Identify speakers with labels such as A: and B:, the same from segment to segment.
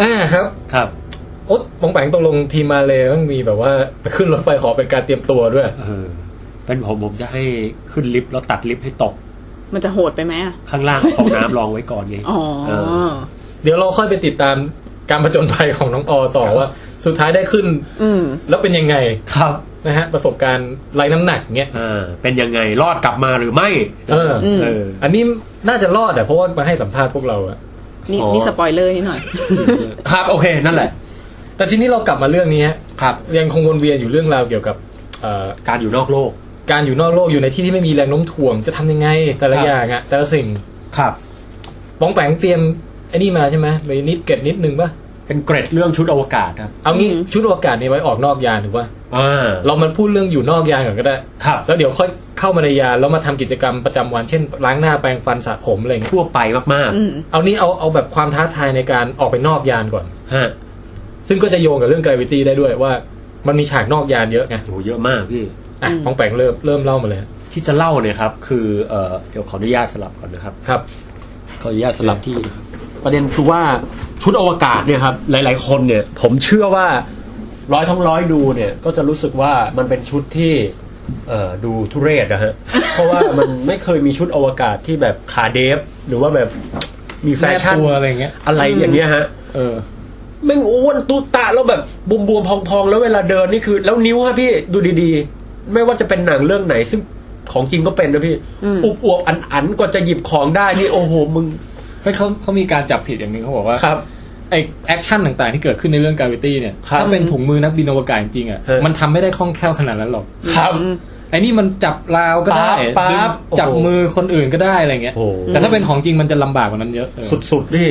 A: อ่าครับ
B: ครับ
A: โอ๊ตปองแปงตกลงทีมมาเลยต้องมีแบบว่าไปขึ้นรถไฟขอเป็นการเตรียมตัวด้วย
B: เออ เป็นผมผมจะให้ขึ้นลิฟต์แล้วตัดลิฟต์ให้ตก
C: มันจะโหดไปไหมอะ
B: ข้างล่างของน้ำรองไว้ก่อนไง
C: อ๋อ
B: เออ
A: เดี๋ยวเราค่อยไปติดตามการผจญภัยของน้องออต่อ
B: ครับ
A: ว่า สุดท้ายได้ขึ้น
C: อืม
A: แล้วเป็นยังไง
B: ครับ
A: นะฮะประสบการณ์ไร้น้ำหนักเงี้ย
B: เออ เป็นยังไงรอดกลับมาหรือไม่
A: เออ
B: เออ
A: อันนี้น่าจะรอดอะเพราะว่ามาให้สัมภาษณ์พวกเราอะ
C: นี่
B: อ๋อ
C: นี่สปอยเลอร์ให้หน่อย
B: ครับโอเคนั่นแหละ
A: แต่ทีนี้เรากลับมาเรื่องนี้ฮะ
B: ครับ
A: ยังคงวนเวียนอยู่เรื่องราวเกี่ยวกับเอ่อ
B: การอยู่นอกโลก
A: การอยู่นอกโลกอยู่ในที่ที่ไม่มีแรงโน้มถ่วงจะทำยังไงแต่ละ
B: ครับ
A: อย่างอะแต่ละสิ่ง
B: ครับ
A: ปองแปงเตรียมไอ้นี่มาใช่ไหมมีนิดเกร็ดนิดนึงป่ะ
B: เป็นเกรดเรื่องชุดอวกาศครับ
A: เอางี้
C: อืม
A: ชุดอวกาศนี่ไว้ออกนอกยานถูกป่ะ
B: อ่า
A: เรามันพูดเรื่องอยู่นอกยานก่อนก็ได้
B: ครับ
A: แล้วเดี๋ยวค่อยเข้ามาในยานแล้วมาทำกิจกรรมประจำวันเช่นล้างหน้าแปรงฟันสระผมอะไรอย่างเงี้ย
B: ทั่วไปมาก
C: อืม
A: เอานี่เอาเอาแบบความท้าทายในการออกไปนอกยานก่อน
B: ๆฮะ
A: ซึ่งก็จะโยงกับเรื่อง gravity ได้ด้วยว่า มันมีฉากนอกยานเยอะไง
B: โหเยอะมากพี่
A: อ่ะ
C: อืม
A: ของแปงเริ่มเริ่มเล่ามาเลย
B: ที่จะเล่าเนี่ยครับ คือเอ่อเดี๋ยวขออนุญาตสลับก่อนนะครับ
A: ครับ
B: ขออนุญาตสลับที่นะครับประเด็นคือว่าชุดอวกาศเนี่ยครับ หลาย ๆ คนเนี่ย ผมเชื่อว่าร้อยทั้งร้อยดูเนี่ย ก็จะรู้สึกว่ามันเป็นชุดที่ เอ่อดูทุเรศนะฮะ เพราะว่ามันไม่เคยมีชุดอวกาศที่แบบขาเดฟ หรือว่าแบบมีแฟชั่น
A: แม่ตัวอะไรเงี้ย
B: อะไรอย่างเงี้ยฮะ
A: เออ
B: แม่งอ้วนตุ๊ตะแล้วแบบบวมบวมๆพองๆ แล้วเวลาเดินนี่คือ แล้วนิ้วฮะพี่ดูดีๆ ไม่ว่าจะเป็นหนังเรื่องไหน ซึ่งของจริงก็เป็นนะพี่
C: อืม
B: อุบอวบอันอันๆกว่าจะหยิบของได้นี่โอ้โหมึง
D: เฮ้ยเขาเขามีการจับผิดอย่างหนึงเขาบอกว่า
B: ครับ
D: ไอแอคชั่นต่างๆที่เกิดขึ้นในเรื่องกาวิตี้เนี่ย
B: ครับ
D: ถ้าเป็นถุงมือนักบินอวกาศจริงๆอ่ะ
B: ฮะ
D: มันทำไม่ได้คล่องแคล่วขนาดนั้นหรอก
B: ครับ
C: อืม
D: ไอนี่มันจับราวก็ได้
B: ปั๊บปั๊บ
D: จับ
B: โอ้โห
D: มือคนอื่นก็ได้อะไรเงี้ย
B: โอ้โห
D: แต่ถ้าเป็นของจริงมันจะลำบากกว่านั้นเยอะเออ
B: สุดๆพี่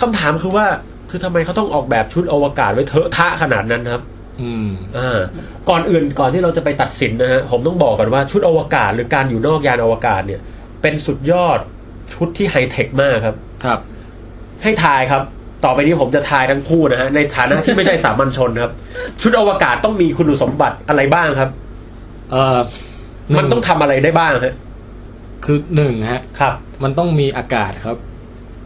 B: คำถามคือว่าคือทำไมเขาต้องออกแบบชุดอวกาศไว้เถอะทะขนาดนั้นครับ
D: อืม
B: อ่าก่อนอื่นก่อนที่เราจะไปตัดสินนะฮะผมต้องบอกก่อนว่าชุดอวกาศหรือการอยู่นอกยานอวกาศเนี่ย เป็นสุดยอดชุดที่ไฮเทคมากครับ
D: ครับ
B: ให้ทายครับ ต่อไปนี้ผมจะทายทั้งคู่นะฮะ ในฐานะที่ไม่ใช่สามัญชนครับ ชุดอวกาศต้องมีคุณสมบัติอะไรบ้างครับ
D: เอ่อห
B: มันต้องทำอะไรได้บ้างฮะ
D: คือหนึ่งฮะ
B: ครับ
D: มันต้องมีอากาศครับ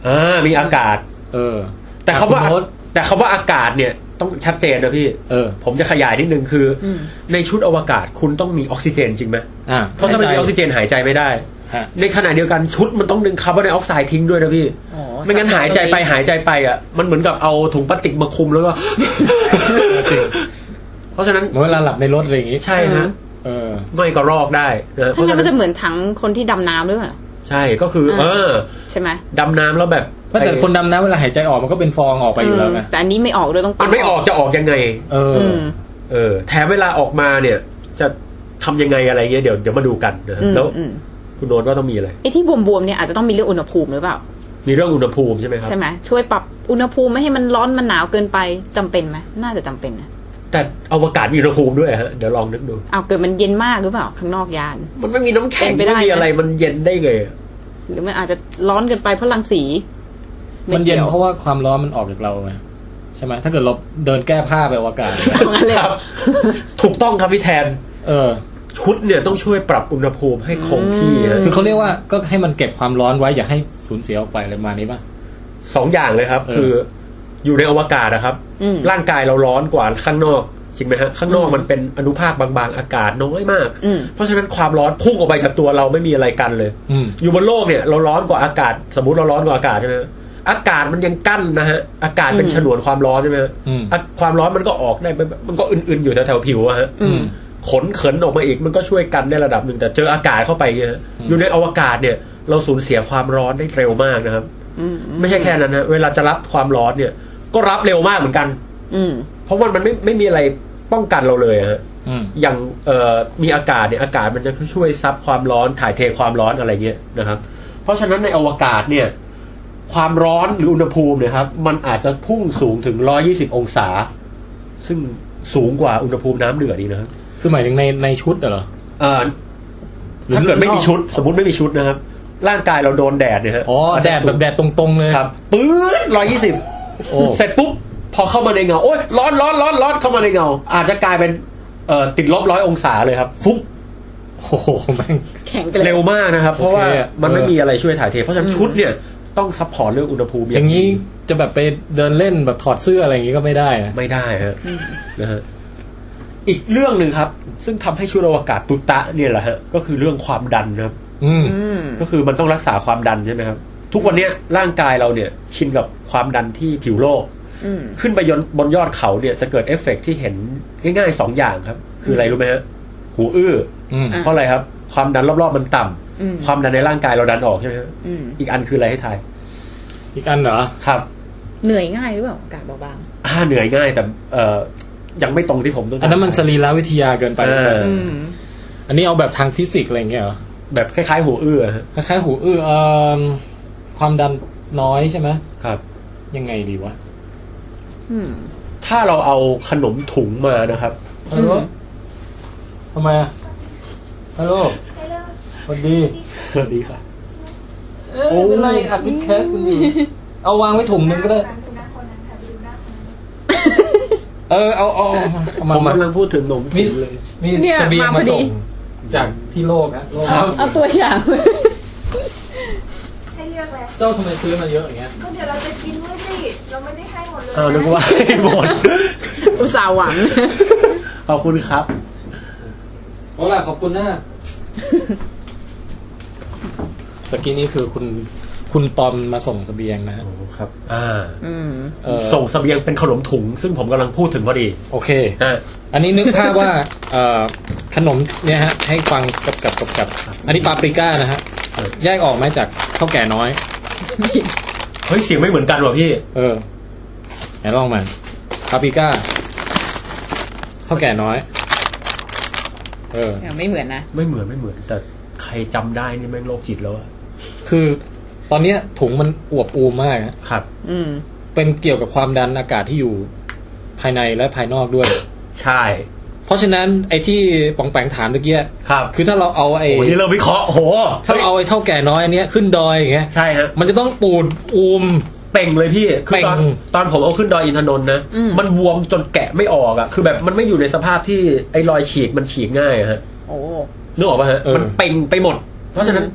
B: อ่ามีอากาศ
D: เออ
B: แต่คำว่า
D: ณโน้ต
B: แต่คำว่าอากาศเนี่ย ต้องชัดเจนนะพี่
D: เออ
B: ผมจะขยายนิดนึงคืออ
C: ม
B: ในชุดอวกาศคุณต้องมีออกซิเจนจริงไหม
D: อ่า
B: เพราะถ้าไม่มีออกซิเจนหายใจไม่ได้
D: ฮะ
B: ในขณะเดียวกันชุดมันต้องดึงคาร์บอนไดออกไซด์ทิ้งด้วยนะพี่
C: อ๋อ
B: ไม่งั้นหายใจไปหายใจไปอ่ะ มันเหมือนกับเอาถุงพลาสติกมาคลุมแล้วก็
D: จริง
B: เพราะฉะนั้น
D: เหมื่อนเวลาหลับในรถอะไรอย่างงี้
B: ใช่ฮะ
D: เออ
B: ไม่ก็รอกได้นะเพ
C: ถ้า
B: ราะฉะนั้
C: งั้นมัน
B: น
C: จะเหมือนถังคนที่ดำน้ำหรือเปล่า
B: ใช่ก็คือ
C: อ่า
B: เออ
C: ใช่ไหม
B: ดำน้ำแล้วแบบ
D: ไม่แต่คนดำน้ำเวลาหายใจออกมันก็เป็นฟองออกไปอยู่แล้ว
C: เออ
D: นะ
C: แต่อันนี้ไม่ออกด้วยต้อง
B: มั
C: ปั๊
B: นไม่ออกจะออกยังไง
D: เออ
C: อืม
B: เออแถมเวลาออกมาเนี่ย จะทำยังไงอะไรเงี้ยเดี๋ยวเดี๋ยวมาดูกันนะ
C: อืม
B: แล้ว
C: อืม
B: คุณโนนว่าต้องมีอะไร
C: ไอ้ที่บวมๆเนี่ยอาจจะต้องมีเรื่องอุณหภูมิหรือเปล่า
B: มีเรื่องอุณหภูมิใช่ไหมครับ
C: ใช่ไหมช่วยปรับอุณหภูมิไม่ให้มันร้อนมันหนาวเกินไปจำเป็นไหมน่าจะจำเป็นนะ
B: แต่อวกาศมีอุณหภูมิด้วยฮะเดี๋ยวลองนึกดู
C: เอาเกิดมันเย็นมากหรือเปล่าข้างนอกยาน
B: มันไม่มีน้ำแข็ง
C: เป็นไปได้
B: ไม่มีอะไรมันเย็นได้ไงอะ
C: หรือมันอาจจะร้อนเกินไปเพราะรังสี
D: มันเย็นเพ
C: กี่ว
D: ราะว่าความร้อนมันออกจากเราไงใช่ไหมถ้าเกิดเราเดินแก้ผ้าไปอวกาศ
C: เอางั้นเลยเหร
B: ค
C: อ
B: รับ ถูกต้องครับพี่แทน
D: เออ
B: ชุดเนี่ยต้องช่วยปรับอุณหภูมิให้คงที่ฮะ
D: คือเขาเรียกว่าก็ให้มันเก็บความร้อนไว้อย่าให้สูญเสียออกไปอะไรประมาณนี้ป่ะ
B: สองอย่างเลยครับ
D: เออ
B: คืออยู่ในอวกาศนะครับ
C: อืม
B: ร่างกายเราร้อนกว่าข้างนอกจริงไหมฮะข้างนอก
C: อืม
B: มันเป็นอนุภาคบางๆ อากาศน้อยมาก
C: อืม
B: เพราะฉะนั้นความร้อนพุ่งออกไปจากตัวเราไม่มีอะไรกันเลย
D: อืม
B: อยู่บนโลกเนี่ยเราร้อนกว่าอากาศ สมมติเราร้อนกว่าอากาศใช่ไหมฮะอากาศมันยังกั้นนะฮะอากาศเป็น
C: อืม
B: ฉนวนความร้อนใช่ไหมฮะ
D: อืม
B: อ่ะความร้อนมันก็ออกได้ไปมันก็อื่นๆอยู่แถวๆผิวอะฮะ
C: อืม
B: ขนเขินออกมาอีกมันก็ช่วยกันได้ระดับหนึ่งแต่เจออากาศเข้าไปเงี้ยฮะอยู่ในอวกาศเนี่ย เราสูญเสียความร้อนได้เร็วมากนะครับ
C: อืม
B: ไม่ใช่แค่นั้นนะเวลาจะรับความร้อนเนี่ย ก็รับเร็วมากเหมือนกัน
C: อืม
B: เพราะว่ามันไม่ไม่มีอะไรป้องกันเราเลยอะฮะ
D: อืม
B: อย่างเอ่อมีอากาศเนี่ยอากาศมันจะช่วยซับความร้อนถ่ายเทความร้อนอะไรเงี้ยนะครับ เพราะฉะนั้นในอวกาศเนี่ย ความร้อนหรืออุณหภูมิเนี่ยครับ มันอาจจะพุ่งสูงถึง 120 องศา ซึ่งสูงกว่าอุณหภูมิน้ำเดือดนี่นะครับ
D: คือหมายถึงในในชุดเหรอ
B: เอ่อ
D: หรือ
B: ถ้าเกิด
D: หรือ
B: ไม่มีชุด สมมติไม่มีชุดนะครับ ร่างกายเราโดนแดดเนี่ยฮะ
D: อ๋อแดดแบบแดดตรงๆเลย
B: ครับปื๊ดร้อยยี่สิบ
D: โอ้
B: เสร็จปุ๊บ พอเข้ามาในเงา โอ๊ยร้อนร้อนร้อนร้อนเข้ามาในเงา อาจจะกลายเป็นเอ่อติดลบร้อยองศาเลยครับ ฟุ๊บ
D: โอ้โหแม่ง
C: แข็งไปเลย
B: เร็วมากนะครับ เพราะว่า
D: โอเค
B: มันไม่
D: เออ
B: มีอะไรช่วยถ่ายเท เพราะฉะนั้นชุดเนี่ย ต้องซัพพอร์ตเรื่องอุณหภูมิ
A: อย่างนี้จะแบบไปเดินเล่นแบบถอดเสื้ออะไรอย่างนี้ก็ไม่ได้นะ
B: ไม่ได้ฮะนะฮะอีกเรื่องหนึ่งครับ ซึ่งทำให้ชุดอวกาศตุตะเนี่ยแหละฮะก็คือเรื่องความดันนะครับ
A: อืม
C: อืม
B: ก็คือมันต้องรักษาความดันใช่ไหมครับ ทุกวันเนี้ยร่างกายเราเนี่ยชินกับความดันที่ผิวโลก
C: อืม
B: ขึ้นไปยนบนยอดเขาเนี่ยจะเกิดเอฟเฟกต์ที่เห็นง่ายๆสองอย่างครับ คืออะไรรู้ไหมฮะหูอื้อ
A: อืม
B: อเพราะอะไรครับ ความดันรอบๆมันต่ำ
C: อืม
B: ความดันในร่างกายเราดันออกใช่ไหมฮะ
C: อืม
B: อีกอันคืออะไรให้ทาย
A: อีกอันเหรอ
B: ครับ
C: เหนื่อยง่ายหรือเปล่าอากาศเบาบาง
B: อ่าเหนื่อยง่ายแต่เอ่อยังไม่ตรงที่ผมต้องการ
A: อันนั้นมันสรีรวิทยาเกินไป
B: เออ
C: อืม
A: อันนี้เอาแบบทางฟิสิกส์อะไรอย่างเงี้ยเหรอ
B: แบบคล้ายๆหูอื้อฮะ
A: คล้ายๆหูอื้อเอิ่มความดันน้อยใช่ไหม
B: ครับ
A: ยังไงดีวะ
C: อืม
B: ถ้าเราเอาขนมถุงมานะครับ
A: ฮัลโหลทำไมอะฮัลโหลสวัสดี
B: สวัสดีครับ
A: โอ้ยอัดวิดแคสต์อยู่เอาวางไว้ถุงนึงก็ได้ เออ เอาเอาเอามา
B: ผ
A: มาก
B: มำลังพูดถึงขนมถุงเลย
A: มี
C: เนี่ย
A: เสบียง
C: มาพ
A: มา
C: อ
A: ส่
C: ดี
A: ง จากที่โลกอะโลก
B: ครับ
C: เอาตัวอย่าง
E: ให้เลือกเลย
A: เจ้าทำไมซื้อมาเยอะอย่างเงี้ย
E: ก็เดี๋ยวเราจะกินด้วยสิ เราไม่ได้ให้หมดเลย
B: เอานึกว่าให้หม ด
C: อุตส่าห์หวัง
B: ขอบคุณครับ
A: โอ้ล่ะขอบคุณ นะตะกี้นี้คือคุณคุณปอมมาส่งเสบียงนะฮะ
B: ครับ อ่า
C: อืม
A: เออ
B: ส่งเสบียงเป็นขนมถุง ซึ่งผมกำลังพูดถึงพอดี
A: โอเค
B: อ่า
A: อันนี้นึกภาพ ว่า เอ่อขนมเนี่ยฮะ ให้ฟังกับกับกับกับอันนี้ปาปริก้านะฮะ
B: ครับ
A: แยกออกไหมจากข้าวแก่น้อย
B: เฮ้ย เสียงไม่เหมือนกันว่ะพี่
A: เออไหนลองมาปาปริก้าข้าวแก่น้อย เออ
C: ยังไม่เหมือนนะ
B: ไม่เหมือนไม่เหมือน แต่ใครจำได้นี่แม่งโรคจิตแล้วอะ
A: คือตอนเนี้ยถุงมันอวบอูมมากฮะ
B: ครับ
C: อืม
A: เป็นเกี่ยวกับความดันอากาศที่อยู่ภายในและภายนอกด้วย
B: ใช่
A: เพราะฉะนั้นไอ้ที่ปองแปงถามตะเกีย
B: ครับ
A: คือถ้าเราเอาไอ้
B: โอ้นี่เริ่มวิเคราะห์โห
A: ถ้าเราเอาไอ้เท่าแก่น้อยอันเนี้ยขึ้นดอยอย่างเงี้ย
B: ใช่ฮะ
A: มันจะต้องปูดอูม
B: เป่งเลยพี่ คือตอน
A: เป่ง
B: ตอนผมเอาขึ้นดอยอินทนนท์นะ
C: อืม
B: มันบวมจนแกะไม่ออกอะคือแบบมันไม่อยู่ในสภาพที่ไอ้รอยฉีกมันฉีกง่ายอะฮะ
C: โอ้
B: นึกออกป่ะฮะ
A: เออ
B: มันเป่งไปหมด เพราะฉะนั้น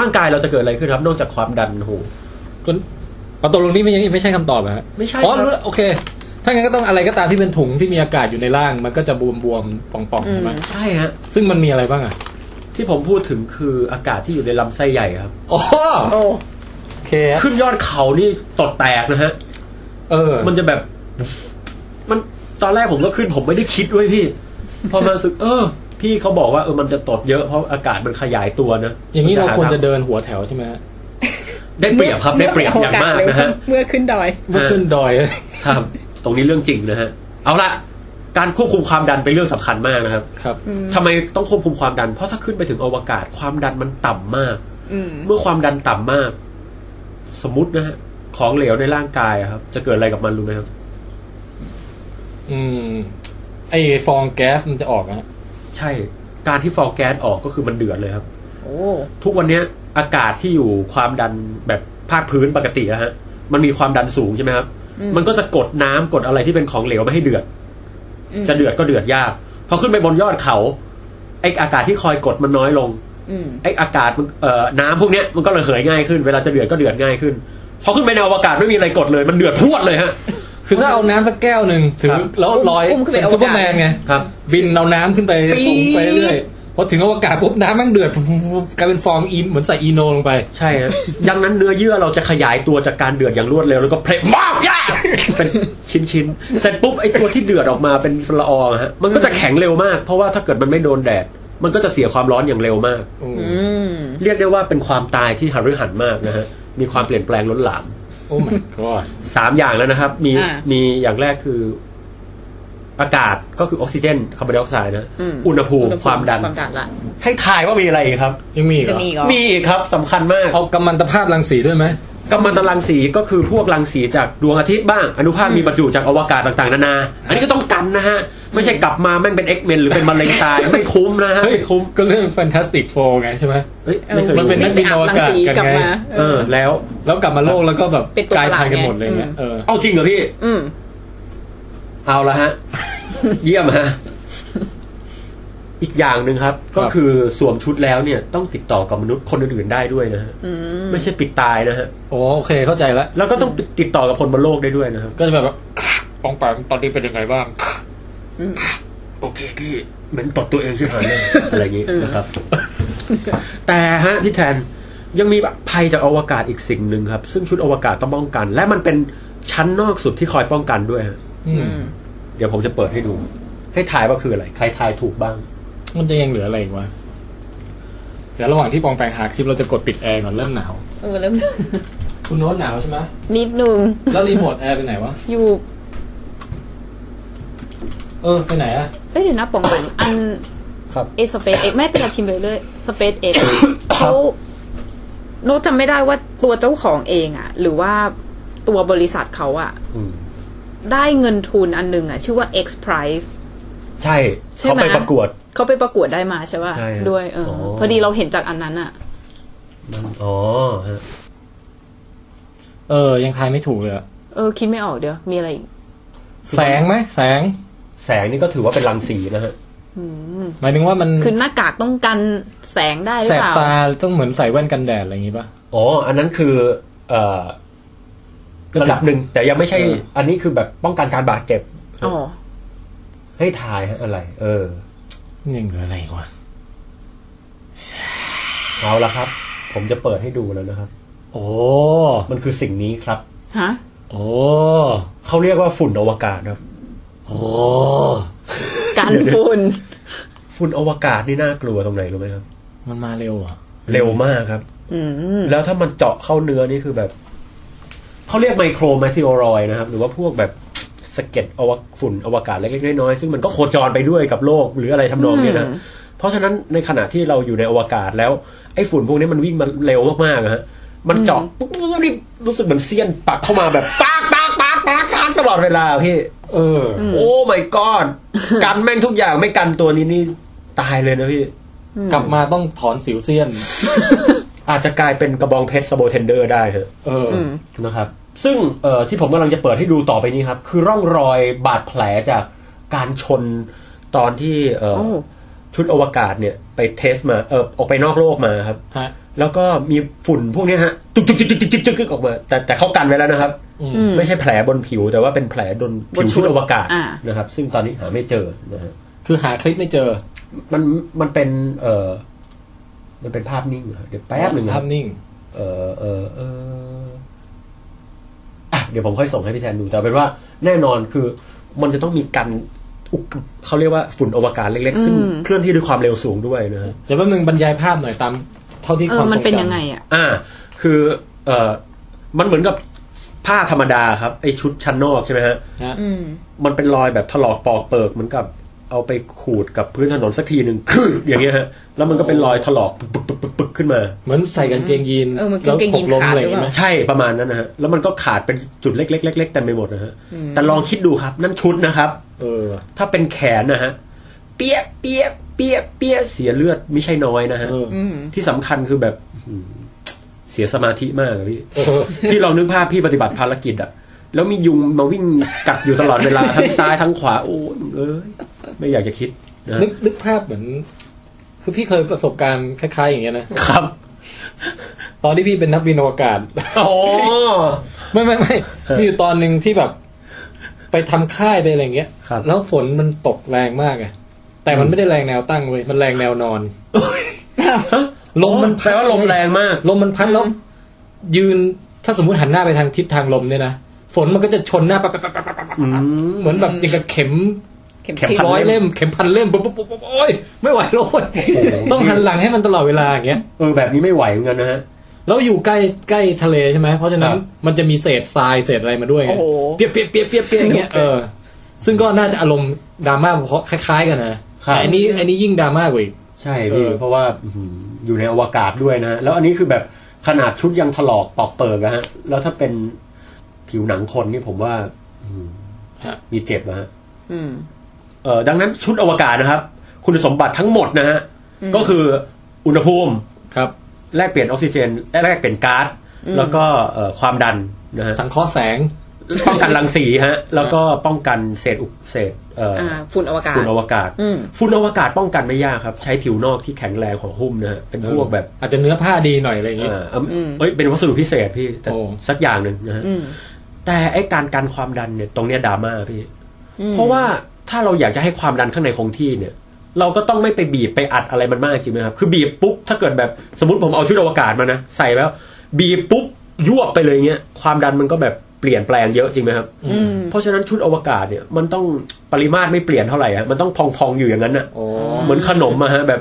B: ร่างกายเราจะเกิดอะไรขึ้นครับ นอกจากความดันโห
A: คุณเอาตกลงนี่ไม่ไม่ใช่คำตอบนะฮะ
B: ไม่ใช่
A: อ๋อ
B: ครับ
A: รู้แล้วโอเค ถ้างั้นก็ต้องอะไรก็ตามที่เป็นถุงที่มีอากาศอยู่ในร่าง มันก็จะบวมบวมๆป่องป่องๆใช่ไหม
C: อืม
B: ใช่ฮะ
A: ซึ่งมันมีอะไรบ้างอ่ะ
B: ที่ผมพูดถึงคืออากาศที่อยู่ในลำไส้ใหญ่ครับ
A: อ๋อ
C: โอ้
A: โอเค
B: ขึ้นยอดเขานี่ตดแตกนะฮะ
A: เออ
B: มันจะแบบ มันตอนแรกผมก็ขึ้นผมไม่ได้คิดด้วยพี่ พอมาสึก เออ พี่เขาบอกว่าเออมันจะตดเยอะเพราะอากาศมันขยายตัวนะ
A: อย่างนี้เราควรจะ
B: หทง
A: เดินหัวแถวใช่ไหมฮะ
B: ได้เปรียบครับได้เปรียบอย่างมากนะฮะ
C: เมื่อขึ้นดอย
A: เมื่อขึ้นดอย
B: ครับ ตรงนี้เรื่องจริงนะฮะ เอาละการควบคุมความดันเป็นเรื่องสำคัญมากนะครับ
A: ครับ
B: ทำไมต้องควบคุมความดัน เพราะถ้าขึ้นไปถึงอวกาศความดันมันต่ำมาก
C: อืม
B: เมื่อความดันต่ำมาก สมมตินะฮะ ของเหลวในร่างกายอะครับ จะเกิดอะไรกับมันรู้ไหมครับ
A: อืม ไอฟองแก๊สมันจะออกอะฮะ
B: ใช่ การที่ฟองแก๊สออกก็คือมันเดือดเลยครับ
C: โอ้
B: ทุกวันเนี้ยอากาศที่อยู่ความดันแบบภาคพื้นปกติอะฮะ มันมีความดันสูงใช่ไหมครับ
C: อืม
B: มันก็จะกดน้ำกดอะไรที่เป็นของเหลวไม่ให้เดือด
C: อืม
B: จะเดือดก็เดือดยาก พอขึ้นไปบนยอดเขาไออากาศที่คอยกดมันน้อยลง
C: อืม
B: ไออากาศมันเอ่อน้ำพวกเนี้ยมันก็ระเหยง่ายขึ้น เวลาจะเดือดก็เดือดง่ายขึ้น พอขึ้นไปในอวกาศไม่มีอะไรกดเลย มันเดือดพรวดเลยฮะ
A: คือถ้าเอาน้ำสักแก้วหนึ่งถือ
B: ครับ
A: แล้วลอย
C: อุ้มขึ้นไป
A: เป็นซูเปอร์แมนไง
B: ครับ
A: บินเอาน้ำขึ้นไป
B: ปี๊ด
A: สูงไปเรื่อยพอถึงอวกาศปุ๊บน้ำแมันเดือดปุ๊บปุ๊บปุ๊บกลายเป็นฟองอีนเหมือนใส่อีโนลงไป
B: ใช่ฮะ ดังนั้นเนื้อเยื่อเราจะขยายตัวจากการเดือดอย่างรวดเร็วแล้วก็เพลมากยา เป็นชิ้นชิ้นๆเสร็จปุ๊บไอตัวที่เดือดออกมาเป็นละอองฮะ มันก็จะแข็งเร็วมาก เพราะว่าถ้าเกิดมันไม่โดนแดด มันก็จะเสียความร้อนอย่างเร็วมาก
C: อืม
B: เรียกได้ว่าเป็นความตายที่หฤหันมากนะฮะ มีความเปลี่ยนแปลงล้นหลาม
A: โอ้ my god
B: สามอย่างแล้วนะครับ มี
C: อ่ามี
B: มีอย่างแรกคือ อากาศก็คือออกซิเจนคาร์บอนไดออกไซด์นะ
C: อืม
B: อุณหภูมิความดัน
C: ความดันละ
B: ให้ทายว่ามีอะไรอีกครับ
A: ยังมีอีกเหร
C: จะ
A: อ
C: มีอีก็
B: มีอีกครับสำคัญมาก
A: เอากัมมันตภาพรังสีด้วยไหม
B: กัมมันตรังสีก็คือพวกรังสีจากดวงอาทิตย์บ้าง อนุภาคมีประจุจากอวกาศต่างๆนานา อันนี้ก็ต้องกันนะฮะ ไม่ใช่กลับมาแม่งเป็นเอ็กเมนหรือเป็นมะเร็งตาย ไม่คุ้มนะฮะ
A: เฮ้ย
B: ไม่คุ้ม
A: ก็เรื่อง Fantastic Four ไงใช่ไหม
B: เฮ้ยไม่เคย
A: มันเป็นนั
B: รู้
A: กบินอวกาศ
C: วิ่งไป
A: กันไง
C: บรังสีลับมา
B: เออ แล้ว
A: แล้วกลับมาโลกแล้วก็แบบ
C: เป็นตัว
A: กลาย
C: ประหลาด
A: พันธุ์กันหมด
C: ไง
A: เลยเงี้ย
C: อืม
A: เออ
B: เอาจริงเหรอพี่
C: อืม
B: เอาละฮะ เยี่ยมฮะ อีกอย่างหนึ่งครับ ก็คือสวมชุดแล้วเนี่ยต้องติดต่อกับมนุษย์คนอื่นๆได้ด้วยนะฮะ
C: อืม
B: ไม่ใช่ปิดตายนะฮะ
A: โอ้โอเคเข้าใจแล้ว
B: แล้วก็ต้องติดต่อกับคนบนโลกได้ด้วยนะครับ
A: ก็จะแบบว่าปองแปมตอนนี้เป็นยังไงบ้าง
C: อืม
B: โอเคพี่เหมือนตดตัวเองใช่ไหมเนี่ยอะไรอย่างนี้นะครับ แต่ฮะพี่แทนยังมีภัยจากอวกาศอีกสิ่งหนึ่งครับ ซึ่งชุดอวกาศต้องป้องกัน และมันเป็นชั้นนอกสุดที่คอยป้องกันด้วยฮะ
A: อืม
B: เดี๋ยวผมจะเปิดให้ดู ให้ถ่ายว่าคืออะไร ใครถ่ายถูกบ้าง
A: มันจะยังเหลืออะไรอีกวะเดี๋ยวระหว่างที่ปองแปงหาคลิปเราจะกดปิดแอร์ก่อนเริ่มหนาว
C: เออเริ่ม
A: คุณโน้ตหนาวใช่ไหม
C: นิดนึง
A: แล้วรีโมทแอร์ไปไหนวะ
C: อยู่
A: เออ ไปไหนอะ
C: เอ้ยเดี๋ยวนะป่องแปงอัน
B: ครับ
C: เอสเปซเอกไม่เป็นไรพิมพ์ไปเรื่อยสเปซเอกเขาโน้ตจำไม่ได้ว่าตัวเจ้าของเองอะหรือว่าตัวบริษัทเขาอะ
B: อืม
C: ได้เงินทุนอันหนึ่งอะชื่อว่า X Prize
B: ใช่
C: ใช่
B: เขา
C: ไหม
B: ไปประกวด
C: เขาไปประกวดได้มาใช่ป่ะ
B: ใช่ครับ
C: ด้วยเอออ
B: อ
C: พอดีเราเห็นจากอันนั้นอะ
B: อ๋อฮะ
A: เออ ยังทายไม่ถูกเลยอะ
C: เออ คิดไม่ออกเดี๋ยว มีอะไรอีก
A: แสงไหมแสง
B: แสงนี่ก็ถือว่าเป็นรังสีนะฮะ
C: อืม
A: หมายถึงว่ามัน
C: คือหน้ากากต้องกันแสงได้หรื
A: แส
C: อบ เปล่า
A: ตาต้องเหมือนใส่แว่นกันแดดอะไรอย่างงี้ป่ะ
B: อ๋ออันนั้นคือ เอ่อระดับหนึ่งแต่ยังไม่ใช่
A: เอออั
B: อันนี้คือแบบป้องกันการบาดเจ็บ
C: อ๋อ
B: ให้ถ่ายฮะอะไร เออ
A: ยังเหลืออะไรอีกวะ
B: เอาละครับ ผมจะเปิดให้ดูแล้วนะครับ
A: โอ้
B: มันคือสิ่งนี้ครับ
C: ฮะ
A: โอ้
B: เขาเรียกว่าฝุ่นอวกาศครับ
A: โอ้
C: กันฝุ่น
B: ฝุ่นอวกาศนี่น่ากลัวตรงไหนรู้ไหมครับ
A: มันมาเร็วอ่ะ
B: เร็วมากครับ
C: อืม
B: แล้วถ้ามันเจาะเข้าเนื้อนี่คือแบบ เขาเรียกไมโครแมทิโอรอยด์นะครับ หรือว่าพวกแบบสะเก็ดอวกฝุ่นอวกาศเล็กๆน้อยๆซึ่งมันก็โคจรไปด้วยกับโลกหรืออะไรทำนองเนี้ยนะ เพราะฉะนั้นในขณะที่เราอยู่ในอวกาศแล้วไอ้ฝุ่นพวกนี้มันวิ่งมาเร็วมากๆอะฮะ มันเจาะปุ๊บแล้วนี่รู้สึกเหมือนเสี้ยนปักเข้ามาแบบปากปากปากปากปากตลอดเวลาพี่
A: เออ
B: โอ้ my god กันแม่งทุกอย่างไม่กันตัวนี้นี่ตายเลยนะพี่
A: กลับมาต้องถอนสิวเซียน
B: อาจจะกลายเป็นกระบองเพชรสโบเทนเดอร์ได้เถอะ
A: เอออ
C: อืม
B: นะครับ ซึ่งเอ่อที่ผมกำลังจะเปิดให้ดูต่อไปนี้ครับ คือร่องรอยบาดแผลจากการชนตอนที่เอ่อ
C: โอ้
B: ชุดอวกาศเนี่ย ไปเทสมาเออออกไปนอกโลกมาครับ
A: ฮะ
B: แล้วก็มีฝุ่นพวกเนี้ยฮะจุกจุกจุกจุกจุกจุกจุกออกมา แต่แต่เขากันไว้แล้วนะครับ
A: อืม
C: อืม
B: ไม่ใช่แผลบนผิว แต่ว่าเป็นแผลบน
C: บ
B: ผิ
C: น
B: ว
C: ชุ
B: ชุ
C: ด
B: ดอวกาศ
C: อ่า
B: นะครับ ซึ่งตอนนี้หาไม่เจอนะฮะ
A: คือหาคลิปไม่เจอ
B: มันมันเป็น เออมันเป็นภาพนิ่งเหรอเดี๋ยวแป๊บหนึ่งนะค
A: ภา
B: รับ
A: พนิ่ง
B: เออเออเอออ่ะเดี๋ยวผมค่อยส่งให้พี่แทนดูแต่เอาเป็นว่าแน่นอนคือ มันจะต้องมีกันอุกเขาเรียกว่าฝุ่นอวกาศเล็กๆ ซึ่ง
C: อืม
B: เคลื่อนที่ด้วยความเร็วสูงด้วยนะฮะ
A: เดี๋ยวแป๊บนึงบรรยายภาพหน่อยตามเท่าที่
C: เอ
A: ค
C: อ
A: วาม
C: มันเป็น
A: ทรจำ
C: ยังไงอ่ะ
B: อ่า คือ เออมันเหมือนกับผ้าธรรมดาครับไอชุดชั้นนอกใช่ไหมฮะ
A: ฮะ
C: อืม
B: มันเป็นรอยแบบถลอกปอกเปิกเหมือนกับเอาไปขูดกับพื้นถนนสักทีหนึ่งคืออย่างเงี้ยฮะ แล้วมันก็เป็นรอยถลอกปึกปึกปึกปึกขึ้นมา
A: เหมือนใส่กางเกงยีน
C: เออเหมือน
A: แล้ว
C: กางเกง
A: ห
C: ยี
A: ก
C: น
A: ล้ม
C: ขาด
A: อะไร
C: หรือเปล่า
A: ไหม
B: ใช่ประมาณนั้นนะฮะ แล้วมันก็ขาดเป็นจุดเล็กๆเล็กๆเต็มไปหมดนะฮะ แต่ลองคิดดูครับ นั่นชุดนะครับ
A: เออ
B: ถ้าเป็นแขนนะฮะ เปี้ยะเปี้ยะเปี้ยะเปี้ยะเสียเลือดไม่ใช่น้อยนะฮะ
A: เออ
C: อืม
B: ที่สำคัญคือแบบอืมเสียสมาธิมากอะพี่
A: เออ
B: พี่ลองนึกภาพพี่ปฏิบัติภารกิจอะแล้วมียุงมาวิ่งกัดอยู่ตลอดเวลา ทั้งซ้ายทั้งขวาโอ้ยเอ้ยไม่อยากจะคิดนะ
A: นึกนึกภาพเหมือน คือพี่เคยประสบการณ์คล้ายๆอย่างเงี้ยนะ
B: ครับ
A: ตอนที่พี่เป็นนักบินอวกาศ
B: โอ้
A: ไม่ไม่ไม่มีอยู่ตอนหนึ่งที่แบบ ไปทำค่ายไปอะไรเงี้ย
B: ครับ
A: แล้วฝนมันตกแรงมากไงแต่มันไม่ได้แรงแนวตั้งเว้ย มันแรงแนวนอน ลมมัน
B: แปลว่าลมแรงมาก
A: ลมมันพัดแล้วยืน ถ้าสมมติหันหน้าไปทางทิศทางลมเนี่ยนะ ฝนมันก็จะชนหน้าปั๊บปั๊บปั๊บปั๊บปั๊บ
B: อื
A: เห
B: ม
A: มือนแบบอย่างกับเข็ม
C: เข็ม
B: เข็ม
C: ทิศ
B: ขัด
A: ร้อยเล่มเข็มพันเล่มปุ๊บปุ๊บปุ๊บปุ๊บโอ้ยไม่ไหวโลดต้องหันหลังให้มันตลอดเวลาอย่างเงี้ย
B: เออแบบนี้ไม่ไหวเหมือนกันนะฮะ
A: แล้วอยู่ใกล้ใกล้ทะเลใช่ไหมเพราะฉะนั้น
B: ครับ
A: มันจะมีเศษทรายเศษอะไรมาด้วยไง
C: โอ้โห
A: เปียกเปียกเปียกเปียกเปียกอย่างเงี้ยเออซึ่งก็น่าจะอารมณ์ดราม่าเพราะคล้ายๆ กันนะครับ แต่อันนี้อันนี้ยิ่งดราม่ากว่าอีก
B: ใช่พี่
A: เออ
B: เพราะว่าอื้อหืออยู่ในอวกาศด้วยนะฮะแล้วอันนี้คือแบบขนาดชุดยังถลอกปอกเปิกนะฮะ แล้วถ้าเป็นผิวหนังคนนี่ผมว่าอื้อหือมีเจ็บนะฮะ
C: อืม
B: เออดังนั้นชุดอวกาศนะครับ คุณสมบัติทั้งหมดนะฮะ
C: อืม
B: ก็คืออุณหภูมิ
A: ครับ
B: แลกเปลี่ยนออกซิเจนแลกเปลี่ยนก๊าซแล้วก็เอ่อความดันนะฮะ
A: สังเคราะห์แสง
B: ป้องกันรังสีฮะ แล้วก็ป้องกันเศษอุกเศษเอ่ออ
C: อ่าฝุ่นอวกาศ
B: ฝุ่นอวกาศ
C: อืม
B: ฝุ่นอวกาศป้องกันไม่ยากครับ ใช้ผิวนอกที่แข็งแรงของหุ้มนะฮะเป็นพวกแบบ
A: อาจจะเนื้อผ้าดีหน่อยอะไรอย่างงี้
B: เอ่อเอิ่มเอ้ยเป็นวัสดุพิเศษพี่แต่
A: โอ้
B: สักอย่างหนึ่งนะฮะ
C: อืม
B: แต่ไอ้การกันความดันเนี่ยตรงเนี้ยดราม่าพี่
C: อืม
B: เพราะว่าถ้าเราอยากจะให้ความดันข้างในคงที่เนี่ย เราก็ต้องไม่ไปบีบไปอัดอะไรมันมากจริงไหมครับคือบีบปุ๊บถ้าเกิดแบบสมมติผมเอาชุดอวกาศมานะใส่แล้ว บีบปุ๊บยวบไปเลยเงี้ยความดันมันก็แบบเปลี่ยนแปลงเยอะจริงไหมครับ
C: อืม
B: เพราะฉะนั้นชุดอวกาศเนี่ยมันต้องปริมาตรไม่เปลี่ยนเท่าไหร่ฮะมันต้องพองๆอยู่อย่างนั้นน่ะ
A: โอ้
B: เหมือนขนมอะฮะแบบ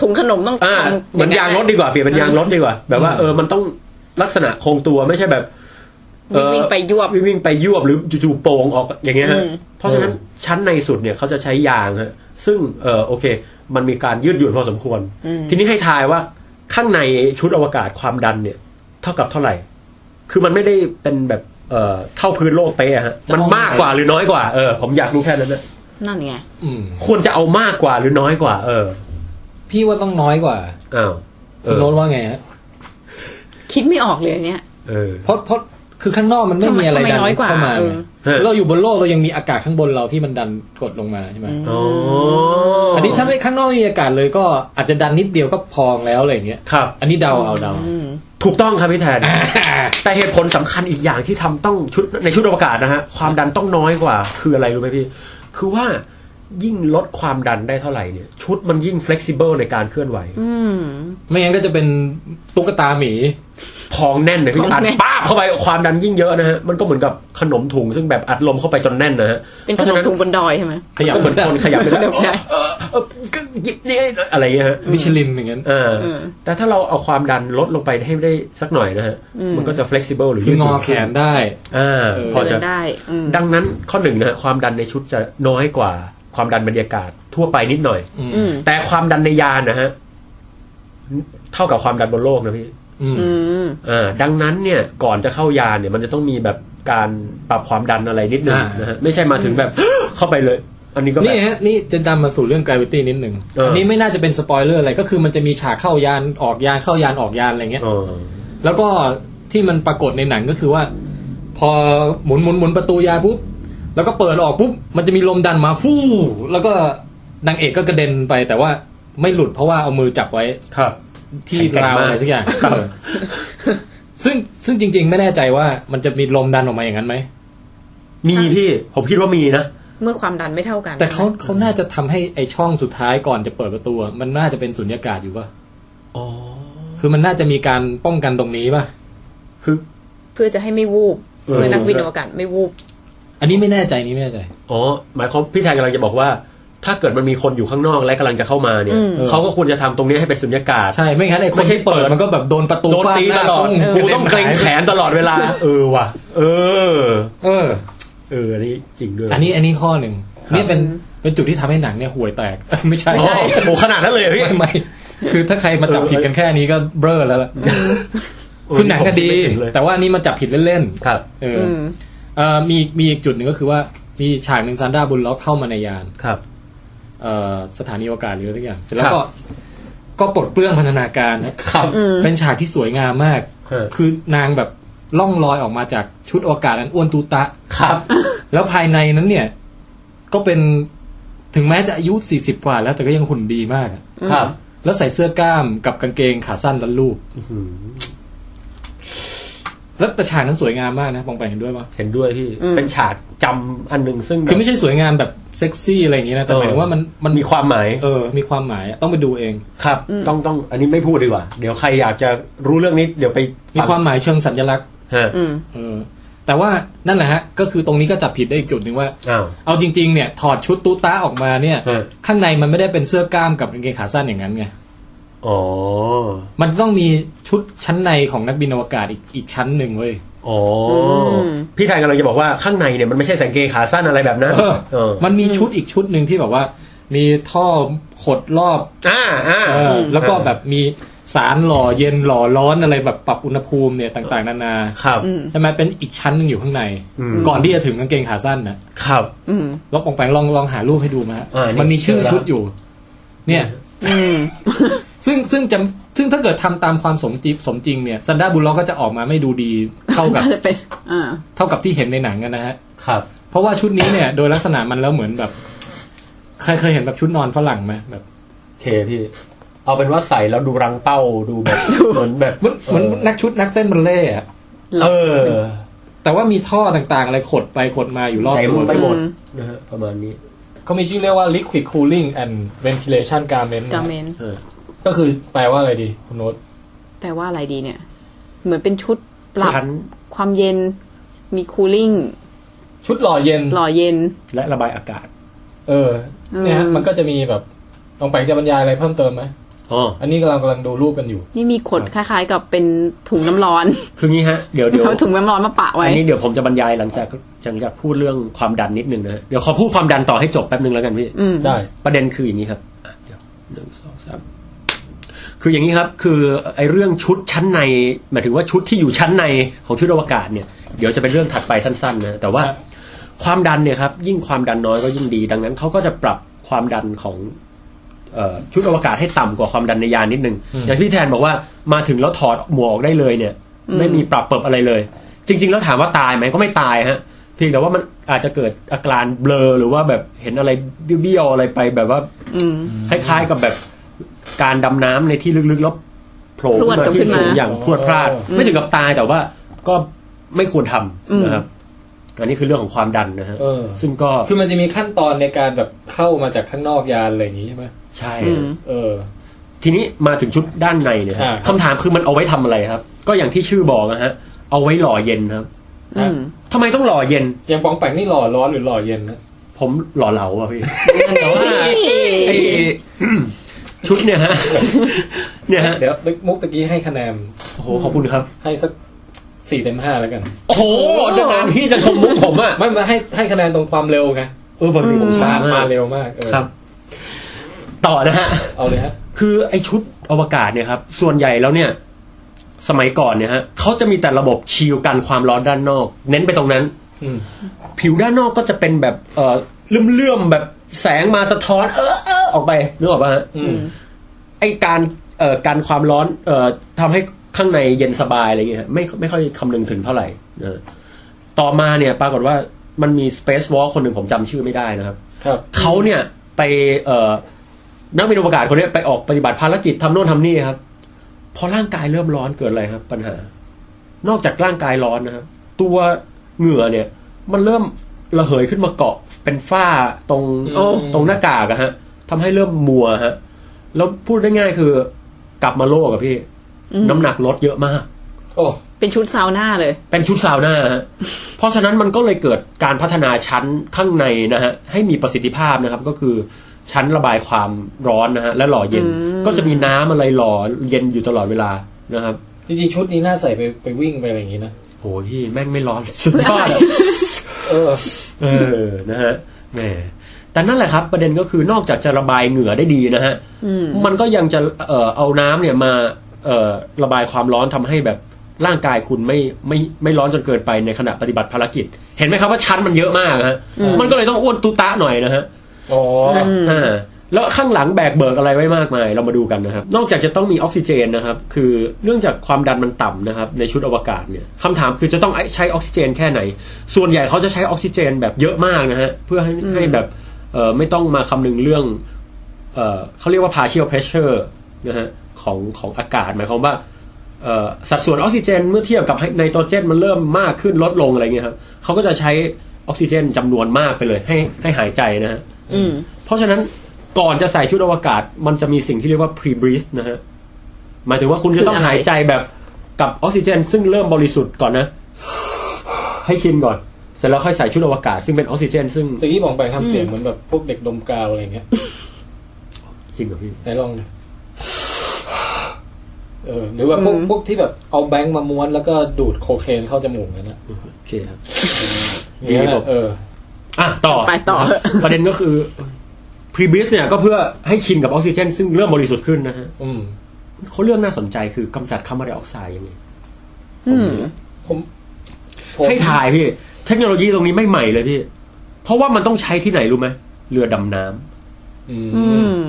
C: ถุงขนมต้อง
B: อ่า
C: ทำ
B: เหมือนยางรถดีกว่าเปลี่ยนเป็นยางรถดีกว่า แบบว่า
A: อืม
B: เออมันต้องลักษณะคงตัวไม่ใช่แบบ เอ่อ
C: วิ่งๆไปยวบ
B: วิ่งวิ่งไปยวบหรือจู่ๆโป่งออกอย่างเงี้ยฮะ
C: อืม
B: เพราะฉะนั้นชั้นในสุดเนี่ยเขาจะใช้ยางฮะซึ่งเออโอเค มันมีการยืดหยุ่นพอสมควร
C: อืม
B: ทีนี้ให้ทายว่าข้างในชุดอวกาศความดันเนี่ย เท่ากับเท่าไหร่ คือมันไม่ได้เป็นแบบเอ่อเท่าพื้นโลกเป๊ะฮะมันมากกว่าหรือน้อยกว่าเออผมอยากรู้แค่นั้นนะ
C: นั่นไง
A: อืม
B: ควรจะเอามากกว่าหรือน้อยกว่า เออ
A: พี่ว่าต้องน้อยกว่า
B: อ้าวเอ
A: คุณ
B: อ
A: โน้ตว่าไงฮะ
C: คิดไม่ออกเลยอันเนี้ย
B: เออ
A: เพราะเพราะคือข้างนอกมันไม่
C: ทำไม
A: มีอะไร
C: ทำไม
A: ดัน
C: น้อยกว่า
A: เข้ามา
C: เออ
B: เออ
A: เราอยู่บนโลกเรายังมีอากาศข้างบนเราที่มันดันกดลงมาใช่ไหม
C: ม
B: อ๋อ
A: อั
B: อั
A: นนี้ถ้าไม่ข้างนอกไม่มีอากาศเลยก็อาจจะดันนิดเดียวก็พองแล้วอะไรอย่างเงี้ย
B: ครับ
A: อันนี้เดาเอาเดา
C: อืม
B: ถูกต้องครับพี่แทน
A: อ่า
B: แต่เหตุผลสำคัญอีกอย่างที่ทำต้องชุดในชุดอวกาศนะฮะ ความดันต้องน้อยกว่า คืออะไรรู้ไหมพี่ คือว่ายิ่งลดความดันได้เท่าไหร่เนี่ย ชุดมันยิ่ง flexible ในการเคลื่อนไหว
C: อืม
A: ไม่งั้นก็จะเป็นตุ๊กตาหมี
B: พองแน่นเลยพี่
C: พองแน่
B: อัด
C: น
B: ป้าบเข้าไปความดันยิ่งเยอะนะฮะ มันก็เหมือนกับขนมถุงซึ่งแบบอัดลมเข้าไปจนแน่นนะฮะ
C: เป็นขนมถุงบนดอยใช่ไหม
A: ขยับ
B: ก็เหมือนคนขยับไปแล้ว
C: เดี๋ยวได้
B: เออเออก็หยิบนี่อะไรอย่างเงี้ยฮะ
A: มิชลินอย่างนั้น
B: เออ
C: เออ
B: แต่ถ้าเราเอาความดันลดลงไปให้ได้สักหน่อยนะฮะ มันก็จะ flexible หรือ
A: คื
B: ยื
A: อ
B: ด
A: ง
B: ห
A: อ
B: ยุ่น
A: แข
B: ขึ้น
A: นได้
B: อ่า
A: เออ
B: พอ
C: เดิ
B: จะ
C: นได้อืม
B: ดังนั้นข้อหนึ่งนะฮะความดันในชุดจะน้อยกว่าความดันบรรยากาศทั่วไปนิดหน่อย
A: อืม
C: อืม
B: แต่ความดันในยานนะฮะเท่ากับความดันบนโลกนะพี่
A: อืม
C: อืม
B: อ่าดังนั้นเนี่ยก่อนจะเข้ายานเนี่ย มันจะต้องมีแบบการปรับความดันอะไรนิดหนึงนะฮะไม่ใช่มาถึงแบบ เข้าไปเลย อันนี้ก็แบ
A: นี่
B: บ
A: ฮะนี่จะนำมาสู่เรื่อง gravity นิดหนึ่ง
B: เอออั
A: อันนี้ไม่น่าจะเป็นสปอยเลอร์อะไร ก็คือมันจะมีฉากเข้ายานออกยานเข้ายานออกยานอะไรเงี้ย
B: อ๋อ
A: แล้วก็ที่มันปรากฏในหนังก็คือว่า พอหมุนหมุนหมุนประตูยานปุ๊บ แล้วก็เปิดออกปุ๊บ มันจะมีลมดันมาฟู่แล้วก็นางเอกก็กระเด็นไปแต่ว่าไม่หลุดเพราะว่าเอามือจับไว้
B: ครับ
A: ที่
B: แข็งแกร่ง
A: ราว
B: มาก
A: อะไรสักอย่าง
B: ครับ
A: เออซึ่งซึ่งจริง ๆ ไม่แน่ใจว่ามันจะมีลมดันออกมาอย่างนั้นไหม
B: มีพี่ผมคิดว่ามีนะ
C: เมื่อความดันไม่เท่ากัน
A: แต่เขาเขาน่าจะทำให้ไอช่องสุดท้ายก่อนจะเปิดประตูอะมันน่าจะเป็นสุญญากาศอยู่ป่ะ
B: อ๋อ
A: คือมันน่าจะมีการป้องกันตรงนี้ป่ะ
B: คือ
C: เพื่อจะให้ไม่วูบ
B: เออ
C: เพื่อนักบินอวกาศไม่วูบ
A: อันนี้ไม่แน่ใจนี่ไม่แน่ใจ
B: อ๋อหมายความพี่แทนกำลังจะบอกว่า ถ้าเกิดมันมีคนอยู่ข้างนอกและกำลังจะเข้ามาเนี่ย
C: อืม
B: เขาก็ควรจะทำตรงนี้ให้เป็นสุญญากาศ
A: ใช่ ไม่งั้นไอค
B: ไม่
A: น
B: ใช่
A: ที่เปิด
B: เปิด
A: มันก็แบบโดนประตู
B: โดนตีตลอด
A: ฟาหน้า
B: กูต้องเกรงแขนตลอดเวลา เออว่ะ เออ
A: เออ
B: เออ อันนี้จริงด้วย
A: อันนี้อันนี้ข้อหนึ่งนี่เป็นเป็นจุดที่ทำให้หนังเนี่ยห่วยแตกเอ้ย ไม่ใช่
B: โอ้โหขนาดนั้นเลยเหรอพี่
A: ไม่ไม่คือถ้าใครมาจับผิดกันแค่นี้ก็เบ้อแล้วล่ะคือหนังก็ดี
B: ผมไม่เห็นเลย
A: แต่ว่านี่มาจับผิดเล่น
B: ครับ
A: ๆเออ
C: อื
A: อ
C: ม
A: เอ่อมีมีอีกจุดหนึ่งก็คือว่ามีฉากหนึ่งซันดราบุลล็อกเข้ามาในยาน
B: ครับ
A: เอ่อสถานีอวกาศหรืออะไรสักอย่าง เสร็จแล้วก็ก็ปลดเปลื้องพันธนาการนะครับ
C: อืม
A: เป็นฉากที่สวยงามมาก
B: ฮะ
A: คือนางแบบล่องลอยออกมาจากชุดอวกาศอันอ้วนตูตะ
B: ครับ
A: แล้วภายในนั้นเนี่ย ก็เป็นถึงแม้จะอายุสี่สิบกว่าแล้วแต่ก็ยังหุ่นดีมากอะ
B: ครับ
A: แล้วใส่เสื้อกล้ามกับกางเกงขาสั้นรัดรูป
B: อืม
A: แล้วแต่ฉากนั้นสวยงามมากนะปองไปงเห็นด้วยปะ
B: เห็นด้วยพี่
C: อืม
B: เป็นฉากจำอันหนึ่งซึ่ง
A: คือไม่ใช่สวยงามแบบเซ็กซี่อะไรอย่างนี้นะ แต่หมายถึงว่ามันมัน
B: มีความหมาย
A: เออ มีความหมายอะต้องไปดูเอง
B: ครับ ต้องต้อง อันนี้ไม่พูดดีกว่า เดี๋ยวใครอยากจะรู้เรื่องนี้ เดี๋ยวไป
A: มีความหมายเชิงสัญลักษณ์
B: ฮะ
C: อืม
A: เออแต่ว่านั่นแหละฮะ ก็คือตรงนี้ก็จับผิดได้อีกจุดหนึ่งว่า
B: อ้าว
A: เอาจริง ๆ เนี่ย ถอดชุดตู้ต้าออกมาเนี่ย
B: เออ
A: ข้างในมันไม่ได้เป็นเสื้อกล้ามกับกางเกงขาสั้นอย่างนั้นไง
B: อ๋อ
A: มันต้องมีชุดชั้นในของนักบินอวกาศอีกอีกชั้นหนึ่งเว้ย
B: อ๋ออ
C: ม
B: พี่ไทยกำลังจะบอกว่าข้างในเนี่ยมันไม่ใช่สังเกงขาสั้นอะไรแบบนั้น
A: เออ
B: เออ
A: มันมีชุดอีกชุดหนึ่งที่แบบว่า มีท่อขดรอบ
B: อ่าอ่า
A: เออแล้วก็แบบมีสารหล่อเย็นหล่อร้อนอะไรแบบปรับอุณหภูมิเนี่ยต่าง ๆ นานา
B: ครับ
C: อืม
A: ใช่ไหมเป็นอีกชั้นหนึ่งอยู่ข้างใน
B: อืม
A: ก่อนที่จะถึงกางเกงขาสั้นนะครับ
C: อืม
A: ลองปองแปงลองลองหารูปให้ดูมาฮะ
B: อ่านี่
A: มันมีชื่อ
B: เจอแล้ว
A: ชุดอยู่ เนี่ย
C: อืม
A: ซึ่งซึ่งจะ
D: ซึ่งถ้าเกิดทำตามความสมจริงสมจริงเนี่ยซันดาบุลล็อกก็จะออกมาไม่ดูดีเท่ากับ
C: น่จะเป็นอ่า
D: เท่ากับที่เห็นในหนังอะนะฮะ
B: ครับ
D: เพราะว่าชุดนี้เนี่ยโดยลักษณะมันแล้วเหมือนแบบใครเคยเห็นแบบชุดนอนฝรั่งไหมแบบ
B: โอเคพี่ เอาเป็นว่าใส่แล้วดูรังเป้าดูแบบเหมือนแบบ
D: มันเหมือนนักชุดนักเต้นบัลเล่ต์อะ
B: เออ
D: แต่ว่ามีท่อต่างๆอะไรขดไปขดมาอยู่รอบ
B: เต็ม
D: ตัว
B: ไปหมด
C: อืม
B: นะฮะประมาณนี้
A: เขามีชื่อเรียกว่า liquid cooling and ventilation garment
C: กาเมน
B: เออ
A: ก็คือแปลว่าอะไรดีคุณโน้ต
C: แปลว่าอะไรดีเนี่ย เหมือนเป็นชุดปรับ
B: ชั้น
C: ความเย็น มีคูลิ่ง
A: ชุดหล่อเย็น
C: หล่อเย็น
B: และระบายอากาศ
A: เออเนี่ยฮะ
C: อืม
A: มันก็จะมีแบบลองไปจะบรรยายอะไรเพิ่มเติมไหม
B: อ๋อ
A: อันนี้กำลังกำลังดูรูปกันอยู่
C: นี่มีขดค
B: ครับ
C: ล้าย ๆ กับเป็นถุงน้ำร้อน
B: คืองี้ฮะ เดี๋ยวเดี๋ยว
C: เอาถุงน้ำร้อนมาปะไว้
B: อันนี้เดี๋ยวผมจะบรรยายหลังจากหลังจากพูดเรื่องความดันนิดนึงนะฮะเดี๋ยวขอพูดความดันต่อให้จบแป๊บนึงแล้วกันพี่
C: อืม
A: ได้
B: ประเด็นคืออย่างนี้ครับอ่ะเดี๋ยวหนึ่งสองสามคืออย่างนี้ครับ คือไอ้เรื่องชุดชั้นในหมายถึงว่าชุดที่อยู่ชั้นในของชุดอวกาศเนี่ย เดี๋ยวจะเป็นเรื่องถัดไปสั้นๆนะแต่ว่าความดันเนี่ยครับ ยิ่งความดันน้อยก็ยิ่งดี ดังนั้นเขาก็จะปรับความดันของเอ่อชุดอวกาศให้ต่ำกว่าความดันในยานนิดนึง
A: อืม
B: อย่างที่พี่แทนบอกว่ามาถึงแล้วถอดหมวกออกได้เลยเนี่ย
C: อืม
B: ไม่มีปรับเปิบอะไรเลย จริง ๆ แล้วถามว่าตายไหมก็ไม่ตายฮะ เพียงแต่ว่ามันอาจจะเกิดอาการเบลอหรือว่าแบบเห็นอะไรเบี้ยวๆอะไรไปแบบว่า
C: อืม
B: คล้าย ๆ กับแบบการดำน้ำในที่ลึกๆแล้วโผล่ขึ้นมา
C: พรวดขึ้
B: ที่
C: นมา
B: สูงอย่างพรวดพลาด
A: อ๋อ
B: ไม่ถึงกับตายแต่ว่าก็ไม่ควรท
C: อืม
B: ำนะครับอันนี้คือเรื่องของความดันนะฮะ
A: เออ
B: ซึ่งก็
A: คือมันจะมีขั้นตอนในการแบบเข้ามาจากข้างนอกยานอะไรอย่างงี้ใช่ไหม
B: ใช่
C: อืม
A: เออ
B: ทีนี้มาถึงชุดด้านในเนี่ยฮะ
A: อ่า
B: คำถามคือมันเอาไว้ทำอะไรครับ ก็อย่างที่ชื่อบอกนะฮะ เอาไว้หล่อเย็นครับ
C: อืม
B: ทำไมต้องหล่อเย็น
A: อย่างปองแปงนี่หล่อร้อนหรือหล่อเย็น นะ
B: ผมหล่อเหลาอะพี่
A: แต่ว่า
B: ไอ้ ชุดเนี่ยฮะ เนี่ยฮะ
A: เดี๋ยวมุกตะกี้ให้คะแนน
B: โอ้โหขอบคุณครับ
A: ให้สักสี่เต็มห้าแล้วกัน
B: โอ้โหนานๆพี่จะชมมุกผมอะ
A: ไม่มาให้ให้คะแนนตรงความเร็วไง
B: เออปกติผมช้า
A: มามา
B: มาเร็
A: เร็
B: ว
A: วมากเออ
B: ครับ ต่อนะฮะ
A: เอาเลยฮะ
B: คือไอชุดอวกาศเนี่ยครับ ส่วนใหญ่แล้วเนี่ย สมัยก่อนเนี่ยฮะเขาจะมีแต่ระบบชิลกันความร้อนด้านนอก เน้นไปตรงนั้น
A: อืม
B: ผิวด้านนอกก็จะเป็นแบบเออเลื่อมๆแบบแสงมาสะท้อน เออเออออกไปนึกออกปะฮะ
A: อื
C: อื
A: ม
C: ม
B: ไอการเอ่อการความร้อนเอ่อทำให้ข้างในเย็นสบายอะไรเงี้ยฮะไม่ไม่ค่อยคำนึงถึงเท่าไหร่เออต่อมาเนี่ยปรากฏว่ามันมี Space Walk คนหนึ่งผมจำชื่อไม่ได้นะครับ
A: ครับ
B: เขาเนี่ยไปเอ่อนักบินอวกาศคนเนี้ยไปออกปฏิบัติภารกิจทำโน่นทำนี่ครับ พอร่างกายเริ่มร้อนเกิดอะไรครับ ปัญหา นอกจากร่างกายร้อนนะครับ ตัวเหงื่อเนี่ย มันเริ่มระเหยขึ้นมาเกาะเป็นฝ้าตรง
C: โอ้
B: ตรงหน้ากากอะฮะทำให้เริ่มมัวฮะ แล้วพูดได้ง่ายคือกลับมาโลกอะพี่
C: อืม
B: น้ำหนักลดเยอะมาก
A: โอ้
C: เป็นชุดซาวน่าเลย
B: เป็นชุดซาวน่าฮะ เพราะฉะนั้นมันก็เลยเกิดการพัฒนาชั้นข้างในนะฮะ ให้มีประสิทธิภาพนะครับ ก็คือชั้นระบายความร้อนนะฮะ และหล่อเย็น
C: อืม
B: ก็จะมีน้ำอะไรหล่อเย็นอยู่ตลอดเวลานะครับ
A: จริงๆชุดนี้น่าใส่ไปไปวิ่งไปอะไรอย่างงี้นะ
B: โหพี่แม่งไม่ร้อน สุดยอดอะ
A: เออ
B: เออ นะฮะ แหม แต่นั่นแหละครับ ประเด็นก็คือนอกจากจะระบายเหงื่อได้ดีนะฮะ
C: อืม
B: มันก็ยังจะเอ่อเอาน้ำเนี่ยมาเอ่อระบายความร้อนทำให้แบบร่างกายคุณไม่ไม่ไม่ร้อนจนเกินไปในขณะปฏิบัติภารกิจ เห็นไหมครับว่าชั้นมันเยอะมากฮะ
C: อืม
B: มันก็เลยต้องอ้วนตุตะหน่อยนะฮะ
A: อ๋อ
C: ม
B: อ่าแล้วข้างหลังแบกเบิกอะไรไว้มากมาย เรามาดูกันนะครับ นอกจากจะต้องมีออกซิเจนนะครับ คือเนื่องจากความดันมันต่ำนะครับ ในชุดอวกาศเนี่ยคำถามคือจะต้องใช้ออกซิเจนแค่ไหน ส่วนใหญ่เขาจะใช้ออกซิเจนแบบเยอะมากนะฮะเพื่อให้
C: อืม
B: ให้แบบเอ่อไม่ต้องมาคำนึงเรื่อง เอ่อเขาเรียกว่า partial pressure นะฮะของของอากาศหมายความว่าเอ่อสัดส่วนออกซิเจนเมื่อเทียบกับไนโตรเจนมันเริ่มมากขึ้นลดลงอะไรเงี้ยครับเขาก็จะใช้ออกซิเจนจำนวนมากไปเลยให้ให้หายใจนะฮะ
C: อืม
B: เพราะฉะนั้นก่อนจะใส่ชุดอวกาศ มันจะมีสิ่งที่เรียกว่า pre breathe นะฮะหมายถึงว่าคุณจะต้อง
C: คืออะไร
B: หายใจแบบกับออกซิเจน ซึ่งเริ่มบริสุทธิ์ก่อนนะ ให้ชินก่อน เสร็จแล้วค่อยใส่ชุดอวกาศ ซึ่งเป็นออกซิเจน ซึ่ง
A: ตะกี้บอกไปทำเสียงเหมือนแบบพวกเด็กดมกาวอะไรอย่างเงี้ย
B: จริงเหรอพี่
A: ไหนลองดิเออ หรือว่าพวก
C: อืม
A: พวกที่แบบเอาแบงค์มาม้วนแล้วก็ดูดโคเคนเข้าจมูกกันนะ
B: โอเคครับ
A: อย่างเงี้ย
B: ดีครับ
A: เออ
B: อ่ะต่อ
C: ไปต่อ
B: นะครับประเด็นก็คือพรีบิสเนี่ยก็เพื่อให้ชินกับออกซิเจน ซึ่งเริ่มบริสุทธิ์ขึ้นนะฮะ
A: อืม
B: เขาเรื่องน่าสนใจคือกำจัดคาร์บอนไดออกไซด์ยังไง
C: อืม
A: ผมผม
B: ให้ถ่ายพี่ เทคโนโลยีตรงนี้ไม่ใหม่เลยพี่ เพราะว่ามันต้องใช้ที่ไหนรู้ไหมเรือดำน้ำ
A: อืม
C: อืม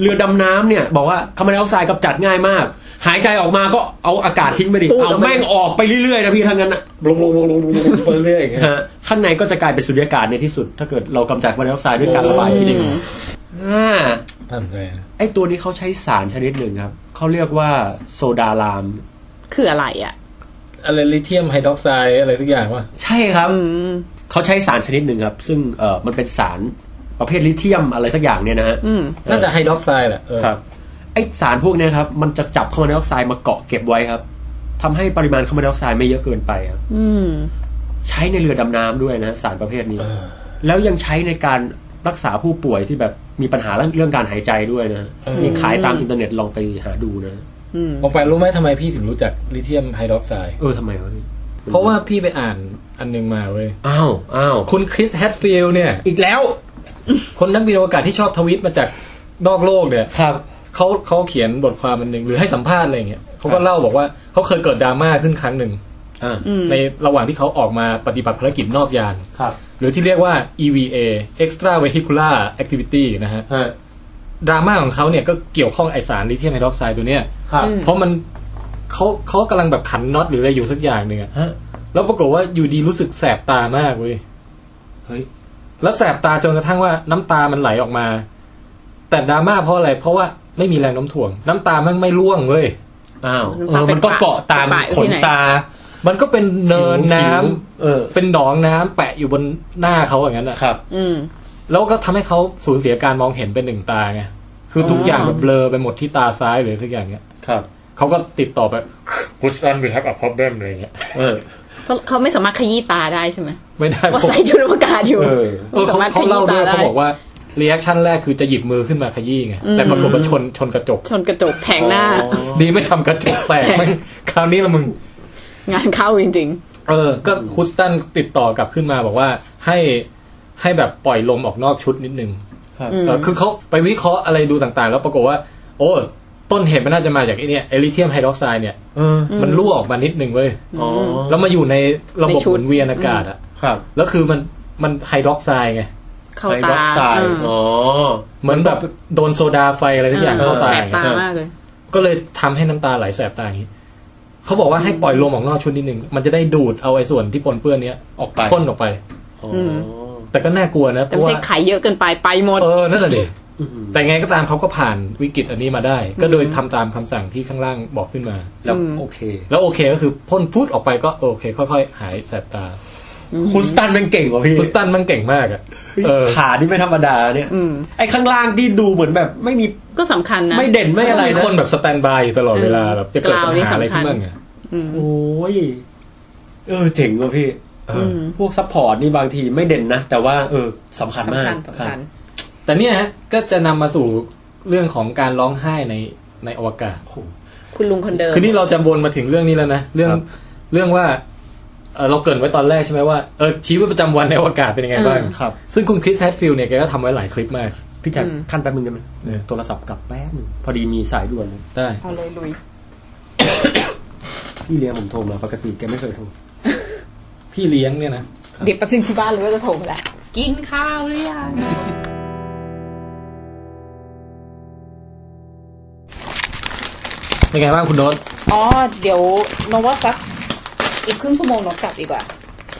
B: เรือดำน้ำเนี่ย บอกว่าคาร์บอนไดออกไซด์กำจัดง่ายมาก หายใจออกมาก็เอาอากาศทิ้งไปดิ
C: ตูดอ
B: เอา
C: อกไป
B: แม่งออกไปเรื่อยๆนะพี่ทั้งนั้นนะ
A: ลงลงลงลงลงเรื่อยๆอย่างเงี้ย
B: ฮะข้างในก็จะกลายเป็นสุญญากาศในที่สุด ถ้าเกิดเรากำจัดคาร์บอนไดออกไซด์ด้วยการระบายจริง
C: อืม
B: อ่า
A: ทำใจ
B: ไอตัวนี้เขาใช้สารชนิดหนึ่งครับ เขาเรียกว่าโซดาราม
C: คืออะไรอ่ะ
A: อะไรลิเทียมไฮดรอกไซด์อะไรสักอย่างวะ
B: ใช่ครับ
C: อืม
B: เขาใช้สารชนิดหนึ่งครับ ซึ่งเออมันเป็นสารประเภทลิเทียมอะไรสักอย่างเนี่ยนะฮะ
C: อืม
A: น่าจะไฮดรอกไซด์แหละเออ
B: ครับ ไอสารพวกเนี้ยครับ มันจะจับคาร์บอนไดออกไซด์มาเกาะเก็บไว้ครับทำให้ปริมาณคาร์บอนไดออกไซด์ไม่เยอะเกินไปครับ
C: อืม
B: ใช้ในเรือดำน้ำด้วยนะฮะสารประเภทนี้
A: เออ
B: แล้วยังใช้ในการรักษาผู้ป่วยที่แบบมีปัญหาเรื่องเรื่องการหายใจด้วยนะฮะมีขายตามอินเทอร์เน็ตลองไปหาดูนะ
C: อืม
A: ลงไปรู้ไหมทำไมพี่ถึงรู้จักลิเทียมไฮดรอกไซด์
B: เออทำไมวะพี่
A: เพราะว่าพี่ไปอ่านอันหนึงมาเว้ย
B: อ้าวอ้าว
A: คุณคริสแฮตฟิลด์เนี่ย
B: อีกแล้ว
A: คนนักบินอวกาศที่ชอบทวิตมาจากนอกโลกเนี่ย
B: ครับ
A: เขาเขาเขียนบทความอันหนึ่งหรือให้สัมภาษณ์อะไรอย่างเงี้ยเขาก็เล่าบอกว่าเขาเคยเกิดดราม่าขึ้นครั้งหนึ่ง
B: อ่า
C: อืม
A: ในระหว่างที่เขาออกมาปฏิบัติภารกิจนอกยาน
B: ครับ
A: หรือที่เรียกว่า EVA Extra Vehicular Activity นะฮะ
B: ฮะ
A: ดราม่าของเขาเนี่ยก็เกี่ยวข้องไอสารลิเทียมไฮดรอกไซด์ตัวเนี้ย
B: ครับ
C: อืม
A: เพราะมันเขาเขากำลังแบบขันน็อตหรืออะไรอยู่สักอย่างหนึ่งอะ
B: ฮะ
A: แล้วปรากฏว่าอยู่ดีรู้สึกแสบตามากเว้ย
B: เฮ้ย
A: แล้วแสบตาจนกระทั่งว่าน้ำตามันไหลออกมา แต่ดราม่าเพราะอะไร เพราะว่าไม่มีแรงโน้มถ่วง น้ำตามันไม่ร่วงเว้ย
B: อ้าวเออมันก็เกาะตาม
C: ไปไป
B: ขน
C: ที่ไหน
B: ตา
A: มันก็เป็นเนินน้ำ
B: ผิวเออ
A: เป็นหนองน้ำแปะอยู่บนหน้าเขาอย่างนั้นอะ
B: ครับ
C: อืม
A: แล้วก็ทำให้เขาสูญเสียการมองเห็นเป็นหนึ่งตาไง คือทุกอย่างแบบเบลอไปหมดที่ตาซ้ายหรือทุกอย่างเนี้ย
B: ครับ
A: เขาก็ติดต่อไป Who's on we have a problem อะไรเงี้ย
B: เออ
C: เพราะเขาไม่สามารถขยี้ตาได้ใช่ไหม
A: ไม่ ได้
C: ว่าะ
A: ผม
C: ใส่ชุดอวกาศอยู่
B: เออ
A: เออเขา
C: ไม่สามารถข
A: เขา
C: ยี้
A: เล่าด้
C: ตา
A: วย
C: ได้
A: เขาบอกว่า รีแอคชั่นแรกคือจะหยิบมือขึ้นมาขยี้ไง
C: อืม
A: แต่ปรากฏว่าชนชนกระจก
C: ชนกระจกแผงหน้า
A: ดีไม่ทำกระจกแตกแม่งคราวนี้ละมึง
C: งานเข้าจริง
A: เออ ก็ฮุสตันติดต่อกลับขึ้นมาบอกว่าให้ให้แบบปล่อยลมออกนอกชุดนิดนึง
B: ครับ
C: อืม
A: เอ่อคือเขาไปวิเคราะห์อะไรดูต่างๆ แล้วปรากฏว่า โอ้ ต้นเหตุมันน่าจะมาจากไอเนี่ยไอลิเทียมไฮดรอกไซด์เนี่ย
B: เออ
A: มันรั่วออกมานิดนึงเว้ย
B: อ๋อ
A: แล้วมาอยู่ในระบบ
C: ในชุ
A: ห
C: ด
A: มุนเวียนอากาศอ่ะ
B: ครับ
A: แล้วคือมันมันไฮดรอกไซด์ไง
C: ๆ เข้า
B: ไฮดร
C: ตา
B: อกไซด์
C: เอ
B: อ๋
C: อ
B: อ
A: เหมือนแบบโดนโซดาไฟอะไรทุกอย่างเข้าตา
C: แสบ
A: ไง
C: ตามากเลย
A: ก็เลยทำให้น้ำตาไหลแสบตาอย่างนี้ เขาบอกว่าให้ปล่อยลมออกนอกชุดนิดนึง มันจะได้ดูดเอาไอ้ส่วนที่ปนเปื้อนเนี้ย
B: ออกไป
A: พ่นออกไป
B: อ๋อ
C: อืม
A: แต่ก็น่ากลัวนะเพ
C: แต่ไม่
A: ราะว่า
C: ใช่ขายเยอะเกินไปไปหมด
A: เออนั่นแหละดิ
B: อืม
A: แต่ไงก็ตามเขาก็ผ่านวิกฤตอันนี้มาได้ ก็โดยทำตามคำสั่งที่ข้างล่างบอกขึ้นมา
B: แล้ว
C: อืม
B: โอเค
A: แล้วโอเคก็คือพ่นพูดออกไปก็โอเค ค่อยๆ หายแสบตา
B: คุสตันมันเก่งกว่าพี่
A: พุสตันมันเก่งมากอ่ะเออ
B: ขานี่ไม่ธรรมดาเนี่ย
C: อืม
B: ไอ้ข้างล่างที่ดูเหมือนแบบไม่มี
C: ก็สำคัญนะ
B: ไม่เด่นไม่อะไร
A: มี
B: นะ
A: คนแบบสแตนบายอยู่ตลอดเวลา
C: เออ
A: แบบจะเกิด
C: กล่าว
A: ปัญ
C: นี่
A: หาอะไร
C: สำคั
A: ขึ้
C: ญ
A: นบ้างอะ
C: อืม
B: โอ้ย เออเจ๋งว่ะพี่
A: เอ
C: อื
A: ออ
C: ม
B: พวกซัพพอร์ตนี่บางทีไม่เด่นนะ แต่ว่าเออสำคัญมาก
C: สำคัญสำคัญ
B: รับ
A: แต่เนี่ยฮะก็จะนำมาสู่เรื่องของการร้องไห้ในในอวกาศ
B: โอ้โห
C: คุณลุงคนเดิม
A: คือนี่เราจะวนมาถึงเรื่องนี้แล้วนะ เรื่อง
B: ครับ
A: เรื่องว่าเอ่อเราเกรินไว้ตอนแรกใช่ไหมว่าเออชีวิตประจำวันในอวกาศเป็นยังไงบ้าง
C: เออ
B: ครับ
A: ซึ่งคุณคริสแฮตฟิลด์เนี่ยแกก็ทำไว้หลายคลิปมาก
B: พี่แจ็ค
C: อืม
B: ขั้นแป๊บนึงได้ไหม
A: เออ
B: โทรศัพท์กลับแป๊บนึงพอดีมีสายด่วนนะ
A: ได้
C: เอาเลยลุย
B: พี่เลี้ยงผมโทรมาปกติแกไม่เคยโทร
A: พี่เลี้ยงเนี่ยนะ
C: เดี๋ยวแป๊บนึงที่บ้านรู้ว่าจะโทรมาแหละ กินข้าวหรือยัง
A: เป็นไงบ้างคุณโน้ต
C: อ๋อ เดี๋ยวโนว่าสักอีกครึ่งชั่วโมงโนกลับดีกว่า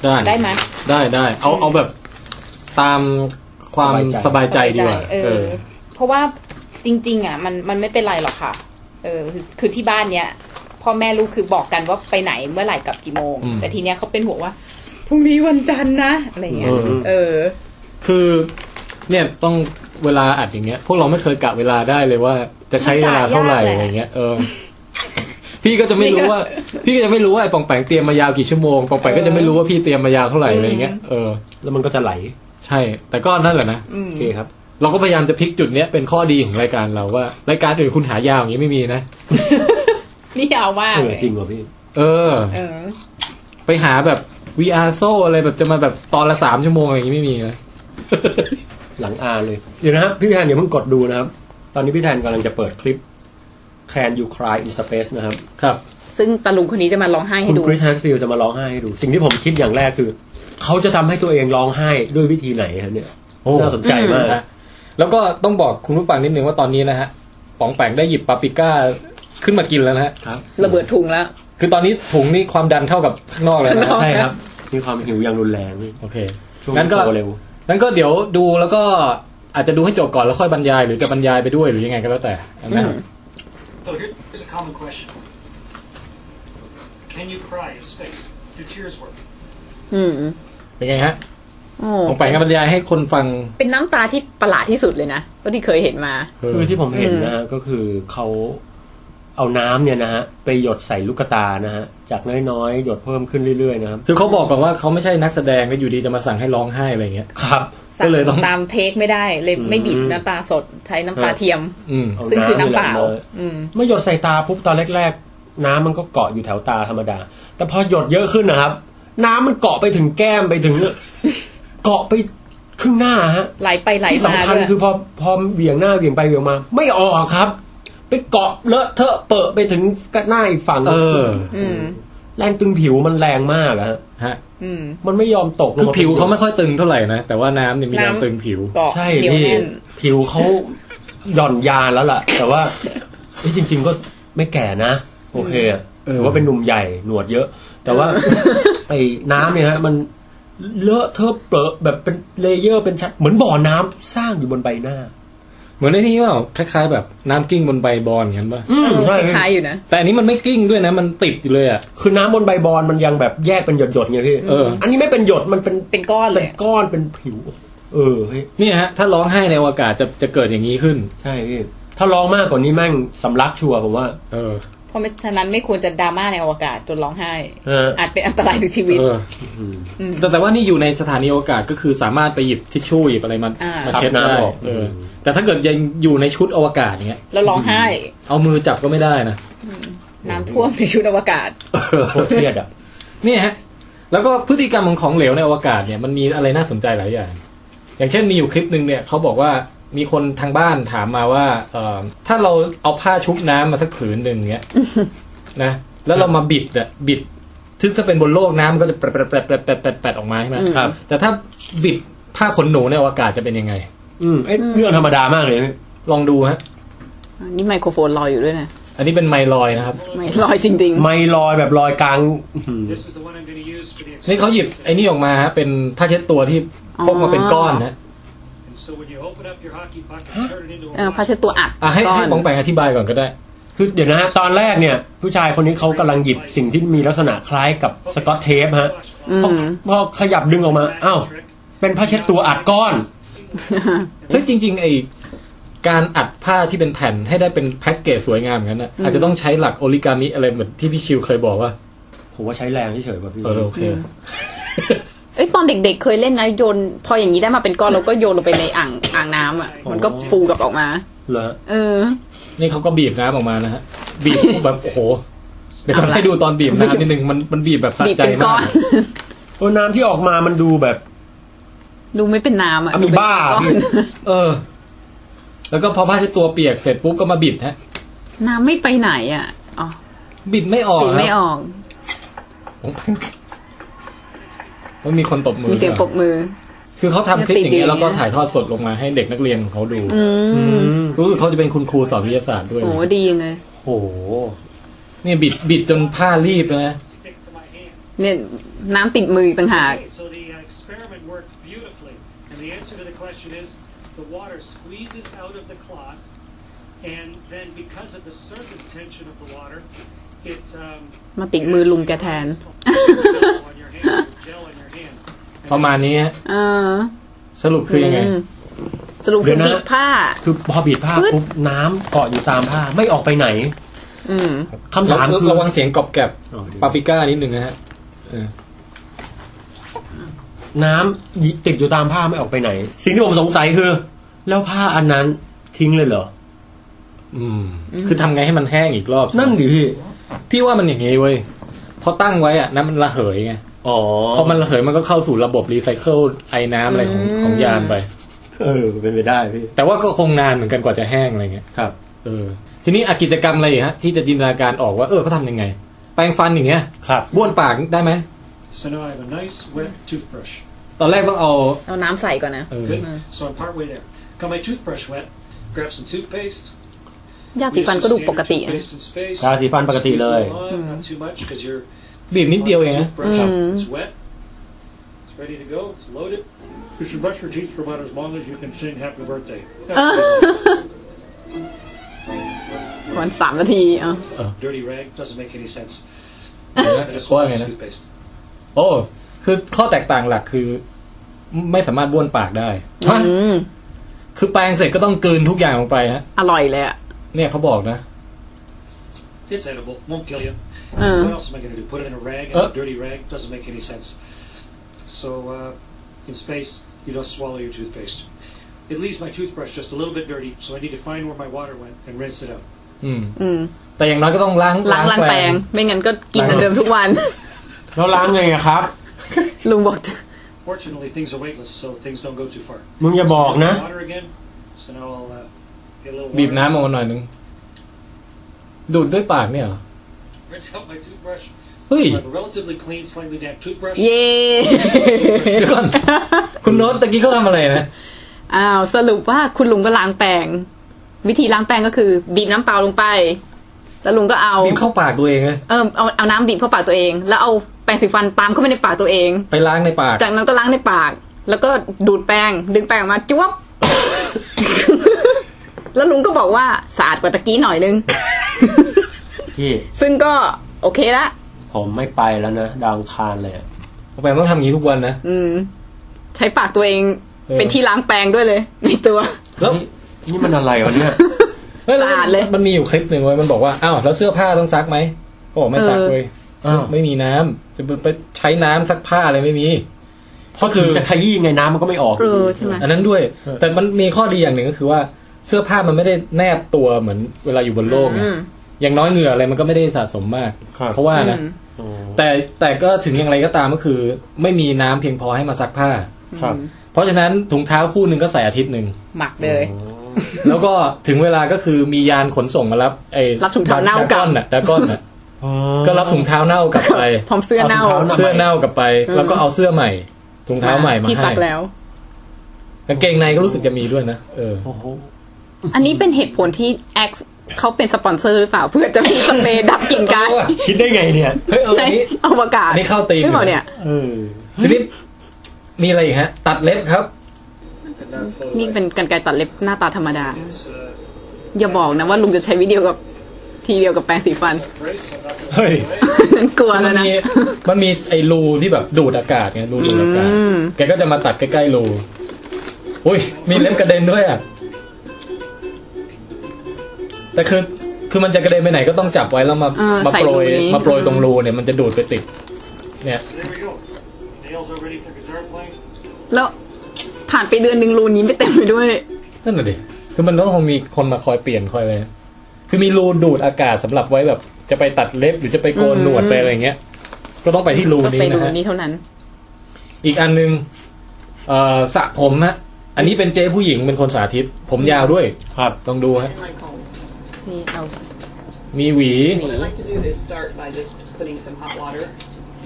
A: ได้
C: ได้ไหม
A: ได้ได้เอาเอาแบบตามความส
B: ส
A: บา
B: บาย ย
A: ใจ
B: ใจ
A: ดีกว่า
C: เอ
A: เอ
C: อ
A: อ
C: เพราะว่าจริง ๆ อ่ะ มันมันไม่เป็นไรหรอกค่ะ เออคือคือที่บ้านเนี้ยพ่อแม่ลูกคือบอกกันว่าไปไหนเมื่อไหร่กลับกี่โมง
A: อืม
C: แต่ทีเนี้ยเขาเป็นห่วงว่าพรุ่งนี้วันจันทร์นะอะไรเงี้ย
A: เออ
C: เออ
A: คือเนี่ยต้องเวลาอัดอย่างเงี้ย พวกเราไม่เคยกะเวลาได้เลยว่าจะใช้เวลาเท่าไหร่
C: มันกะยากแหละ
A: อะไรเงี้ยเออ พี่ก็จะไม่รู้ว่า พี่ก็จะไม่รู้ว่าไอ้ปองแปงเตรียมมายาวกี่ชั่วโมงปองแปงก็จะไม่รู้ว่าพี่เตรียมมายาวเท่าไหร่อะไรเงี้ยเออ
B: แล้วมันก็จะไหล
A: ใช่ แต่ก็นั่นแหละนะ
C: อืม
B: โอเคครับ
A: เราก็พยายามจะพลิกจุดเนี้ยเป็นข้อดีของรายการเราว่ารายการอื่นคุณหายาวอย่างนี้ไม่มีนะ
C: นี่ยาวมาก
B: เอ
C: เล
B: อยจริงว่ะพี่
A: เออ
C: เออ
A: ไปหาแบบ VR โซ่อะไรแบบจะมาแบบตอนละสามชั่วโมงอะไรอย่างนี้ไม่มีนะ
B: หลังอาเลย เดี๋ยวนะครับพี่แทนอย่าเพิ่งกดดูนะครับ ตอนนี้พี่แทนกำลังจะเปิดคลิป Can You Cry in Space นะครับ
A: ครับ
C: ซึ่งตาลุงคนนี้จะมาร้องไห้ให้
B: คุณ
C: ดู
B: คริสแฮนฟิลจะมาร้องไห้ให้ดู สิ่งที่ผมคิดอย่างแรกคือ เขาจะทำให้ตัวเองร้องไห้ด้วยวิธีไหนฮะเนี่ย
A: โอ้
B: น่าสนใจมาก
A: นะ แล้วก็ต้องบอกคุณผู้ฟังนิดนึงว่าตอนนี้นะฮะป๋องแปงได้หยิบปาปริก้าขึ้นมากินแล้วนะฮะ
F: ครับ
C: ระเบิดถุงแล้ว
A: คือตอนนี้ถุงนี่ความดันเท่ากับข้างนอกเลย
C: ข้างนอก
A: นะ
B: ใช่ครับ มีความหิวอย่างรุนแรงพี่
A: โอเค
B: ช่วง
A: งั้นก็
B: โตเร็ว
A: งั้นก็เดี๋ยวดูแล้วก็อาจจะดูให้จบก่อนแล้วค่อยบรรยาย หรือจะบรรยายไปด้วยหรือยังไงก็แล้วแต่นะครับ
G: So here- here's a common question. Can you cry in space? Do tears work?
C: อืม
A: เป็นไงฮะ
C: โอ้
A: ของไปงานบรรยายให้คนฟัง
C: เป็นน้ำตาที่ประหลาดที่สุดเลยนะเท่าที่เคยเห็นมา
B: คือที่ผมเห็นนะฮะก็คือเขาเอาน้ำเนี่ยนะฮะไปหยดใส่ลูกตานะฮะจากน้อยๆหยดเพิ่มขึ้นเรื่อยๆนะครับ
A: คือเขาบอกก่อนว่าเขาไม่ใช่นักแสดงแล้วอยู่ดีจะมาสั่งให้ร้องไห้อะไรเงี้ย
B: ครับ
A: ก็เลยต้อง
C: ตามเทคไม่ได้เลยไม่บีบ
B: อืม
C: น้ำตาสดใช้น้ำตาเทียม
A: อืม
B: เอา
C: ซึ่งคือน้ำเปล่า
B: เย
C: อืม
B: เมื่อหยดใส่ตาปุ๊บตอนแรกๆ น้ำมันก็เกาะอยู่แถวตาธรรมดา แต่พอหยดเยอะขึ้นนะครับ น้ำมันเกาะไปถึงแก้มไปถึง เกาะไปครึ่งหน้าฮะ
C: ไหลไปไหล
B: ที่
C: มา
B: สำคัญ
C: ด้วย
B: คือพอพอเหวี่ยงหน้าเหวี่ยงไปเหวี่ยงมา ไม่ออกครับ ไปเกาะเลอะเทอะเปอะไปถึงกระหน้าอีกฝั่ง
A: เออ
C: อืม
B: แรงตึงผิวมันแรงมากอะฮะ
A: ฮะ
C: อืม
B: มันไม่ยอมตกล
A: คือ
B: งมป็น
A: ผิวเขาไม่ค่อยตึงเท่าไหร่นะ แต่ว่าน้ำเนี่ยมีแรง
C: น้ำ
A: ตึงผิว
C: เกาะ
B: ใช่
C: เดียว
B: พี่
C: แน่น
B: ผิว เขาหย่อนยานแล้วล่ะ แต่ว่าเฮ้ยจริง ๆ ก็ไม่แก่นะ โอเคอะ
A: เออ
B: ถือว่าเป็นหนุ่มใหญ่หนวดเยอะ แต่ ว่าไอ้น้ำเนี่ยฮะ มันเลอะเทอะเปรอะแบบเป็นเลเยอร์เป็นชั้นเหมือนบ่อน้ำสร้างอยู่บนใบหน้า
A: เหมือนไอ้นี่ว่าคล้ายๆ แบบน้ำกิ้งบนใบบอลเห็นป่ะ
B: อืม
C: เออ
B: ใช่
C: คล้ายๆอยู่นะ
A: แต่อันนี้มันไม่กิ้งด้วยนะ มันติดอยู่เลยอ่ะ
B: คือน้ำบนใบบอลมันยังแบบแยกเป็นหยดๆไงพี่
A: เออ
B: อันนี้ไม่เป็นหยดมันเป็น
C: เป็นก้อนเล
B: เป็
C: ย
B: นก้อนเป็นผิว เออเฮ้ย
A: เนี่ยฮะ ถ้าร้องไห้ในอวกาศจะจะเกิดอย่างนี้ขึ้น
B: ใช่พี่ ถ้าร้องมากกว่านี้แม่งสำลักชัวร์ผมว่า
A: เออ
C: เพราะฉะนั้นไม่ควรจะดราม่าในอวกาศจนร้องไห้
B: เอออ
C: อาจเป็นอันตรายถึงชีวิต
A: เออ
C: อืม
A: แต่แต่ว่านี่อยู่ในสถานีอวกาศก็คือสามารถไปหยิบทิชชู่หยิบอะไรมา
C: อ่าม
A: มาเช็ด
B: ครับ
A: ได้
B: น้ำออก
A: เอออ
B: ม
A: แต่ถ้าเกิดยังอยู่ในชุดอวกาศเนี้ย
C: แล้วร้องไห้
A: เอามือจับก็ไม่ได้นะ
C: น้ำท่วมในชุดอวกาศ
B: โคตรเครียดอ่ะ
A: เนี่ยฮะ แล้วก็พฤติกรรมของของเหลวในอวกาศเนี่ยมันมีอะไรน่าสนใจหลายอย่าง อย่างเช่นมีอยู่คลิปหนึ่งเนี่ยเขาบอกว่ามีคนทางบ้านถามมาว่าเอ่อถ้าเราเอาผ้าชุบน้ำมาสักผืนหนึ่งเงี้ยนะ แล้วเรามาบิดอะบิดถึงถ้าเป็นบนโลกน้ำมันก็จะแปดแปดแปดแปดแปดแปดแปดออกมาใช่ไหม
C: อืม
B: ครับ
A: แต่ถ้าบิดผ้าขนหนูในอวกาศจะเป็นยังไง
B: อืมเอ้ยเรื่องธรรมดามากเลยพี่
A: ลองดูฮะ
C: นี่ไมโครโฟนลอยอยู่ด้วยนะ
A: อันนี้เป็นไมลอยนะครับ
C: ไม่ลอยจริง
B: ไม่ลอยแบบลอยกลาง
G: This is the one I'm going to use for the
A: นี่เขาหยิบ
G: experiment.
A: ไอ้นี่ออกมาฮะเป็นผ้าเช็ดตัวที่พกมาเป็นก้อนนะ
G: And so when you open up your hockey puck and turn it into a
C: ๆ เออผ้า
G: watch,
C: เช็ดตัวอัด
A: อ่ะให้
C: ก้อ
A: ให้
C: น
A: ปองแปงอธิบายก่อนก็ได้
B: คือเดี๋ยวนะฮะตอนแรกเนี่ย ผู้ชายคนนี้เขากำลังหยิบสิ่งที่มีลักษณะคล้ายกับสกอตเทปฮะ
G: watch
C: อืม
B: พอพอขยับดึงออกมา อ้าว
G: trick.
B: เป็นผ้าเช็ดตัวอัดก้อน
A: เฮ้ยจริง ๆ ไอการอัดผ้าที่เป็นแผ่นให้ได้เป็นแพ็กเกจสวยงามอย่างนั้นนะอาจจะต้องใช้หลักโอริกามิอะไรเหมือนที่พี่ชิวเคยบอกว่า
B: ผมว่าใช้แรงเฉยๆป่ะพี่
A: เออโอเค
C: เอ้ยตอนเด็กๆเคยเล่นนะโยน พออย่างนี้ได้มาเป็นก้อนเราก็โยนลงไปในอ่างอ่างน้ำอ่ะ มันก็ฟูกลับออกมา
B: เหรอ
C: เออ
A: นี่เขาก็บีบน้ำออกมานะฮะ บีบแบบโอ้โห เดี๋ยวก่อน
C: เอาละ
A: ให้ดูตอนบีบน้ำนิดนึงมันมันบีบแบบสะ
C: บีบ
A: ใจ
C: เป็นก้
A: มา
C: อก น
B: โอ้น้ำที่ออกมามันดูแบบ
C: ดูไม่เป็นน้ำอ่ะ
B: อะมี
C: ดูเป็น
B: บ้า
C: ก้อน
A: เออ แล้วก็พอผ้าเช็ดตัวเปียกเสร็จปุ๊บก็มาบิดฮะ
C: น้ำไม่ไปไหนอ่ะ อ๋อ
A: บิดไม่ออก
C: ปีไม่
A: นะ
C: ออก
A: มันมีคนตบมือ
C: มีเสียงปรบมือ
A: คือเขาทำคลิปอย่างเงี้ย
C: เนี่ยติดอยู่
A: แล้วก็ถ่ายทอดสดลงมาให้เด็กนักเรียนของเขาดู
C: อืม
A: รู้สึกเขาจะเป็นคุณครูสอนวิทยาศาสตร์ด้วย
C: โห
A: นะ
C: ดียังไง
B: โอ้โห
A: เนี่ยบิดบิดจนผ้ารีบนะ
G: stick to my hand.
C: เนี่ยน้ำติดมืออีกต่างหาก
G: Okay, so the uh, experiment worked beautifully. And the answer to the question is the water squeezes out of the cloth, and then because of the surface tension of the water, it. Um,
C: มาติดมือลุงแกแท น
G: Gel on your hand, gel on your hand.
A: ประมาณนี้ฮะ
C: เออ
A: สรุปคือยังไง
C: มสรุป
B: เดี๋
C: คื
B: ย
C: อ
B: วนะ
C: ติดผ้า
B: คือพอบีดผ้า
C: ปึ๊ด
B: ปุ๊บน้ำเกาะอยู่ตามผ้าไม่ออกไปไหน
C: อืม
B: คำถามคือ
A: ระวังเสียงกรอบแกรบ
B: อ๋อดี
A: ปาปริก้านิดหนึ่งนะฮะเออ
B: น้ำติดอยู่ตามผ้าไม่ออกไปไหน สิ่งที่ผมสงสัยคือ แล้วผ้าอันนั้นทิ้งเลยเหรอ
A: อืม คือทำไงให้มันแห้งอีกรอบ
B: นั่นดิพี่
A: พี่ว่ามันอย่างนี้เว้ยพอตั้งไว้อะน้ำมันระเหยไง
B: อ๋อ
A: พอมันระเหยมันก็เข้าสู่ระบบรีไซเคิลไอ้น้ำอะไรของ
C: อืม
A: ของยานไป
B: เออ เป็นไปได้พี่
A: แต่ว่าก็คงนานเหมือนกันกว่าจะแห้งอะไรเงี้ย
B: ครับ
A: เออทีนี้อะกิจกรรมอะไรอีกฮะ ที่จะจินตนาการออกว่าเออเขาทำยังไง แปรงฟันอย่างเงี้ย
B: ครับ
A: บ้วนปากได้ไหม
G: So now I have a nice wet toothbrush.
A: ตอนแรกต้องเอา
C: เอาน้ำใส่ก่อนนะ
A: เออ
G: Good. So I'm partway there. Got my toothbrush wet. Grab some toothpaste.
C: ยาสีฟันก็ดูปกตินะ
B: ยาสีฟันปกติเลย
G: Not too much because you're
A: บีบนิดเดียวเองนะ
G: Brush up.
C: Mm.
G: It's wet. It's ready to go. It's loaded. You should brush your teeth for about as long as you can sing happy birthday.
C: วันสามนาทีอ่ะ
G: Dirty rag doesn't make any sense.
A: นะว่าไงนะ
G: toothpaste.
A: โอ้คือข้อแตกต่างหลักคือ ไม่สามารถบ้วนปากได้
C: อืม
A: คือแปรงเสร็จก็ต้องกลืนทุกอย่างลงไปฮะ
C: อร่อยเลยอ่ะ
A: เนี่ยเขาบอกนะ
G: It's edible. Won't kill you.
C: Mm.
G: What else am I going to do? Put it in a rag? And
B: Uh.
G: A dirty rag doesn't make any sense. So uh, in space, you don't swallow your toothpaste. It leaves my toothbrush just a little bit dirty, so I need to find where my water went and rinse it out.
A: อืม
C: อืม
A: แต่อย่างน้อยก็ต้องล้าง
C: ล้างล้างแปรง ไม่งั้นก็กินเหมือนเดิมทุก วัน
B: แล้วล้างไงอะครับ
C: ลุงบอกจะ
G: Fortunately, things are weightless, so things don't go too far.
B: มึงอย่าบอกนะ
G: Water again. So now I'll uh, get a little
A: บีบ
G: water.
A: น้ำออกมาหน่อยนึง ดูดด้วยปากเนี่ยเหรอ
G: Rinse out my toothbrush.
A: เฮ้ย
G: I have a relatively clean, slightly damp toothbrush.
C: เย่
A: เดี๋ยวก่อนคุณโน้ตตะกี้เขาทำอะไรนะ
C: อ้าวสรุปว่าคุณลุงก็ล้างแปรงวิธีล้างแปรงก็คือ บีบน้ำเปล่าลงไป แล้วลุงก็เอา
A: บีบเข้าปากตัวเองเลย
C: เออเอาเอาน้ำบีบเข้าปากตัวเอง แล้วเอาแปรงสีฟันตามเข้าไปในปากตัวเอง
A: ไปล้างในปาก
C: จากนั้นก็ล้างในปาก แล้วก็ดูดแป้ง ดึงแป้งออกมาจุ๊บ แล้วลุงก็บอกว่าสะอาดกว่าตะกี้หน่อยนึง
B: พี่
C: ซึ่งก็โอเคละ
B: ผมไม่ไปแล้วนะดาวอังคารเลยอะ
A: แปรงต้องทำอย่างนี้ทุกวันนะ
C: อืม ใช้ปากตัวเอง
A: เออ
C: เป็นที่ล้างแปรงด้วยเลย ในตัว
A: แล้ว
B: นี่นี่มันอะไรวะเนี่ย
A: เฮ้ยแว
C: สะอาดเลย
A: มันมีอยู่คลิปหนึ่งเว้ยมันบอกว่า อ้าว แล้วเสื้อผ้าต้องซักไหมเขาบอกไม่ซักเว้ย
B: เออ
A: ไม่มีน้ำจะไปใช้น้ำซักผ้าอะไรไม่มี
B: เพราะคือจะขยี้ไงน้ำมันก็ไม่ออก
C: เออใช่ไหม
A: อันนั้นด้วย แต่มันมีข้อดีอย่างหนึ่งก็คือว่า เสื้อผ้ามันไม่ได้แนบตัวเหมือนเวลาอยู่บนโลกไง
C: อืม
A: อย่างน้อยเหงื่ออะไรมันก็ไม่ได้สะสมมาก
B: ครับ
A: เพราะว่านะ
C: อืม
B: อืม
A: แต่แต่ก็ถึงอย่างไรก็ตามก็คือ ไม่มีน้ำเพียงพอให้มาซักผ้า
B: ครับ
A: เพราะฉะนั้นถุงเท้าคู่หนึ่งก็ใส่อาทิตย์หนึ่ง
C: หมักเลย
A: แล้วก็ถึงเวลาก็คือมียานขนส่งมารับไอ้
C: รับถุงเท้าเน่า
A: ด
C: ก
A: ก้
C: ลับ
A: อนน่ะดาก้อนน่ะ
B: อ๋อ
A: ก็รับถุงเท้าเน่ากลับไป
C: พร้อมเสื้อเน่า
B: เอาถุงท้
A: เสื้อเน่ากลับไป แล้วก็เอาเสื้อใหม่ถุงเท้าใหม่มา
C: ที่ซั
A: ให้
C: กแล้ว
A: กางเกงในก็รู้สึกจะมีด้วยนะเออ
B: โอ้โห
C: อันนี้เป็นเหตุผลที่ X เขาเป็นสปอนเซอร์หรือเปล่า เพื่อจะมีสเปรย์ดับกลิ่นกาย
B: คิดได้ไงเนี่ย
A: เฮ้ยเอา
C: ใน
A: อันนี้
C: อวกาศ
A: อันนี้เข้าธีม
C: ไม่บอกเนี่ย
B: เออ
A: ทีนี้มีอะไรอีกฮะ ตัดเล็บครับ
G: And now float
C: นี่
G: away.
C: เป็นกันไกรตัดเล็บหน้าตาธรรมดา
G: It's, uh,
C: อย่าบอกนะว่าลุงจะใช้วิดีโอกับทีเดียวกับแปรงสีฟัน
G: brace. I'm not going to
B: เฮ้ย
C: นั้นกลัว
A: มั
C: แล้วนะ
A: มีมันมีไอ้รูที่แบบดูดอากาศไงรูดูดอากาศ
C: อืม
A: แกก็จะมาตัดใกล้ๆรูอุ้ยมีเล็บกระเด็นด้วยอ่ะแต่คือคือมันจะกระเด็นไปไหนก็ต้องจับไว้แล้วมา
C: เออ
A: มา
C: ใส่
A: โปรย
C: รูนี้
A: มาโปรยตรงรูเนี่ยมันจะดูดไปติด เนี่ย
G: There we go. Nails are ready for guitar playing.
C: แล้วผ่านไปเดือนหนึ่งรูนี้ไม่เต็มไปด้วย
A: นั่นแหะดิคือมันต้องคงมีคนมาคอยเปลี่ยนคอยอะไรคือมีรูดูดอากาศสำหรับไว้แบบ จะไปตัดเล็บหรือจะไปโกนหนวดไปอะไรอย่างเงี้ย ก็ต้องไปที่รู
C: ก็
A: นี้
C: ไปรู
A: นะฮะ
C: นี้เท่านั้น
A: อีกอันหนึงเอ่อสระผมฮะ อันนี้เป็นเจ๊ผู้หญิงเป็นคนสาธิต ผมยาวด้วย
B: ครับ
A: ต้องดูฮะ
C: นี่เอา
A: มีหวี
H: What I like to do is start by just putting some hot water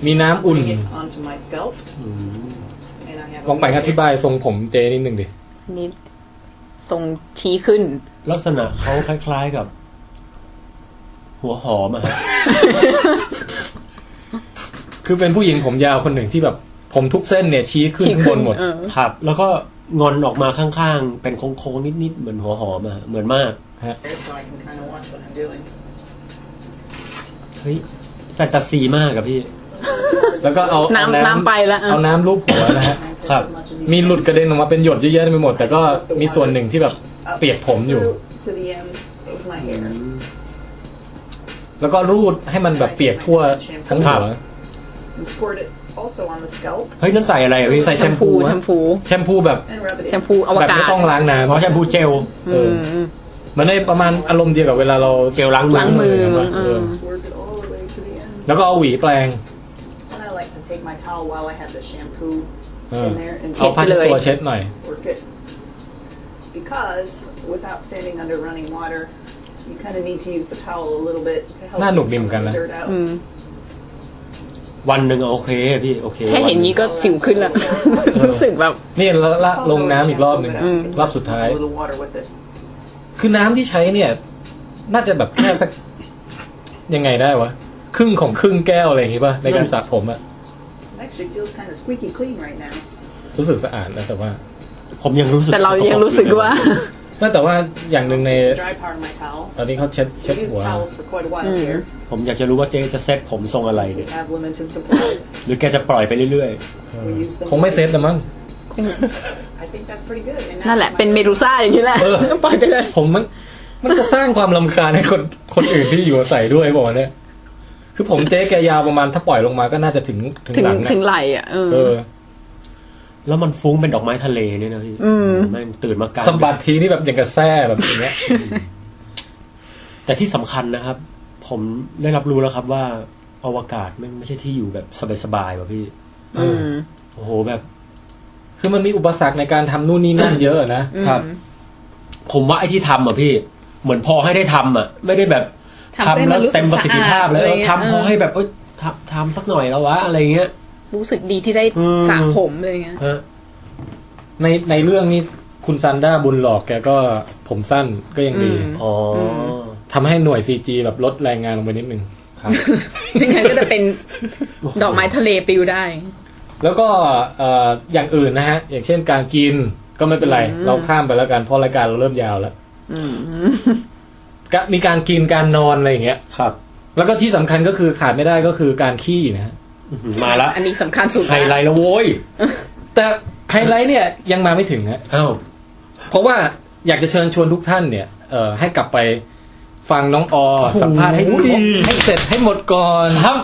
A: มีน้ำอุ่น
H: it onto my scalp. And I have a
A: ลองไปอธิบายทรงผมเจ๊นิดนึงดิ
C: นี่ทรงชี้ขึ้น
B: ลักษณะเขาคล้าย ๆกับ หัวหอมอะฮะ
A: คือเป็นผู้หญิงผมยาวคนหนึ่งที่แบบ ผมทุกเส้นเนี่ยชี้ ขึ้น
C: ชี้
A: ข้างบ
C: ขึ้น
A: นหมด
C: เออ
B: ครับ แล้วก็งอนออกมาข้างๆ เป็นโค้งๆ นิดๆ เหมือนหัวหอมอะฮะเหมือนมาก
H: bit so I can kind of watch what I'm doing.
B: เฮ้ยแฟนตาซีมากอะพี่
A: แล้วก็เอา
C: น้ำ
A: เอา
C: น้ำไปละเออ
A: เอาน้ำลูบหัวนะฮะ
H: I
B: Huh.
H: put as much of these
A: มีหลุดกระเด็นออกมาเป็นหยดเยอะแยะไปหมด แต่ก็มีส่วนหนึ่งที่แบบ
H: up
A: เปียกผมอยู่
H: through to the end of my hair.
A: แล้วก็รูดให้มันแบบเปียกทั่วทั้งหัว
H: And squirt it also on the scalp
B: เฮ้ยนั่นใส่อะไรอะพี่
A: ใส่แชมพู
C: แช
A: ฮะ
C: มพู
A: แชมพูแบบ
H: and rub it
C: แช
H: in.
C: มพูอว
A: แบบ
C: กา
A: ไม่
C: ศ
A: ต้องล้าง
B: อ๋อ
A: น้ำ
B: แชมพูเจล
A: เออ
C: ม
A: มันได้ประมาณอารมณ์เดียวกับเวลาเรา
B: เจลล้างมือ
C: ล้างมือมั้งเออ
H: Work it all the way to the end.
A: แล้วก็เอาหวีแปลง
H: And I like to take my towel while I have the shampoo
A: เออ
H: in there and
A: เอาผ้าเช็ดตัว
C: เช็
A: เช็
C: ดเลย
A: ดหน่อย
H: work it. Because without standing under running water, you kind of need to use the towel a little bit to help
C: Mm.
A: น่าหนุกดีเหมือนกันนะ
H: dirt out.
C: อืม
B: วันหนึ่งโอเคพี่โอเค
C: แค่เห็นงี้ก็สิวขึ้นละ รู้สึกแบบ
A: นี่ละละลงน้ำอีกรอบหนึ่ง
C: อืม
A: รอบสุดท้าย
H: Over the water with it.
A: คือน้ำที่ใช้เนี่ย น่าจะแบบแค่สัก ยังไงได้วะ ครึ่งของครึ่งแก้วอะไรอย่างงี้ป่ะ ในการสระผมอะ
H: Actually feels kind of squeaky clean right now.
A: รู้สึกสะอาดนะแต่ว่า
B: ผมยังรู้สึก
C: แต่เรายังรู้สึกว่า
A: ไม่แต่ว่าอย่างหนึ่งใน
H: The dry part of my towel.
A: ตอนนี้เขาเช็ด
H: We
A: เช็ด
H: used
A: หัว
H: towels for quite a while
C: Mm.
H: here.
B: ผมอยากจะรู้ว่าเจ๊จะเซ็ตผมทรงอะไรเนี่
H: We
B: ย
H: have limited supplies.
B: หรือแกจะปล่อยไปเรื่อย
H: We use them.
A: คงไม่เซ็ตนะมั้ง
H: I think that's pretty good. And now
C: นั่นแหละ
H: my-
C: เป็นเมดูซ่าอย่างนี้แหละ
A: เออ
C: ปล่อยไปเลย
A: ผมมันมันจะสร้างความลำคาญให้คนคนอื่นที่อยู่อาศัยด้วยบอกเนี่ย คือผมเจ๊แกยาวประมาณถ้าปล่อยลงมาก็น่าจะถึงถึง
C: ถึง
A: หลังนะ
C: ถึงไหลอ่ะเออ
A: เออ
B: ๆ แล้วมันฟุ้งเป็นดอกไม้ทะเลเนี่ยนะพี่แม่งตื่นมากลาง
A: สะบัดทีนี่แบบอย่างกับแซ่แบบอย่างเงี้ย
B: แต่ที่สำคัญนะครับ ผมได้รับรู้แล้วครับว่าอวกาศแม่งไม่ใช่ที่อยู่แบบสบายๆว่ะพี่
C: อืม
B: โอ้โหแบบ
A: คือมันมีอุปสรรคในการทำนู่นนี่นั่นเยอะนะ
C: อืม
B: ครับ ผมว่าไอ้ที่ทำอ่ะพี่ เหมือนพอให้ได้ทำอ่ะ ไม่ได้แบบ
C: ทำให้มัน
B: แล้ว
C: รู้สึก
B: เต็มประสิทธิภาพแล้ว
C: สะอาดเลย
B: เออ
C: อะ
B: ทำพอ
C: เออ
B: ให้แบบเอ้ยทำทำสักหน่อยแล้ววะอะไรเงี้ย
C: รู้สึกดีที่ได้
B: อืม
C: สระผมเลยเงี้ย
B: ฮะ
A: ในในเรื่องนี้คุณซันด้าบุญหลอกแกก็ผมสั้นก็ยัง
C: อื
A: ดี
C: ม
B: อ๋อ
A: ทำให้หน่วยซีจีแบบลดแรงงานลงไปนิดนึง
B: ครับ
C: ไม่งั้นก็จะเป็นดอกไม้ทะเลปลิวได้
A: แล้วก็เอ่ออย่างอื่นนะฮะ อย่างเช่นการกินก็ไม่เป็นไร เราข้ามไปแล้วกันเพราะรายการเราเริ่มยาวแล้ว
C: อืม
A: ก็มีการกินการนอนอะไรอย่างเงี้ย
B: ครับ
A: แล้วก็ที่สำคัญก็คือขาดไม่ได้ก็คือการขี้นะฮะ
B: อื้อหือมาละ
C: อันนี้สำคัญสุดนะ
B: ไฮไลท์แล้วโว้ย
A: แต่ไฮไลท์เนี่ยยังมาไม่ถึงฮะ
B: อ้าว
A: เพราะว่าอยากจะเชิญชวนทุกท่านเนี่ยเอ่อให้กลับไปฟังน้องอสัมภาษณ์ให้ครบให้เสร็จให้หมดก่อน
B: ครับ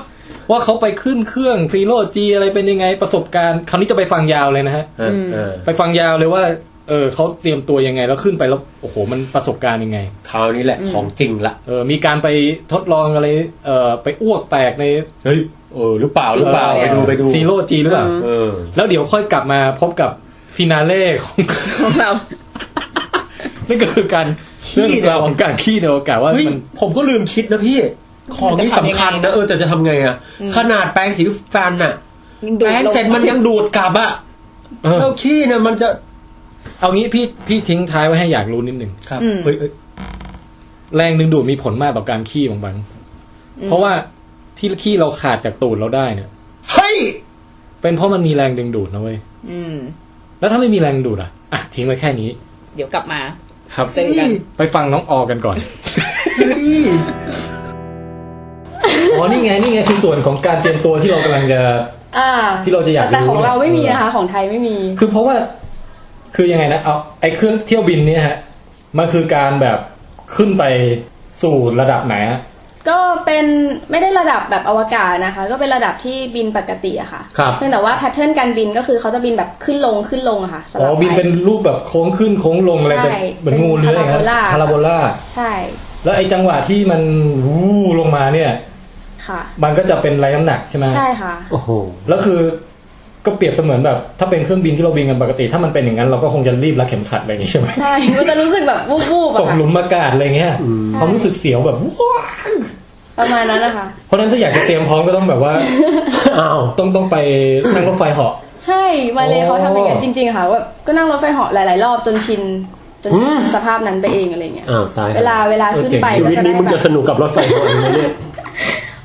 A: ว่าเขาไปขึ้นเครื่องซีโร่จีอะไรเป็นยังไงประสบการณ์ คราวนี้จะไปฟังยาวเลยนะฮะ
B: เออเออ
A: ไปฟังยาวเลยว่า เออเขาเตรียมตัวยังไง แล้วขึ้นไปแล้วโอ้โหมันประสบการณ์ยังไง
B: คราวนี้แหละของจริงละ
A: เออมีการไปทดลองอะไร เออไปอ้วกแตกใน
B: เฮ้ยเออหรือเปล่าหรือเปล่าไปดูไปดู
A: ซีโร่จีหรือเปล่า
B: เออ
A: แล้วเดี๋ยวค่อยกลับมาพบกับฟินาเล่ของ
C: ของเรา
A: นั่นก็คือการ
B: ขี้
A: เรื่องราวของการขี้ในโอกาสว่า
B: เฮ้ย
A: มัน
B: ผมก็ลืมคิดนะพี่ ของนี่สำคัญนะเออแต่จะทำไงอะขนาดแปรงสีฟันน่ะ แปรงเสร็จมันยังดูดกลับอะ
A: เออ
B: เล้าขี้เนี่ยมันจะ
A: เอางี้พี่พี่ทิ้งท้ายไว้ให้อยากรู้นิดหนึ่ง
B: ครับ
C: อืม
B: เฮ้ยเฮ้ย
A: แรงดึงดูดมีผลมากต่อการขี้บางบางเพราะว่าที่ขี้เราขาดจากตูดเราได้เนี่ย
B: เฮ้ย
A: เป็นเพราะมันมีแรงดึงดูดนะเว้ย
C: อืม
A: แล้วถ้าไม่มีแรงดึงดูดอ่ะอ่ะทิ้งไว้แค่นี้
C: เดี๋ยวกลับมา
A: ครับ
C: เจอกัน
A: ไปฟังน้องออกันก่อน อ๋อ นี่ไง นี่ไงคือส่วนของการเตรียมตัวที่เรากำลังจะ
I: อ่า
A: ที่เราจะอยากรู้
I: แต่ของเราไม่มี
A: เนี่ย
I: นะคะ ของไทยไม่มี
A: คือเพราะว่า คือยังไงนะ เอาไอ้เครื่องเที่ยวบินเนี่ยฮะ มันคือการแบบขึ้นไปสู่ระดับไหนฮะ
I: ก็เป็นไม่ได้ระดับแบบอวกาศนะคะ ก็เป็นระดับที่บินปกติอะค่ะ
A: ครับ
I: เพียงแต่ว่าแพทเทิร์นการบินก็คือเขาจะบินแบบขึ้นลงขึ้นลงอะค่ะสลั
A: อ๋อ บิน
I: ไป
A: เป็นรูปแบบโค้งขึ้นโค้งลงอะไรแบบ
I: ใช่
A: เหมือนงูเลื้อยครับ
I: เป็นพา
A: พารา
I: รา
A: โบ
I: โบ
A: ลา
I: ลา ใช่
A: แล้วไอ้จังหวะที่มันวู้ลงมาเนี่ย
I: ค่ะ
A: มันก็จะเป็นไรน้ำหนักใช่ไหม
I: ใช่ค่ะ
B: โอ้โห
A: แล้วคือก็เปรียบเสมือนแบบ ถ้าเป็นเครื่องบินที่เราบินกันปกติ ถ้ามันเป็นอย่างนั้นเราก็คงจะรีบรัดเข็มขัดอะไรอย่างนี้ใช่ไหม
I: ใช่ มันจะรู้สึกแบบวูบวูบ
A: ต
I: ๆอะ
A: ก
I: ค่ะ
A: หลุมอากาศอะไรเงี้ยความรู้สึกเสียวแบบว้าว
I: ประมาณนั้นนะคะ
A: เพราะฉะนั้นถ้าอยากจะเตรียมพร้อมก็ต้องแบบว่า
B: อ้าว
A: ต้องต้องไปนั่งรถไฟเหาะ
I: ใช่มาเลยเขาทำอย่างนั้นจริงๆค่ะว่าก็นั่งรถไฟเหาะหลาย ๆ รอบจนชิน จนชินสภาพนั้นไปเองอะไรเงี้ย
B: อ้าวตาย
I: เวลาเวลาขึ้นไป
B: ชีวิต
I: ก็
B: นี้
I: ได้
B: มึง
I: แบ
B: จะ
I: บ
B: สนุกกับรถไฟคนไหมเนี่ย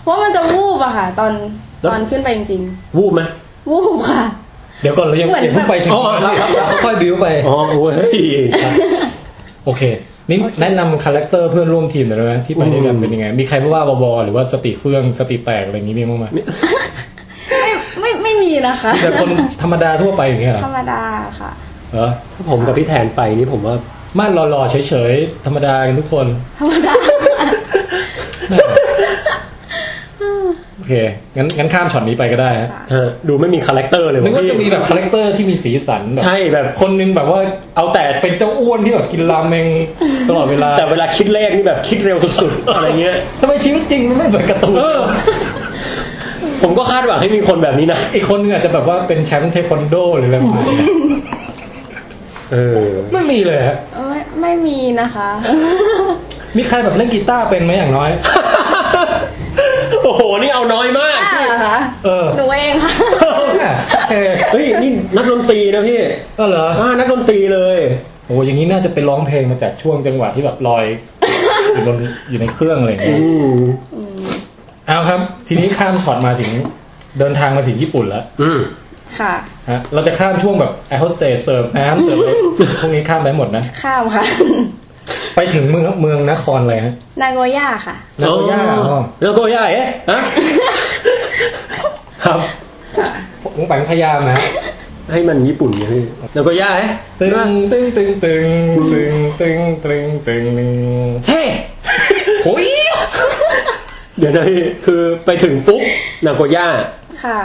I: เพราะมันจะวูบอะค่ะ ตอน
B: แล้ว
I: ตอนขึ้นไปจริง
B: วูบไหม
I: ๆ วูบค่ะ
A: เดี๋ยวก่อนเรายัง
I: เหมือน
A: ยังเพิ่งไปถึง
B: อ๋อรับรับรับ
A: ค่อยบิ้วไป
B: อ๋อเว้ย
A: โอเค นี่แนะนำคาแรคเตอร์เพื่อนร่วมทีมหน่อยได้ไหมที่ไปด้วยกัน
B: อืม
A: เป็นยังไง มีใครบ้าบอๆหรือว่าสติเฟื่องสติแตกอะไรอย่างนี้มีบ้างไหม
I: ไม่ไม่ไม่มีนะคะ
A: แต่คนธรรมดาทั่วไปอย่างเงี้ยเหรอ
I: ธรรมดาค่ะ
A: เออ
B: ถ้าผมกับพี่แทนไปนี่ผมว่า
A: มาดหล่อๆเฉยๆ ธรรมดากันทุกคน
I: ธรรม ดา
A: โอเค งั้นงั้นข้ามช็อตนี้ไปก็ได้ฮะ
B: เออดูไม่มีคาแรคเตอร์เลย
A: นึกว่าจะมีแบบคาแรคเตอร์ที่มีสีสันแบบ
B: ใช่แบบ
A: คนนึงแบบว่าเอาแต่เป็นเจ้าอ้วนที่แบบกินราเม งตลอดเวลา
B: แต่เวลาคิดเลขนี่แบบคิดเร็วสุดๆอะไรเงี้ย
A: ทำไมชีวิตจริงมันไม่เหมือนการ์ตูน
B: เออ ผมก็คาดหวังให้มีคนแบบนี้นะ
A: อีกคนนึงอาจจะแบบว่าเป็นแชมป์เทควันโดหรืออะไรแบบนี้
B: เออ
A: ไม่มีเลยฮะ
I: ไม่ไม่มีนะคะ
A: มีใครแบบเล่นกีตาร์เป็นไหมอย่างน้อย
B: โอ้โห นี่เอาน้อยมาก
I: อ่าเหรอคะ
B: เออ
I: หนูเองค่ะ
D: เออ
B: เฮ้ย นี่นักดนตรีนะพี่
D: ก็เหรอ
B: อ่านักดนตรีเลย
A: โอ้โหอย่างนี้น่าจะไปร้องเพลงมาจากช่วงจังหวะที่แบบลอย อยู่บนอยู่ในเครื่องอะไรอย่าง
B: อื
A: เงี้ย
B: ม
A: เอาครับ ทีนี้ข้ามช็อตมาถึงเดินทางมาถึงญี่ปุ่นแล้ว
B: อืม
I: ค่ะ
A: ฮะเราจะข้ามช่วงแบบแอร์โฮสเตสเสิร์ฟน้ำเสิร์ฟอะไร พวกนี้ข้ามไปหมดนะ
I: ข้ามค่ะ
A: ไปถึงเมืองเมืองนครอะไรฮะ
I: นางโกย่าค่ะ
A: นครย่าอ๋อ
B: แล้วก็ย่าเอ๊ะฮะครับ
A: ผมแปงพยายามนะ
B: ให้มันญี่ปุ่นไงพี่แล้วก็ย่าเอ๊ะ
A: ตึ งตึงตึงตึงตึงตึงตึงตึงตึงเฮ้ โอ้ย
B: เดี๋ยวนะพี่คือไปถึงปุ๊บนาโกย่า
I: ค่ะ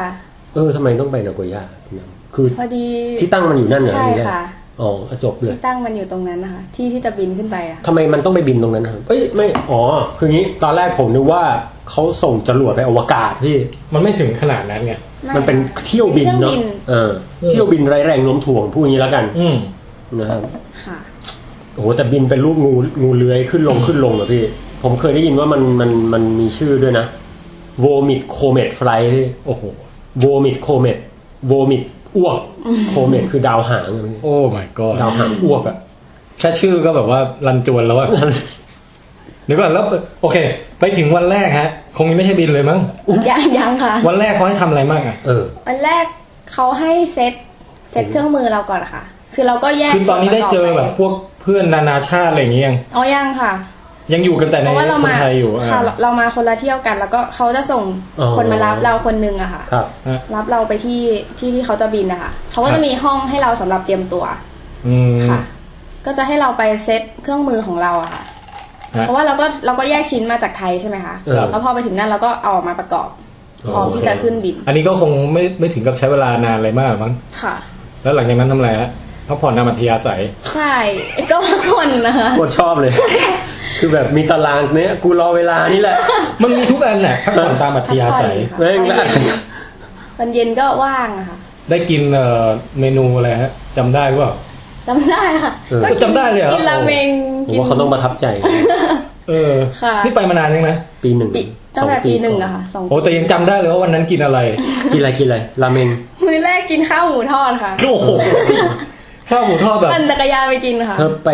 B: เออทำไมต้องไปนาโกย่าคือ
I: พอดี
B: ที่ตั้งมันอยู่นั่นเหรอ
I: ใช่
B: นี่แหล
I: ค่ะ
B: อ๋อจบเลย
I: ที่ตั้งมันอยู่ตรงนั้นนะคะ ที่ที่จะบินขึ้นไปอะ
B: ทำไมมันต้องไปบินตรงนั้นครับเอ้ยไม่อ๋อคืองี้ตอนแรกผมนึกว่าเขาส่งจรวดไปอวกาศพี่
A: มันไม่ถึงขนาดนั้นไง
I: ไม่
B: มันเป็นเที่ยวบินเนาะเออ เที่ยวบินไร้แรงโน้มถ่วงพูดอย่างนี้แล้วกัน
A: อืม
B: นะครับ
I: ค่ะ
B: โอ้โหแต่บินเป็นรูปงูงูเลื้อยขึ้นลงขึ้นลงเหรอพี่ ผมเคยได้ยินว่ามันมันมันมีชื่อด้วยนะ vomit comet flight พี่
A: โอ้โห
B: vomit comet vomit อ้ว ก comet คือดาวหางอะพี่
A: โอ้ my god
B: ดาวหางอ้วกอะ
A: แค่ชื่อก็แบบว่ารันจวนแล้ว อะ เดี๋ยวก่อนแล้วโอเค ไปถึงวันแรกฮะ คงไม่ใช่บิน เลยมั้ง
I: ยังยังค่ะ
A: วันแรกเขาให้ทำอะไรบ้างอ่ะ
B: เออ
I: วันแรกเขาให้เซตเซตเครื่องมือเราก่อนค่ะ คือเราก็แยก
A: คือตอนนี้ได้เจอแบบพ
I: ส่
A: ว
I: วนประก
A: กเพื่อนนานาชาติอะไรอย่างเงี้ยยัง
I: บไปอ๋อยังค่ะ
A: ยังอยู่กันแต่
I: เพ
A: ใน
I: ราะว่าเรา
A: คน
I: มา
A: ไทยอยู่อ่ะ
I: ค่ะเราเรามาคนละเที่ยวกัน แล้วก็เขาจะส่ง
B: อ๋อ
I: คนมารับเราคนนึงอะค่ะ
B: ครับ
I: รับเราไปที่ที่ที่เขาจะบินนะคะเขาก็จะมีห้องให้เราสำหรับเตรียมตัว
A: อืม
I: ค่ะ ก็จะให้เราไปเซตเครื่องมือของเราอะค่ะ
A: ฮะ
I: เพราะว่าเราก็เราก็แยกชิ้นมาจากไทยใช่ไหมคะ
B: ครับ
I: แล้วพอไปถึงนั่นเราก็เอาออกมาประกอบพร้อม
B: โอเค
I: ที่จะขึ้นบิน
A: อันนี้ก็คงไม่ไม่ถึงกับใช้เวลานานอะไรมากมั้ง
I: ค่ะ
A: แล้วหลังจากนั้นทำอะไรฮะพักผ่อนตามอัธยาศัย
I: ใช่ ก็คนนะคะ
B: โคตรชอบ เลย คือแบบมีตารางเนี้ย กูรอเวลานี่แหละ
A: มันมีทุกอันแหละพักผ่อนตามอัธยาศัย
I: ค่ะ
B: แม่งละ
I: ตอนเย็นก็ว่างอะค่ะ
A: ได้กินเอ่อเมนูอะไรฮะจำได้ว่า
I: จำได้ค่ะ
B: เออ
I: ก็กิน
A: จำได้เลยเหรอ
I: กินราเมง
B: ผมว่าเขาต้องประทับใจ
A: เออ
I: ค่ะ
A: นี่ไปมานานยังไหม
B: ปีหนึ่ง
I: ปีตั้งแต่ปีหนึ่งอะค่ะสอง
A: โอ้แต่ยังจำได้เลยว่าวันนั้นกินอะไร
B: กินอะไรกินอะไรราเมง
I: มื้อแรกกินข้าวหมูทอดค่ะ
A: โอ้โหข้าวหมูทอดแบบ
I: ปั่นจักรยานไปกินค่ะ
B: เธอไป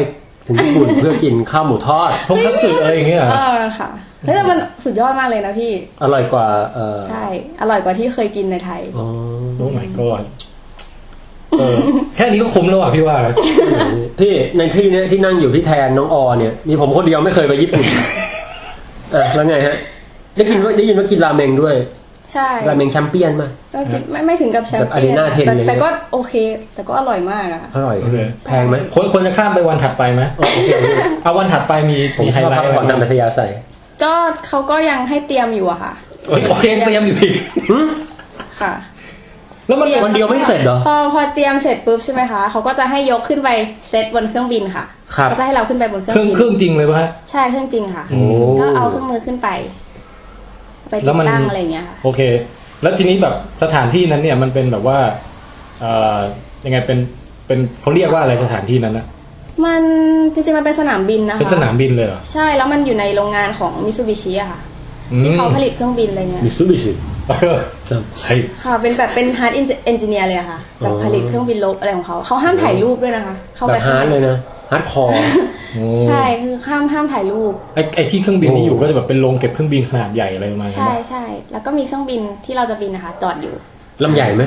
B: ถึงญี่ปุ่นเพื่อกินข้าวหมูทอด
A: ทงคัตสึอะไรอย่างเงี้ยเหรอ
I: เออค่ะเฮ้ยแต่มันสุดยอดมากเลยนะพี่
B: อร่อยกว่า เออ
I: ใช่ อร่อยกว่าที่เคยกินในไทย
B: อ๋อ
A: โอ้ my god เออแค่นี้ก็คุ้มแล้วอ่ะพี่ว่านะ
B: พี่ในที่เนี้ยที่นั่งอยู่พี่แทนน้องออเนี่ยมีผมคนเดียวไม่เคยไปญี่ปุ่น เออแล้วไงฮะ ได้ยินว่าได้ยินว่ากินราเมงด้วย
I: ใช่
B: ราเมงแชมเปี้ยนมา
I: ก็กินไม่ไม่ถึงกับแชม
B: แบบอารี
I: เปี้ยน
B: นาเทน
I: แต่
B: เลย
I: แต่ก็โอเค แต่ก็อร่อยมากอะ
B: อร่อยแพงไหม
A: คนคนจะข้ามไปวันถัดไปไหม
B: โอเคพี่
A: เอาวันถัดไปมี
B: ผม
A: มี
B: ช
A: ไฮ
B: อบ
A: ไล
B: พัก
A: ท์อะไร
B: ผ่อนตาม
A: ไหม
B: นัทยาใส่
I: ก็เขาก็ยังให้เตรียมอยู่อะค่ะ
A: เฮ้ยโอเคเตรียมอยู่อีก
I: ค่ะ
A: แล้วมัน
I: ตรีย
B: วันเดียวไม่เสร็จเหรอ
I: พอพอเตรียมเสร็จปุ๊บใช่ไหมคะเขาก็จะให้ยกขึ้นไปเซตบนเครื่องบินค่ะ
B: ครับ
I: เขาจะให้เราขึ้นไปบนเครื่
A: เครื่องเครื่
I: บิน
A: องจริงเลยป่ะฮะ
I: ใช่เครื่องจริงค่ะ
A: โอ้
I: ก็เอาเครื่องมือขึ้นไป ไปติ
A: แล้ว
I: ด
A: มัน
I: ตั้งอะไรอย่างเงี้ยค่ะ
A: โอเค แล้วทีนี้แบบสถานที่นั้นเนี่ยมันเป็นแบบว่าเอ่อยังไงเป็นเป็นเขาเรียกว่าอะไรสถานที่นั้นนะ
I: มันจริงๆมันเป็นสนามบินนะคะ
A: เป็นสนามบินเลยเหรอ
I: ใช่แล้วมันอยู่ในโรงงานของมิซูบิชิอะค่ะ
A: อื
I: ที่
A: ม
I: เขาผลิตเครื่องบินอะไรเงี้ย
B: มิซูบิชิ
A: เออ
B: ครับ
A: ใช่
I: ค่ะ เป็นแบบเป็นฮาร์ดเอนจิเนียร์เลยอะค่ะแบบ
B: อ๋อ
I: ผลิตเครื่องบินลบอะไรของเขาเขาห้ามถ่ายรูปด้วยนะคะ เข้า
B: แบ
I: ไป
B: บฮาร์ดเลยนะฮาร์ดคอร์
A: โอ้
I: ใช่คือห้ามห้ามถ่ายรูป
A: ไอ้ไอ้ที่เครื่องบินนี่อยู่
B: โอ้
A: ก็จะแบบเป็นโรงเก็บเครื่องบินขนาดใหญ่อะไรประมาณนั้น
I: ใช่
A: ปะ
I: ใช่แล้วก็มีเครื่องบินที่เราจะบินนะคะ จอดอยู่
B: ลำใหญ่ไหม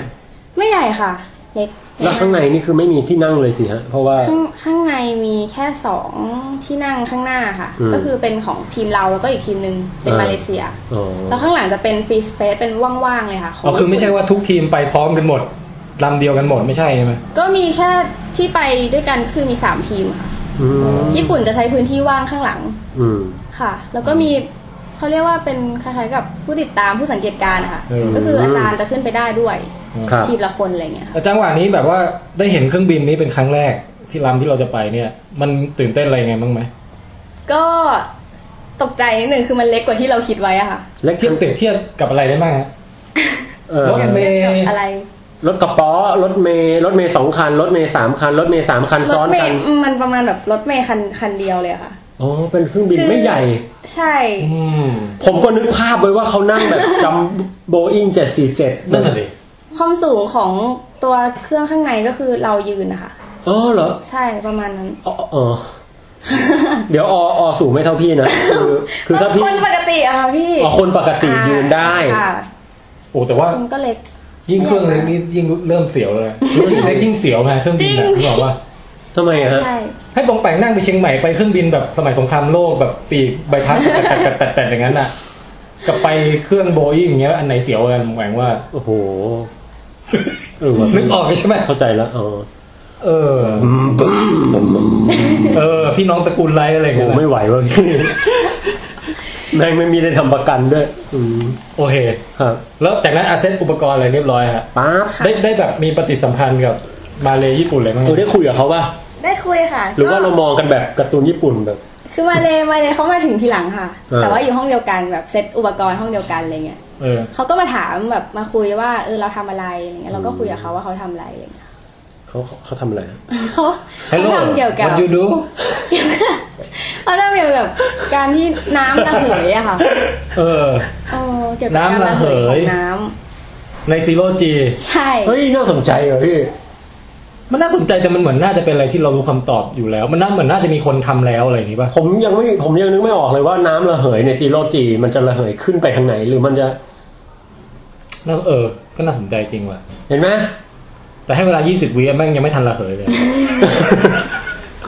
I: ไม่ใหญ่ค่ะ เล็ก
B: แล้วข้างในนี่คือไม่มีที่นั่งเลยสิฮะ เพราะว่า
I: ข้างข้างในมีแค่สองที่นั่งข้างหน้าค่ะ
B: อืม
I: ก็คือเป็นของทีมเราแล้วก็อีกทีมหนึ่งเป็น
B: อ่าม
I: มาเลเซีย
B: อ๋อ
I: แล้วข้างหลังจะเป็นฟรีสเปซเป็นว่างๆเลยค่ะ
A: อ๋อคือไม่ใช่
I: ญี่ปุ่น
A: ว่าทุกทีมไปพร้อมกันหมดลำเดียวกันหมดไม่ใช่ใช่ไหม
I: ก็มีแค่ที่ไปด้วยกันคือมีสามทีมค่ะ
B: อืม
I: ญี่ปุ่นจะใช้พื้นที่ว่างข้างหลัง
B: อืม
I: ค่ะ แล้วก็มีเขาเรียกว่าเป็นคล้ายๆกับผู้ติดตามผู้สังเกตการณ์ค่ะ
A: เออ
I: ก็คืออาจารย์จะขึ้นไปได้ด้วย
B: ครับ
I: ทีมละคนอะไรอย่างเงี้ยค่ะ
A: แต่จังหวะนี้แบบว่าได้เห็นเครื่องบินนี้เป็นครั้งแรกที่ลำที่เราจะไปเนี่ย มันตื่นเต้นอะไรยังไงบ้างไหม
I: ก็ตกใจนิดหนึ่งคือมันเล็กกว่าที่เราคิดไว้อะค่ะ
B: และ
A: เทียบเปรียบเทียบกับอะไรได้บ้างฮะ
B: เออ
A: รถเมย์
I: อะไร
B: รถกระป๋อรถเมย์รถเมย์สองคัน รถเมย์สามคัน รถเมย์สามคัน
I: ร
B: ซ้
I: ถ
B: อน
I: เม
B: กัน
I: ย์มันประมาณแบบรถเมย์คันคันเดียวเลยอะค่ะ
B: อ๋อเป็นเครื่องบิน
I: คือ
B: ไม่ใหญ่
I: ใช่
A: อืม
B: ผมก็นึกภาพไว้ว่าเขานั่งแบบ จำโบอิงเจ็ดสี่เจ็ด
A: นั่นแหละดิ
I: ความสูงของตัวเครื่องข้างในก็คือเรายืนนะคะ
B: อ๋อเหรอ
I: ใช่ประมาณนั้น
B: อ๋ออ๋อเดี๋ยวอออสูงไม่เท่าพี่นะ คือคือถ้าพี่
I: คนปกติอะค่ะพี่
B: อ๋อคนปกติยืนได้
I: ค่ะ
A: โอ้แต่ว่า
I: มันก็เล็ก
A: ยิ่งเครื่องเล็กนี่ยิ่งเริ่มเสียวเลยนะยิ่งเล็กยิ่งเสียวไงเครื่องบิน
I: จริ
A: อะ
I: ง
A: นึกออกว่า
B: ทำไมอะฮะ
I: ใช่
A: ให้ปองแปงนั่งไปเชียงใหม่ไปเครื่องบินแบบสมัยสงครามโลกแบบปีกใบพัด แต่แต่แต่แต่อย่างนั้นอ่ะกับไปเครื่องโบอิงอย่างเงี้ยอันไหนเสียวกันปองแปงว่า
B: โอ้โหเออว่ะ
A: นึกออกใช่ไหม
B: เข้าใจแล้วอ๋อ
A: เออ
B: อืมบึ้มบึ้มบึ้มบึ้ม
A: เออ พี่น้องตระกูลไรอะไรอย่าง
B: โอ้
A: เงี้ย
B: ไม่ไหวว่ะพี่ แม่งไม่มีได้ทำประกันด้วย อืม
A: โอเค
B: ครับ
A: แล้วจากนั้นอาเซนอุปกรณ์อะไรเรียบร้อยฮะ
B: ป๊าบ
A: ได้ได้แบบมีปฏิสัมพันธ์กับมาเลยญี่ปุ่นอะไรบ้างไห
B: เออ
A: ม
B: ได้คุยกับเขาป่ะ
I: ได้คุยค่ะ
B: หรือว่า
I: ก็
B: เรามองกันแบบการ์ตูนญี่ปุ่นแบบ
I: คือมาเลมาเลเขามาถึงทีหลังค่ะ
B: เออ
I: แต่ว่าอยู่ห้องเดียวกันแบบเซตอุปกรณ์ห้องเดียวกันอะไรเงี้ย
A: เออ
I: เขาก็มาถามแบบมาคุยว่าเออเราทำอะไรอะไรเงี้ยเราก็คุยกับเขาว่าเขาทำอะไรอะไรเงี้ย
B: เขาเขาเขาทำอะไรฮะ
I: เขาเขา
A: Hello
I: ทำเกี่ยวกับ
A: what you do
I: เขาทำเกี่ยวกับการที่น้ำระเหยอะ ค่ะ
A: เออ
I: เออเกี่ยวกับการ
A: น้ำระ
I: ระ
A: เห
I: เห
A: ย
I: ยของน้ำ
A: ในซีโร่จี
I: ใช่
B: เฮ้ยน่าสนใจเหรอพี่
A: มันน่าสนใจแต่มันเหมือนน่าจะเป็นอะไรที่เรารู้คำตอบอยู่แล้ว มันน่าเหมือนน่าจะมีคนทำแล้วอะไรอย่างนี้ป่ะ
B: ผมยังไม่ผมยังนึกไม่ออกเลยว่าน้ำระเหยในซีโรจีมันจะระเหยขึ้นไปทางไหน หรือมันจะ
A: น่าเออ ก็น่าสนใจจริงว่ะ
B: เห็นไหม
A: แต่ให้เวลา 20วิอะแม่งยังไม่ทันระเหยเลย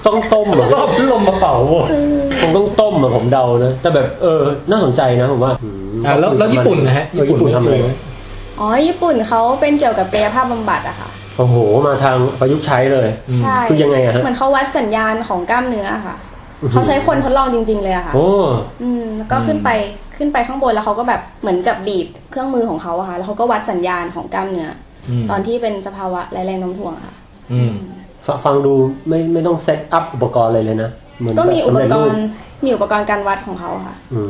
B: ต้องต้มเหรอ
A: ก็เอาพัดลมมาเป่าโว้ย
B: ผมต้องต้มเหรอผมเดานะแต่แบบเออ น่าสนใจนะผมว่าอืม
A: อ่ะแล้วแล้วญี่ปุ่นนะฮะ
B: เออญี่ปุ่นทำอะไร
A: ม่เคย
I: อ๋อญี่ปุ่นเขาเป็นเกี่ยวกับกายภาพบำบัดอะค่ะ
B: โอ้โหมาทางประยุกต์ใช้เลย
I: ใช่
B: คือยังไงอะฮะ
I: เหมือนเขาวัดสัญญาณของกล้ามเนื้ออะค่ะ
B: อือหือ
I: เขาใช้คนทดลองจริง ๆ เลยอะค่ะ
B: โอ้
I: อืมแล้วก็ขึ้นไปขึ้นไปข้างบนแล้วเขาก็แบบเหมือนกับบีบเครื่องมือของเขาอะค่ะ แล้วเขาก็วัดสัญญาณของกล้ามเนื้ออตอนที่เป็นสภาวะไร้แรงโน้มถ่วงอะค่ะ
A: อืม
B: ฟฟังดูไม่ไม่ต้องเซตอัพอุปกรณ์อะไรเลยนะเหมือน
I: ก็มีอุป
B: แบบ
I: ก
B: สำเจ
I: รณ์มีอุปกรณ์การวัดของเขาอะค่ะ
B: อื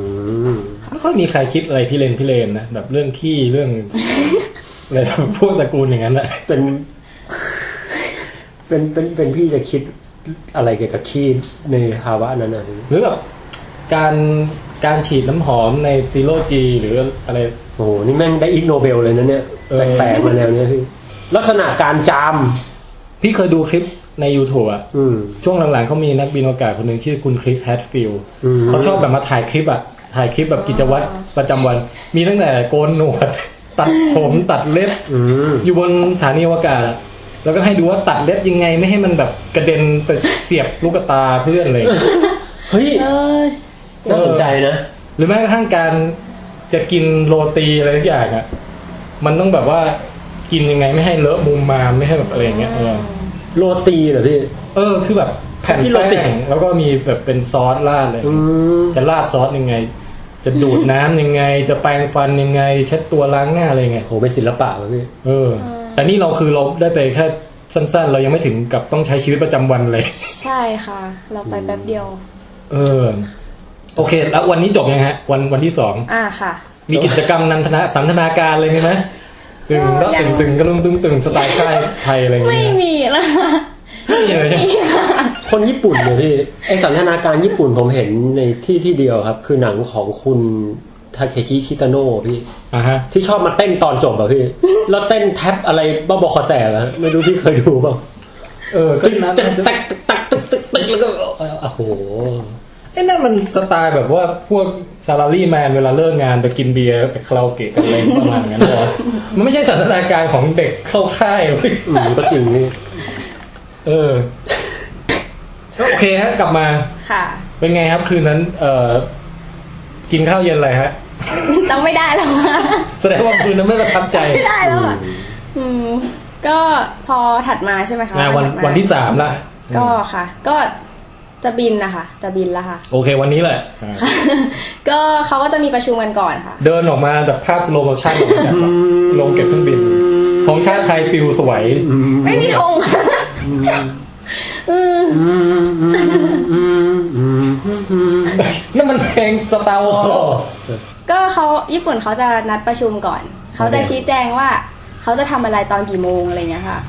B: ม
A: ไม่ค่อยมีใครคิดอะไรพี่เลนพี่เลนนะแบบเรื่องขี้เรื่อง อะไรแบบพวกตระกูลอย่างนั้นแหละ
B: เป็น เป็นเป็นเป็นพี่จะคิดอะไรเกี่ยวกับขี้ในภาวะนั้นนะ
A: หรือแบบการการฉีดน้ำหอมในซีโร่จีหรืออะไร
B: โอ้โหนี่แม่งได้อีกโนเบลเลยนะเนี่ย
A: เออ
B: แปลกๆมาแล้วเนี่ยพี่ลักษณะการจาม
A: พี่เคยดูคลิปใน YouTube อะ
B: อืม
A: ช่วงหลังๆเขามีนักบินอวกาศคนหนึ่งชื่อคุณคริสแฮตฟิลด์
B: อืม
A: เขาชอบแบบมาถ่ายคลิปอะถ่ายคลิปแบบกิจวัตรประจำวัน มีตั้งแต่โกนหนวด ตัดผมตัดเล็บ
B: อืม
A: อยู่บนสถานีอวกาศอะแล้วก็ให้ดูว่าตัดเล็บยังไงไม่ให้มันแบบกระเด็นไปเสียบลูกตาเพื่อน เลย
B: เฮ้ย
I: เออ
B: น่าสนใจนะ
A: หรือแม้กระทั่งการจะกินโรตีอะไรทุกอย่างอะมันต้องแบบว่ากินยังไงไม่ให้เลอะมุมมามไม่ให้แบบอะไรอย่างเงี้ยเออ
B: โรตีเหรอพี่
A: เออคือแบบแผ่น
B: ที่โร
A: แป้
B: ตี
A: งแล้วก็มีแบบเป็นซอสราดเลย
B: อืม
A: จะราดซอสยังไง จะดูดน้ำยังไง จะแปรงฟันยังไง เช็ดตัวล้างหน้าอะไรยังไง
B: โหเป็นศิลปะเหรอพี่
A: เออ แต่นี่เราคือเราได้ไปแค่สั้น ๆ เรายังไม่ถึงกับต้องใช้ชีวิตประจำวันเลย
I: ใช่ค่ะ เราไปแป๊บเดียว
A: เออ โอเค แล้ววันนี้จบยังฮะ วันวันที่สอง
I: อ่าค่ะ
A: มีกิจกรรมนันทนาสันทนาการอะไรมีไหมตึงแล้วตึ
I: ยัง
A: งตึงกระลุงตึงตึงสไตล์ใต้ไทยอะไรอย่าง
I: ไม่
A: เงี้ย
I: มีนะคะ
A: ไม่มีเลย
I: มีค่ะ
B: คนญี่ปุ่นเหรอพี่ ไอสันทนาการญี่ปุ่นผมเห็นในที่ที่เดียวครับ คือหนังของคุณทาเคชิคิตาโน่พี่
A: อ่ะฮะ
B: ที่ชอบมาเต้นตอนจบเหรอพี่ แล้วเต้นแท็บอะไรบ้าบอคอแตกอะไม่รู้พี่เคยดูเปล่า
A: เออ
B: ตึ
A: ขึ้น
B: ก
A: นั้น
B: ตักตักตักตักตักตักแล้วก็เออโอ้โห
A: ไอ้นั่นมันสไตล์แบบว่าพวกซาลารีแมนเวลาเลิกงานไปกินเบียร์ไปคาราโอเกะกันอะไรประมาณอย่างนั้น เหรอมันไม่ใช่สันทนาการของเด็กเข้าค่ายเว้ย
B: อืมก็จริงพี่
A: เออก็โอเคฮะ กลับมา
I: ค่ะ
A: เป็นไงครับ คืนนั้น เออกินข้าวเย็นอะไรฮะ
I: ต้องไม่ได้แล้วค่ะ
A: แสดงว่าคืนนั้นไม่ประทับ ใจ
I: ไม่ได้แล้วอ่ะ อืม ก็พอถัดมาใช่ไหมคะ
A: อ่ะวัน
I: ถัดมา
A: วันที่สามละ
I: ก็ค่ะ ก็จะบินนะคะ จะบินแล้วค่ะ
A: โอเควันนี้แหละ
I: ก็เขาก็จะมีประชุมกันก่อนค่ะ
A: เดินออกมาแบบภาพสโลโมชั่นออกมาจากแบบลงเก็บเครื่องบิน ของชาติไทยปิวสวย
I: ไม่มีธง
A: นั่นมันเพลงสตาร์วอล
I: ก็เขาญี่ปุ่นเขาจะนัดประชุมก่อน เขาจะชี้แจงว่าเขาจะทำอะไรตอนกี่โมงอะไรเงี้ยค่ะ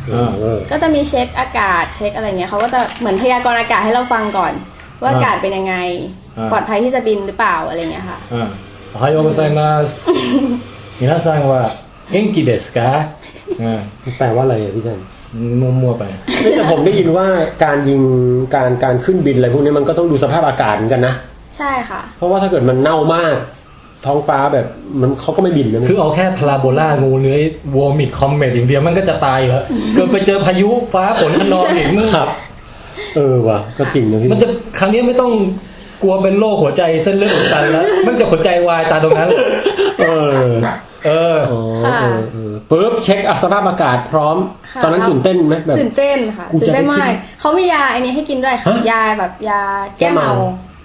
I: ก็จะมีเช็คอากาศเช็คอะไรเงี้ยเขาก็จะเหมือนพยากรณ์อากาศให้เราฟังก่อน ว่าอากาศเป็นยังไง
A: อ่า
I: ปลอดภัยที่จะบินหรือเปล่าอะไรเงี้ยค่ะ
A: อ่าおはようございます皆さんは元気ですかอ่า
B: แปลว่าอะไรอะพี่เทน
A: มั่วๆไป
B: เอ้ยแต่ผมได้ยินว่าการยิงการการขึ้นบินอะไรพวกนี้มันก็ต้องดูสภาพอากาศเหมือนกันนะ
I: ใช่ค่ะ
B: เพราะว่าถ้าเกิดมันเน่ามาก ท้องฟ้าแบบมันเขาก็ไม่บินนะ
A: คือเอาแค่พาราโบลางูเลื้อยวอมิดคอมเมดอย่างเดียวมันก็จะตายแล้วเกิดไปเจอพายุฟ้าฝนคะนองอีกมึง
B: ครับ เออว่ะก็จริงนะพี่
A: มันจะครั้งนี้ไม่ต้องกลัวเป็นโรคหัวใจเส้นเลือดอุดตันแล้ว มันจะหัวใจวายตายตรงนั้น
B: เออ
A: เออ
B: อ๋อ
I: ค่ะ
B: เออเออปึ๊บเช็คสภาพอากาศพร้อม
I: ค่ะ
B: ตอนนั้นตื่นเต้นไหมแบบ
I: ตื่นเต้นค่ะ
B: กูจะ
I: ตื่นเต้น
B: ได้
I: มา
B: กิ
I: ก
B: น
I: เขามียาไอ้นี้ให้กินด้วยค่ะ
B: ฮะ
I: ยาแบบยาแก้เมา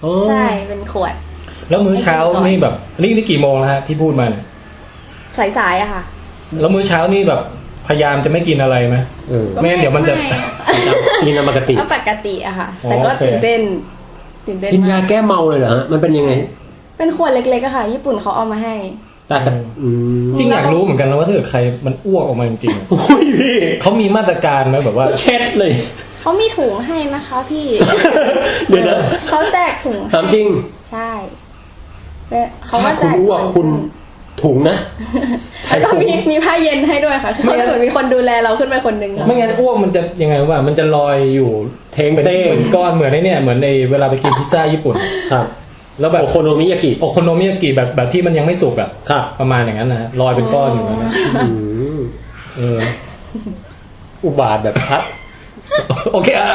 B: แก้เมาอ๋อ
I: ใช่เป็นขวด
A: แล้วมื้อเช้านี่แบบนี่นี่กี่โมงแล้วฮะที่พูดมาเนี่ย
I: ใสายๆอะค่ะ
A: แล้วมื้อเช้านี่แบบพยายามจะไม่กินอะไรไหม
B: เออ
A: ไม่งั้นเดี๋ยวมันจะ
I: ไ
B: กินปกติ
I: ก็ปกติอะค่ะ
A: อ๋อ
I: แต่ก็
A: โอเค
I: ตื่นเต้นตื่นเต้น
B: กินยาม
I: าก
B: แก้เมาเลยเหรอฮะมันเป็นยังไง
I: เป็นขวดเล็กๆอะค่ะ ญี่ปุ่นเขาเอามาให้
B: ตาตะอืม
A: จริงอยากรู้เหมือนกันนะว่าถ้าเกิดใครมันอ้วกออกมาจริง
B: โอ้ยพี่
A: ๆเขามีมาตรการไหมแบบว่า
B: เช็ดเลย
I: เขามีถุงให้นะคะพี่
B: เดี๋ยวนะ
I: เขาแจกถุง
B: ถามจริง
I: ใช่เนี่ยเขาก็
B: ถ้า
I: แจ
B: คุณ
I: ก
B: รู้ว่าคุณถุงนะ
I: แล้วก็มีมีผ้าเย็นให้ด้วยค่ะ คือเขาเหมือนมีคนดูแลเราขึ้นไปคนหนึ่งอะ
A: ไม่งั้นอ้วกมันจะยังไงวะมันจะลอยอยู่
B: เทง
A: เป็น
B: เต้ง
A: เหมือนก้อนเหมือนไอ้เนี่ยเหมือนไอ้เวลาไปกินพิซซ่าญี่ปุ่น
B: ครับ
A: แล้วแบบ
B: โอโคโนมิยากิ
A: โอโคโนมิยากิแบบแบบที่มันยังไม่สุกอะ
B: ครับ
A: ประมาณอย่างนั้นนะฮะลอยเป็นก้อนอยู่อย่างนั้นนะ
B: อืม
A: เออ
B: อุบาทแบบพัด
A: โอเคอ่ะ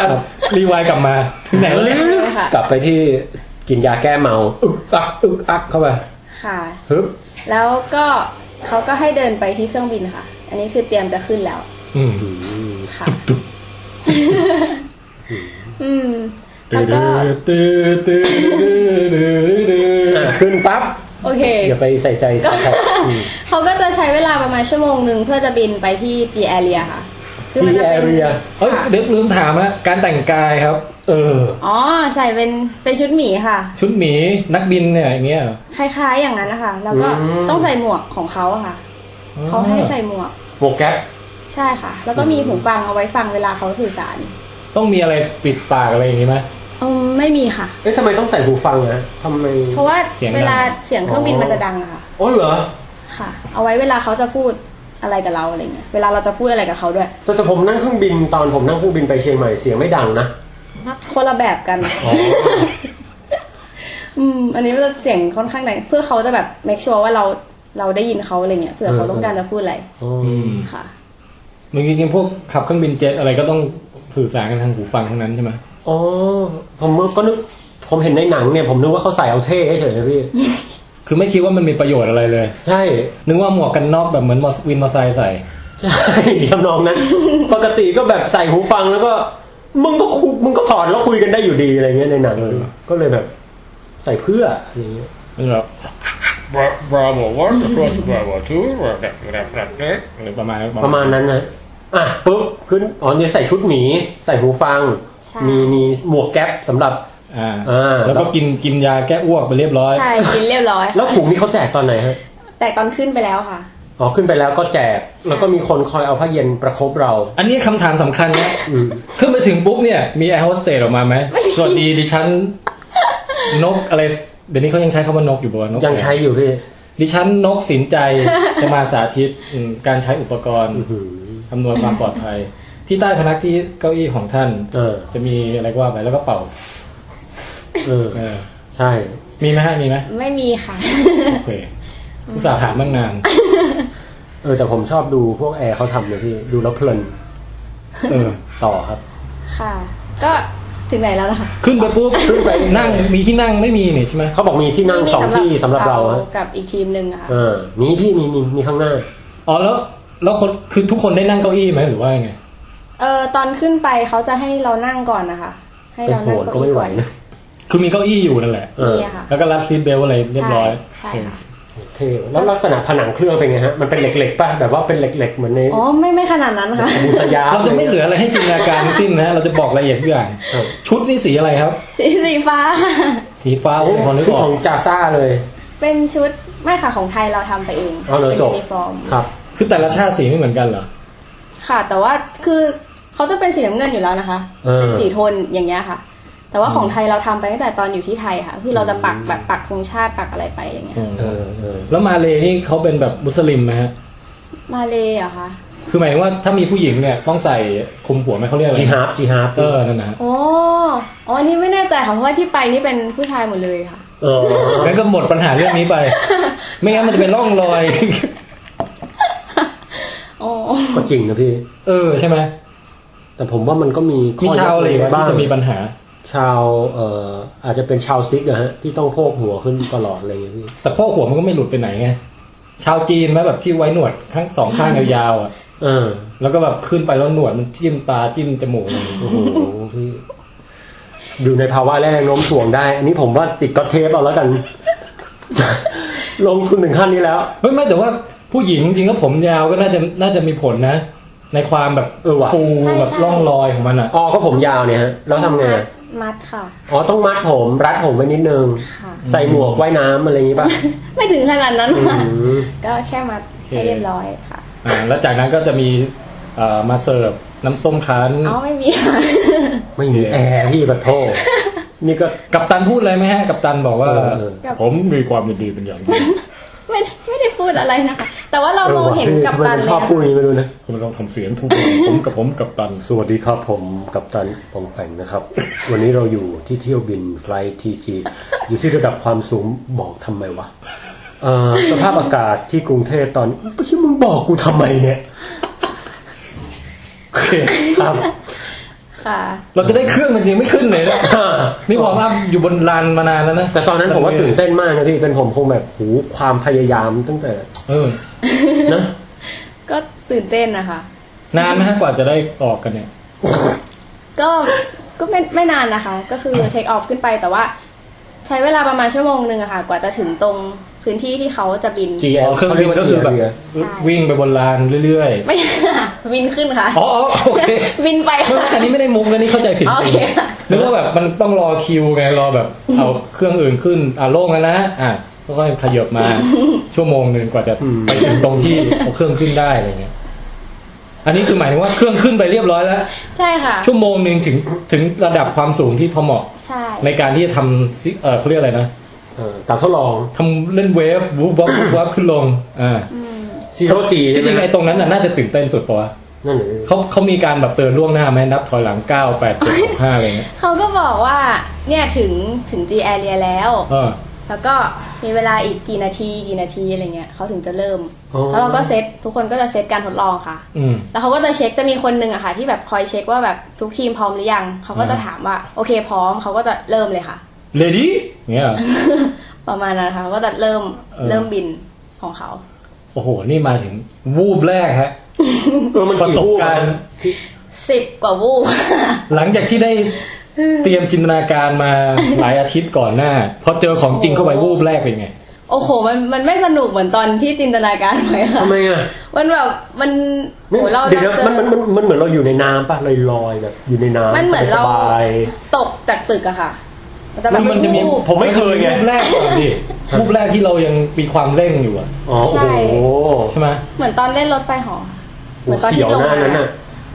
A: รีไวด์กลับมาที่ไหนวะเนี่ย
I: ค่ะ
B: กลับไปที่กินยาแก้เมาอึกอักอึกอักเข้าไป
I: ค่ะ
B: ฮึบ
I: แล้วก็เขาก็ให้เดินไปที่เครื่องบินค่ะ อันนี้คือเตรียมจะขึ้นแล้ว
A: อืม
I: ค่ะ อืม แล้วก็
B: อ่ะขึ้นปั๊บ
I: โอเค
B: อย่าไปใส่ใจสาขาอืม
I: เขาก็จะใช้เวลาประมาณชั่วโมงหนึ่งเพื่อจะบินไปที่ G area ค่ะ คืมัจะป็
B: G
I: น
B: area
A: เอ้ย
I: ค่ะ
A: เดี๋ยวลืมถามนะการแต่งกายครับ
B: เออ
I: อ๋อ ใส่เป็นเป็นชุดหมีค่ะ
A: ชุดหมีนักบินเนี่ยอย่างเงี้ยเหรอ
I: คล้ายๆอย่างนั้นนะคะ แล้วก็
B: อืม
I: ต้องใส่หมวกของเขาอะค่ะ เขาให้ใส่หมวก
B: โปรแกรม
I: ใช่ค่ะ แล้วก็มีหูฟังเอาไว้ฟังเวลาเขาสื่อสาร
A: ต้องมีอะไรปิดปากอะไรอย่างงี้ไหม
I: อืมไม่มีค่ะ
B: เอ๊ะทำไมต้องใส่หูฟังนะทำไม
I: เพราะว่า
A: เสียงดัง
I: เวลาเสียงเครื่องบิน
B: อ๋อ
I: มันจะดังอะค่ะ
B: โอ้เหรอ
I: ค่ะ เอาไว้เวลาเขาจะพูดอะไรกับเราอะไรเงี้ย เวลาเราจะพูดอะไรกับเขาด้วย
B: แต่แต่ผมนั่งเครื่องบินตอนผมนั่งเครื่องบินไปเชียงใหม่เสียงไม่ดังนะ
I: คนละแบบกัน อืม อันนี้มันจะเสียงค่อนข้างไหนเพื่อเขาจะแบบ make sure ว่าเราเราได้ยินเขาอะไรเงี้ย เผื่อเขา
B: เออ
I: ต้องการจะพูดอะไร
B: อ๋อ
A: อืม
I: ค่ะ
A: มันจริงๆพวกขับเครื่องบินเจ็ตอะไรก็ต้องสื่อสารกันทางหูฟังทั้งนั้นใช่ไหม
B: อ๋อผมก็นึกผมเห็นในหนังเนี่ยผมนึกว่าเขาใส่เอาเท่เฉยๆนะพี่
A: คือไม่คิดว่ามันมีประโยชน์อะไรเลย
B: ใช่
A: นึกว่าหมวกกันน็อกแบบเหมือนมอสวินมอเตอร์ไซค์ใส่
B: ใช่ทำนองนั้น ปกติก็แบบใส่หูฟังแล้วก็ มึงก็คุมึงก็ถอดแล้วคุยกันได้อยู่ดีอะไรเงี้ยในหนัง
A: เออ
B: ก็เลยแบบ ใส่เพื่ออะไรเงี้ย
A: มันแบบ
J: Bravo one, approach Bravo two, left, left, left, left.
A: หรือประมาณ
B: ประมาณนั้นนะอ่ะปุ๊บขึ้นอ๋อเนี่ยใส่ชุดหมี ใส่หูฟัง
I: ใช่
B: มีมีหมวกแก๊ปสำหรับ
A: อ่า
B: เออ
A: แล้วก็กินกินยาแก้อ้วกไปเรียบร้อย
I: ใช่ กินเรียบร้อยค่ะ
B: แล้วถุงนี่เขาแจกตอนไหนฮะ
I: แต่ตอนขึ้นไปแล้วค่ะ
B: อ๋อขึ้นไปแล้วก็แจก แล้วก็มีคนคอยเอาผ้าเย็นประคบเรา
A: อันนี้คำถามสำคัญนะ
B: อืม
A: ขึ้นไปถึงปุ๊บเนี่ย มีแอร์โฮสเตสออกมาไหม
I: ไม่มี
A: สวัสดีดิฉัน นกอะไร เดี๋ยวนี้เขายังใช้คำว่านกอยู่บ่นก
B: ยังใช้อยู่พี่
A: ดิฉันนกสินใจจะมาสาธิตอืมการใช้อุปกรณ์
B: อื้อหือ
A: อำนวยความปลอดภัย ที่ใต้พนักที่เก้าอี้ของท่าน
B: เออ
A: จะมีอะไรก็ว่าไปแล้วก็เป่า
B: เออ
A: เออ
B: ใช่
A: มีไหมฮะมีไหม
I: ไม่มีค่ะ
A: โอเคอุตส่าห์ถามตั้งนาน
B: เออแต่ผมชอบดูพวกแอร์เขาทำเลยพี่ ดูแล้วเพลิน
A: เออ
B: ต่อครับ
I: ค่ะ ก็ถึงไหนแล้วนะคะ
A: ขึ้นไปปุ๊บขึ้นไปนั่งมีที่นั่งไม่มีนี่ใช่ไหม
B: เขาบอกมีที่นั่ง
I: มี
B: สองที่สำหรับเราฮะ
I: กับอีกทีมหนึ่งอะค่ะ
B: เออมีพี่มีมีมีข้างหน้า
A: อ๋อแล้วแล้วคนคือทุกคนได้นั่งเก้าอี้ไหมหรือว่ายังไง
I: เออตอนขึ้นไปเขาจะให้เรานั่งก่อนนะคะ ให้
B: เป็น
I: เรา
B: โห
I: นั่
B: น
I: งเก้า
B: ก็
I: อี้
B: ไม่ไหว
I: ก่อน
B: นะ
A: คือมีเก้าอี้อยู่นั่นแหละ
B: เออ
I: นี่อะค่ะ
A: แล้วก็รัดซีทเบลอะไรเรียบร้อย
I: ใช่ค่ะ
B: เท่แล้วลักษณะผนังเครื่องเป็นไงฮะ มันเป็นเหล็กๆป่ะแบบว่าเป็นเหล็กๆ เหมือนใน
I: อ๋อ ไม่ไม่ขนาดนั้นค่ะ
B: บูสยา
A: เราจะไม่เหลืออะไรให้จินตนาการทั้งสิ้นนะเราจะบอก ละเอียดทุกอย่างชุดนี่สีอะไรครับ
I: สีสีฟ้า
A: สีฟ้า
B: เอา
A: โอ้โหพอนึก
B: ชื่อ
A: ออ
B: ข
A: ก
B: องจาซ่าเลย
I: เป็นชุดไม่ค่ะของไทยเราทำไปเอง
B: เอาเลย
I: น
B: จบ
I: ยูนิฟอร์ม
B: ครับ
A: คือแต่ละชาติสีไม่เหมือนกันเหรอ
I: ค่ะ แต่ว่าคือเขาจะเป็นสีน้ำเงินอยู่แล้วนะคะ
B: เออ
I: เป็นสีโทนอย่างเงี้ยค่ะ แต่ แต่ว่าของไทยเราทำไปตั้งแต่ตอนอยู่ที่ไทยค่ะ คือเราจะปักแบบปักธงชาติปักอะไรไปอย่างเงี้ย
A: เออเออแล้วมาเลยนี่เขาเป็นแบบมุสลิมไหมฮะ
I: มาเลยเหรอคะ
A: คือหมายถึงว่าถ้ามีผู้หญิงเนี่ยต้องใส่คลุมหัวไหมเขาเรียก อะไร
K: จีฮาบจีฮาบ
A: เออนั่นนะ
I: โอ้อ๋ออันนี้ไม่แน่ใจค่ะเพราะว่าที่ไปนี่เป็นผู้ชายหมดเลยค่ะ
A: เอองั้นก็หมดปัญหาเรื่องนี้ไป ไม่งั้นมันจะเป็นร่องรอย
I: โอ้
K: ก็จริงนะพี่
A: เออใช่ไหม
K: แต่ผมว่ามันก็มี
A: มีชาวอะไรอีกไหมที่จะมีปัญหา
K: ชาวเอ่ออาจจะเป็นชาวซิกนะฮะ ที่ต้องโพกหัวขึ้นตลอดอะไรอย่างเงี้ยพี่
A: แต่พวกหัวมันก็ไม่หลุดไปไหนไง ชาวจีนไหมแบบที่ไว้หนวดทั้งสองข้างยาวๆอ่ะ
K: เออ
A: แล้วก็แบบขึ้นไปแล้วหนวดมันจิ้มตาจิ้มจมูกอะไรอย่างเงี้ย
K: โอ้โหพี่อยู่ในภาวะแรงโน้มถ่วงได้ อันนี้ผมว่าติดก็อตเทปเอาแล้วกัน ลงทุนถึงขั้นนี้แล้ว
A: ไม่ไม่แต่ว่าผู้หญิงจริงก็ผมยาวก็น่าจะน่าจะมีผลนะ ในความแบบ
K: เออว่ะ
A: ฟูแบบร่องรอยของมันอ่ะ
K: อ๋อก็ผมยาวเนี่ยฮะ แล้วทำไง
I: มัดค่ะ
K: อ๋อต้องมัดผมรัดผมไว้นิดนึง
I: ค่ะ
K: ใส่หมวกว่ายน้ำอะไรอย่างงี้ป่ะ
I: ไม่ถึงขนาดนั้น
K: อื
I: ค่ะ
K: ม
I: ก็แค่มัดให้เรียบร้อยค่ะ
A: อ่าแล้วจากนั้นก็จะมีเอ่อมาเสิร์ฟน้ำส้มคั้น
I: อ๋อไม่มีค่ะ
K: ไม่มีแอร์พี่ปะโทษนี่ก็
A: กับตันพูดเลยไหมฮะ กับตันบอกว่า
K: เออเออ
I: กับ
A: ผมมีความยินดีเป็นอย่างยิ่ง
I: ไม่ไม่ได้พูดอะไรนะคะ แต่ว่าเรา
K: ออ
I: เรา
K: ว่ะ
I: เห็นกับ
K: ทำไม
I: ตัน
K: ผม
I: เล
K: ช
I: ย
K: อบ
I: อะ
K: พูดอย่างงี้ไม่รู้นะ
A: คุณลองทำเสียงทุกคนผมกับผมกับตัน
K: สวัสดีครับผมกัปตันปองแปงนะครับ วันนี้เราอยู่ที่เที่ยวบินไฟล์ทีจีอยู่ที่ระดับความสูงบอกทำไมวะเอ่อสภาพอากาศที่กรุงเทพตอนไม่ใช่มึงบอกกูทำไมเนี่ยโอเคครับ
I: ค่ะ
A: เราจะได้เครื่องมันยังไม่ขึ้นเลย นะ นี่บอกว่าอยู่บนลานมานานแล้วนะ
K: แต่ตอนนั้นผมว่าตื่นเต้นมากนะพี่เป็นผมคงแบบหูความพยายามตั้งแต่
A: เออ
K: นะ
I: ก็ตื่นเต้นนะคะ
A: นานไหมฮะกว่าจะได้ออกกันเนี่ย
I: ก็ก็ไม่ไม่นานนะคะ ก็คือเทคออฟขึ้นไปแต่ว่า ใช้เวลาประมาณชั่วโมงหนึ่งอะค่ะ กว่าจะถึงตรงพื้นที่ที่เขาจะบิน
K: จี
A: อ๋อเครื่องบินก็คือแบบ วิ่งไปบนลานเรื่อยๆ
I: ไม่ค่ะบินขึ้นค่ะ
A: อ๋ออ๋อโอเค
I: บินไป
A: ไม่ไม่
I: ค่ะ
A: อันนี้ไม่ได้มุกนะนี่เข้าใจผิด
I: โอ
A: จริง
I: เคค่ะ
A: นึกว่าแบบมันต้องรอคิวไงรอแบบเอาเครื่องอื่นขึ้นอ่ะโล่งแล้วนะอ่ะก็ค่อยขยบมา ชั่วโมงหนึ่งกว่าจะไปถึงตรงที่เอาเครื่องขึ้นได้อะไรเงี้ย อันนี้คือหมายถึงว่าเครื่องขึ้นไปเรียบร้อยแล้ว
I: ใช่ค่ะ
A: ชั่วโมงหนึ่งถึงถึงระดับความสูงที่พอเหมาะ
I: ใช่
A: ในการที่จะทำซิเออเขาเรียกอะไรนะ
K: เอ่อการทดลอง
A: ทำเล่นเวฟวูบวับวูบวับขึ้นลงอ่า
I: อืม
K: ซีโร่จี
A: จ
K: ใช่ไหม
A: ริงๆไอ้ตรงนั้นน่ะน่าจะตื่นเต้นสุดปะวะ
K: นั่นเลย
A: เขาเขามีการแบบเตือนล่วงหน้าไหมนับถอยหลังเก้าแปดเจ็ดหกห้าอะไรเงี้ย
I: เขาก็บอกว่า เนี่ยถึงถึง G area แล้ว
A: เออ
I: แล้วก็มีเวลาอีกกี่นาทีกี่นาทีอะไรเงี้ยเขาถึงจะเริ่ม แล้วเราก็เซตทุกคนก็จะเซตการทดลองค่ะ
A: อืม
I: แล้วเขาก็จะเช็คจะมีคนหนึ่งอะค่ะ ที่แบบคอยเช็คว่าแบบทุกทีมพร้อมหรือยังเขาก็จะ
A: อ่า
I: ถามว่าโอเคพร้อมเขาก็จะเริ่มเลยค่ะ
A: เลดี้เงี้ยเหรอ
I: ประมาณนั้นค่ะเขาก็จะเริ่ม
A: เออ
I: เริ่มบินของเขา
A: โอ้โห นี่มาถึงวูบแรกฮะ
K: เออมัน
A: ประสบการณ์
I: สิบกว่า วูบ
A: หลังจากที่ได้เตรียมจินตนาการมา หลายอาทิตย์ก่อนหน้า พอเจอของจริงเข้าไป
I: โอ้โห
A: วูบแรกเป็นไง
I: โอ้โหมันมันไม่สนุกเหมือนตอนที่จินตนาการไว้ค่ะ
K: ทำไมอ่ะ
I: มันแบบมันโอ้โหเรา
K: เดี๋ยว
I: เจ
K: ๆ
I: อ
K: มันมันมันมันเหมือนเราอยู่ในน้ำป่ะลอยลอยๆแบบอยู่ในน้ำ
I: มันเหมือนเรา
K: สบาย
I: ตกจากตึกอะค่ะแต่แบบ
A: คือมันจะมี
I: วูบ
K: ๆผมไม่เคยไง
A: วูบแรกก่อนดิ วูบแรกที่เรายังมีความเร่งอยู่อะ
K: อ๋อโอ้
I: ใช่
K: โห
A: ใช่ไหม
I: เหมือนตอนเล่นรถไฟเหอเหมือนตอน
K: เสี
I: ที่
K: ยว
I: ลง
K: หน้า
I: มา
K: นั้นน่ะ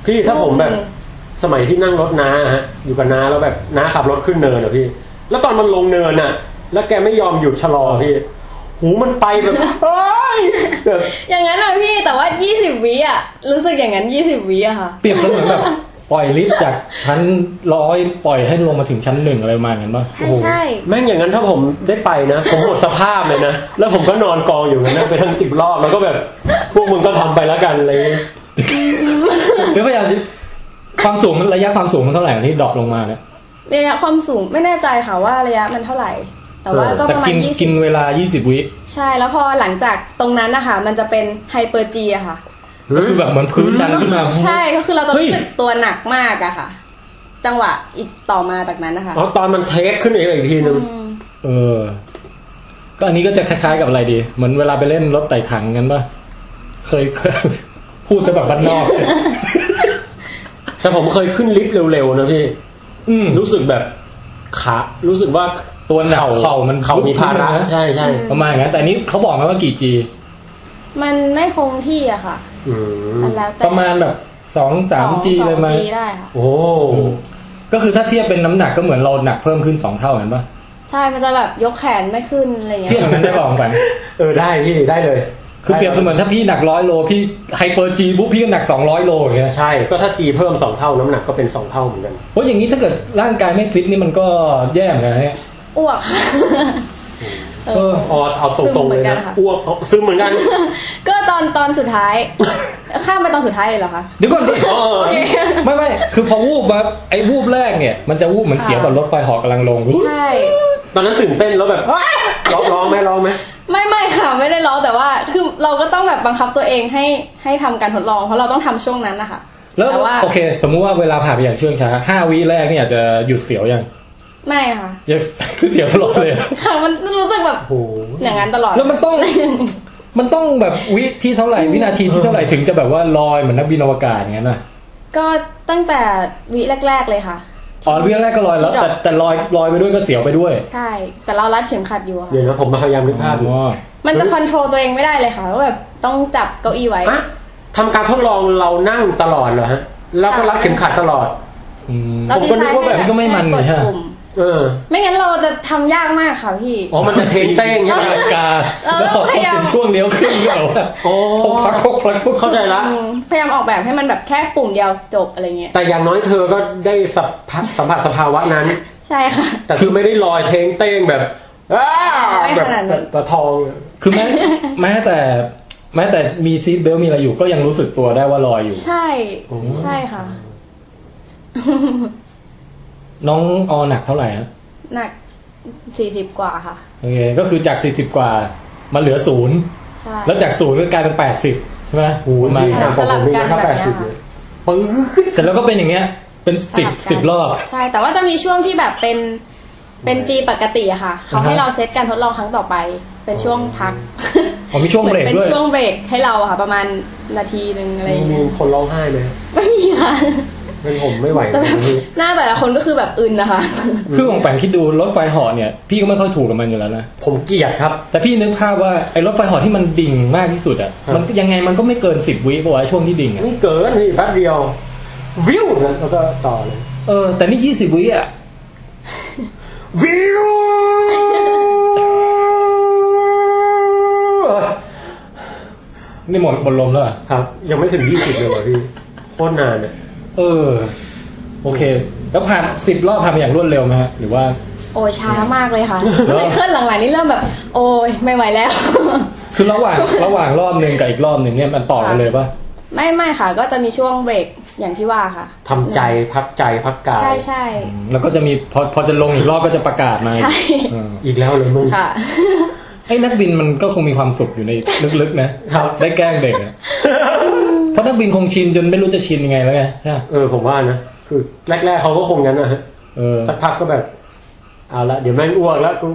K: พี่ถ้าผมแบบ สมัยที่นั่งรถน้าฮะ อยู่กับน้าแล้วแบบน้าขับรถขึ้นเนินอะพี่ แล้วตอนมันลงเนินน่ะ แล้วแกไม่ยอมหยุดชะลอพี่ หูมันไป แบบ เฮ้ยแบบ
I: อย่างนั้นอะพี่แต่ว่า 20 วิอะรู้สึกอย่างนั้น 20 วิอะค่ะ
A: เปรียบเสมือนแบบ ปล่อยลิฟต์จากชั้นร้อยปล่อยให้ลงมาถึงชั้นหนึ่งอะไรประมาณนั้นป่ะ
I: ใช่ใช่
K: แม่งอย่างนั้นถ้าผมได้ไปนะ ผมหมดสภาพเลยนะ แล้วผมก็นอนกองอยู่งั้นนะไปทั้งสิบรอบแล้วก็แบบ พวกมึงก็ทำไปแล้วกันอะไรอย่างเงี้ย
A: หรือพยายามจะความสูงมันระยะความสูงมันเท่าไหร่ที่ดรอปลงมาเนี่ย
I: ระยะความสูงไม่แน่ใจค่ะว่าระยะมันเท่าไหร่ แต่ว่าก็
A: แต่
I: ประมา
A: กิ
I: ณ
A: น
I: ยี่สิ
A: กิ
I: บ
A: นเวลา 20 วิ
I: ใช่แล้วพอหลังจากตรงนั้นนะคะมันจะเป็นไฮเปอร์จีอะค่ะ
A: ก็คือแบบเหมือนพื้นดันขึ้นมา
I: ใช่ก็คือเราจะ
A: เฮ้ย
I: รู้สึกตัวหนักมากอะค่ะ จังหวะอีกต่อมาจากนั้นนะคะ
K: อ๋อตอนมันเทคขึ้นเองอีกทีนึง
I: ม
A: เออ ก็อันนี้ก็จะคล้ายๆกับอะไรดี เหมือนเวลาไปเล่นรถไต่ถังกันป่ะ เคย พูดซะแบบบ้านน อกสิ
K: แต่ผมเคยขึ้นลิฟต์เร็วๆนะพี่
A: อืม
K: รู้สึกแบบขารู้สึกว่า
A: ตัวหนักเข่ามัน
K: เข่ามีภาระ
A: ลุกขึ้นน
K: ใช่ใช่
A: ประมาณอย่างนั้นแต่อันนี้เขาบอกมาว่ากี่จี
I: มันไม่คงที่อะค่ะ
K: อืม
I: มันแล้วแต่
A: ประมาณแบบสองสามจี
I: สอง
A: เลยไหม
I: จีได้ค่ะ
K: โอ้
A: ก็คือถ้าเทียบเป็นน้ำหนักก็เหมือนเราหนักเพิ่มขึ้นสองเท่าเห็นปะ
I: ใช่ มันจะแบบยกแขนไม่ขึ้นอะไรอย่าง
A: เทียบกัน
I: เงี้ย
A: นั้นได้บอก ไป
K: เออได้พี่ได้เลย
A: คือเปรียบเสมือนถ้าพี่หนักร้อยโลพี่ไฮเปอร์จีปุ๊บพี่ก็หนักสองร้อยโลอย่างเงี้ย
K: ใช่ก็ถ้าจีเพิ่มสองเท่าน้ำหนักก็เป็นสองเท่าเหมือนกัน
A: เพราะอย่างนี้ถ้าเกิดร่างกายไม่ฟิตนี่มันก็แย่เหมือนกันนะเนี่ย
I: อ้วกค่ะ
A: เออ
K: ออเอาตรงๆเลยนะอ้วกเอาซึมเหมือนกัน
I: ก็ตอนตอนสุด ท้าย ข้ามไปตอนสุดท้ายเลยเหรอคะ
A: เดี๋ยวก่อนดิ
K: เออ
I: โอเค
A: ไม่ไม่คือพอวูบมาไอ้วูบแรกเนี่ย มันจะวูบเหมือนเสียงตอนรถไฟเหอกำลังลง
I: ใช่
K: ตอนนั้นตื่นเต้นแล้วแบบ อ้าร้องร้องไหมร้องไหม
I: ไม่ไม่ค่ะไม่ได้ร้องแต่ว่าคือเราก็ต้องแบบบังคับตัวเองให้ให้ทำการทดลองเพราะเราต้องทำช่วงนั้นนะคะ
A: แล้ว
I: ว่า
A: โอเค สมมุติว่าเวลาผ่านไปอย่างเชื่องช้าห้าวิแรกเนี่ยอาจจะหยุดเสียวยัง
I: ไม่ค่ะ
A: ยัง คือเสียวตลอดเลย
I: ค่ะมันรู้สึกแบบ
K: โอ้โห
I: อย่างนั้นตลอด
A: แล้วมัน ต้อง มันต้องแบบวิที่เท่าไหร่วินาทีที่เท่าไหร่ถึงจะแบบว่าลอยเหมือนนักบินอวกาศอย่างนั้นน่ะ
I: ก็ตั้งแต่วิแรก ๆเลยค่ะ
A: อ๋อวิแรกก็ลอยแล้ว แต่แต่ลอยลอยไปด้วยก็เสียวไปด้วย
I: ใช่ แต่เรารัดเข็มขัดอยู่อะค่ะ
K: เดี๋ยวนะผมพยายามนึกภาพอยู่
A: อ๋อ
I: มันจะคอนโทรลตัวเองไม่ได้เลยค่ะว่าแบบต้องจับเก้าอี้ไว้
K: ฮะทำการทดลองเรานั่งตลอดเหรอฮะ แล้วก็รัดเข็มขัดตลอด
I: เรา
K: ผมก็นึกว่าแบบ
I: ดีซ
A: ก็ไม่มัน
I: ให้
A: นี่ฮะ
I: กดปุ่ม
K: เออ
I: ไม่งั้นเราจะทำยากมากค่ะพี่
K: อ๋อมันจะเทงเต้งใช่ไหม
A: นาฬิกา
I: เรา
A: แล้ว
I: ต้
A: พ
I: อง
A: อ
I: พยายาม
A: ถึงช่วงเลี้ยวขึ้นก็แบบว่า
K: โอ้
A: พกพักพกพักพก
K: เข้าใจละ
I: อืมพยายามออกแบบให้มันแบบแค่ปุ่มเดียวจบอะไรเงี้ย
K: แต่อย่างน้อยเธอก็ได้สัมผัสสัมผัสสภาวะนั้น
I: ใช่ค่ะ
K: แต่คือไม่ได้ลอยเทงเต้งแบบอ้า
I: ไม่
K: แบบ
I: ขนาดนั้น
K: ประทอง
A: คือแม้แม้แต่ แม้แต่มีซีทเบลต์มีอะไรอยู่ก็ยังรู้สึกตัวได้ว่าลอยอยู่
I: ใช่ ใช่ ค่ะ
A: น้องออหนักเท่าไหร่ฮะ
I: หนักสี่สิบกว่าค่ะ
A: โอเคก็คือจากสี่สิบกว่ามาเหลือศูนย์
I: ใช่
A: แล้วจากศูนย์ก็กลายเป็นแปดสิบใช่ไหม
K: โอ้โห
A: ประมาณ
K: นี่
A: นั้น
K: หนักกว่าผมนี่นะครับ
I: สลับกันแบบ
K: แปดสิบ
I: เนี้
K: เลย ยปื้ด
A: เสร็จแล้วก็เป็นอย่างเงี้ย เป็นสิบสิบรอบ
I: ใช่ แต่ว่าจะมีช่วงที่แบบเป็นเป็นจีปกติอะค่ะ เขาให้
A: อ่าฮะ
I: เราเซตการทดลองครั้งต่อไป เป็นช่วงพัก
A: อ๋อมีช่วงเบรก
I: ห
A: ด้
I: มือนเป็
A: วย
I: นช่วงเบรกให้เราอะค่ะ ประมาณนาทีหนึ่งอะไรอย่าง
K: มี
I: เงี้ย
K: คนร้องไห้เลย
I: ไม่มีค่ะ
K: เป็นผมไม่ไหว
I: แต่ แบบหน้าแต่ละคนก็คือแบบอึนนะคะ
A: คือของแปงคิดดูรถไฟเหอเนี่ย พี่ก็ไม่ค่อยถูกกับมันอยู่แล้วนะ
K: ผมเกลียดครับ
A: แต่พี่นึกภาพว่าไอ้รถไฟเหอที่มันดิ่งมากที่สุดอ่ะ
K: ครับ
A: มันยังไงมันก็ไม่เกินสิบวิป่ะวะช่วงที่ดิ่งอะ
K: นี่เกินนี่แป๊บเดียว วิวนะแล้วก็ต่อเลย
A: เออแต่นี่ยี่สิบวิอ่ะ
K: วิว
A: นี่หมดบนลมแล้วอะ
K: ครับ ยังไม่ถึงยี่สิบเลยเหรอพี่โคตรนานอ่ะ
A: เออ โอเค แล้วผ่านสิบรอบผ่านไปอย่างรวดเร็วไหมฮะหรือว่า
I: โอ้ยช้ามากเลยค่ะไมเคิลหลังๆนี่เริ่มแบบ โอ้ยไม่ไหวแล้ว
A: คือระหว่าง ระหว่างรอบหนึ่งกับอีกรอบหนึ่งเนี่ยมันต่อกันเลยปะ
I: ไม่ไม่ค่ะ ก็จะมีช่วงเบรกอย่างที่ว่าค่ะ
K: ทำใจพักใจพักกาย
I: ใช่ใช่
A: แล้วก็จะมีพอพอจะลงอีกรอบก็จะประกาศมา
I: ใช่
A: เออ
K: อีกแล้วเลยมึง
I: ค่ะ
A: ไอ้นักบินมันก็คงมีความสุขอยู่ในลึกๆนะครับ ได้แกล้งเด็กอะเพราะนักบินคงชินจนไม่รู้จะชินยังไงแล้วไงใช่ปะ
K: เออผมว่านะ คือแรกๆเขาก็คงงั้นนะฮะ
A: เออ
K: สักพักก็แบบ เอาละเดี๋ยวแม่งอ้วกแล้วกู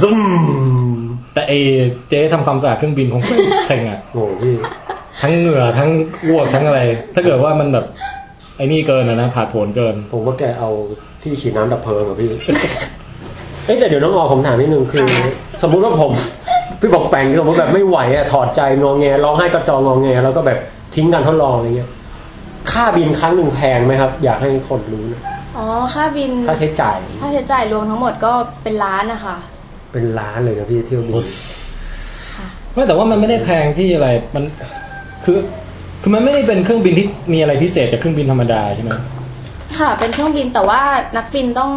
K: ซึม
A: แต่ไอ้เจ๊ทำความสะอาดเครื่องบินคงเซ็งอ่ะ
K: โอ้โหพี่
A: ทั้งเหงื่อทั้งอ้วกทั้งอะไร ถ้าเกิดว่ามันแบบ ไอ้นี่เกินอะนะผ่าดโผนเกิน
K: ผมว่าแกเอาที่ฉีดน้ำดับเพลิงอะพี่ เอ้ยแต่เดี๋ยวน้องออผมถามนิดนึงคือ สมมุติว่าผม พี่บอกแปลงสมมติแบบไม่ไหวอะถอดใจงองแงร้องไห้กระจองงองแงแล้วก็แบบทิ้งการทดลองอะไรเงี้ย ค่าบินครั้งหนึ่งแพงไหมครับ อยากให้คนรู้นะ
I: อ๋อ ค่าบิน
K: ค่าใช้จ่าย
I: ค่าใช้จ่ายรวมทั้งหมดก็เป็นล้านนะคะ
K: เป็นล้านเลยนะพี่เที่ยวบิน
A: ไม่แต่ว่ามันไม่ได้แพงที่อะไร มันคือ คือมันไม่ได้เป็นเครื่องบินที่มีอะไรพิเศษจากเครื่องบินธรรมดาใช่ไหม
I: ค่ะ เป็นเครื่องบินแต่ว่านักบินต้อง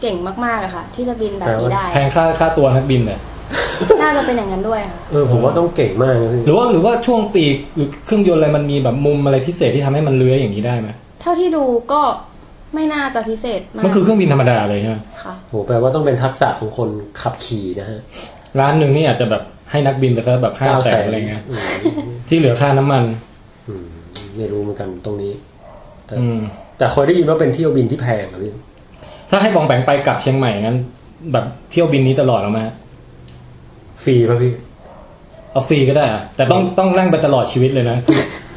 I: เก่งมากๆอะค่ะ ที่จะบินแบบนี้ได้
A: แพงค่าค่าตัวนักบินเนี่ย
I: น่าจะเป็นอย่างนั้นด้วยค่ะ
K: เออผมว่าต้องเก่งมากนะพี่
A: หรือว่าหรือว่าช่วงปีกหรือเครื่องยนต์อะไรมันมีแบบมุมอะไรพิเศษที่ทำให้มันเลื้อยอย่างนี้ได้ไหม
I: เท่าที่ดูก็ไม่น่าจะพิเศษมาก
A: มันคือเครื่องบินธรรมดาเลยใช่ไหม
I: ค่ะ
K: โหแปลว่าต้องเป็นทักษะของคนขับขี่นะฮะ
A: ร้านหนึ่งนี่อาจจะแบบให้นักบินไปซะแบบห้าแสนอะไรเงี้ย
K: อืม
A: ที่เหลือค่าน้ำมัน
K: อืมไม่รู้เหมือนกันตรงนี้ แต่
A: อืม
K: แต่เคยได้ยินว่าเป็นเที่ยวบินที่แพงอะพี่
A: ถ้าให้บองแบงไปกลับเชียงใหม่งั้น แบบเที่ยวบินนี้ตลอดหรอาไหม
K: ฟรีป่ะพี่
A: เอาฟรีก็ได้อะแต่ต้องต้องนั่งไปตลอดชีวิตเลยนะ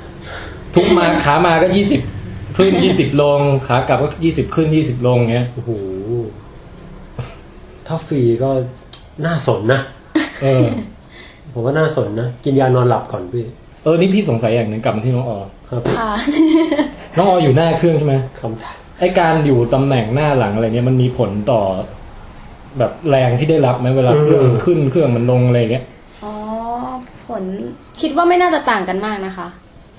A: ทุกมาขามาก็ยี่สิบขึ้นยี่สิบลงขากลับก็ยี่สิบขึ้นยี่สิบลงเงี้ย
K: โอ้โห ถ้าฟรีก็น่าสนนะ
A: เออ
K: ผมว่าน่าสนนะ กินยานอนหลับก่อนพี่
A: เออ นี่พี่สงสัยอย่างหนึ่งกลับมาที่น้องออ
K: ครับ
I: ค่ะ
A: น้องอออยู่หน้าเครื่องใช่ไหม
K: คำถาม
A: ไอการอยู่ตำแหน่งหน้าหลังอะไรเงี้ยมันมีผลต่อ แบบแรงที่ได้รับไหมเวลาเครื่อง
K: เออ
A: ขึ้นเครื่องมันลงอะไรเงี้ย
I: อ๋อผลคิดว่าไม่น่าจะต่างกันมากนะคะ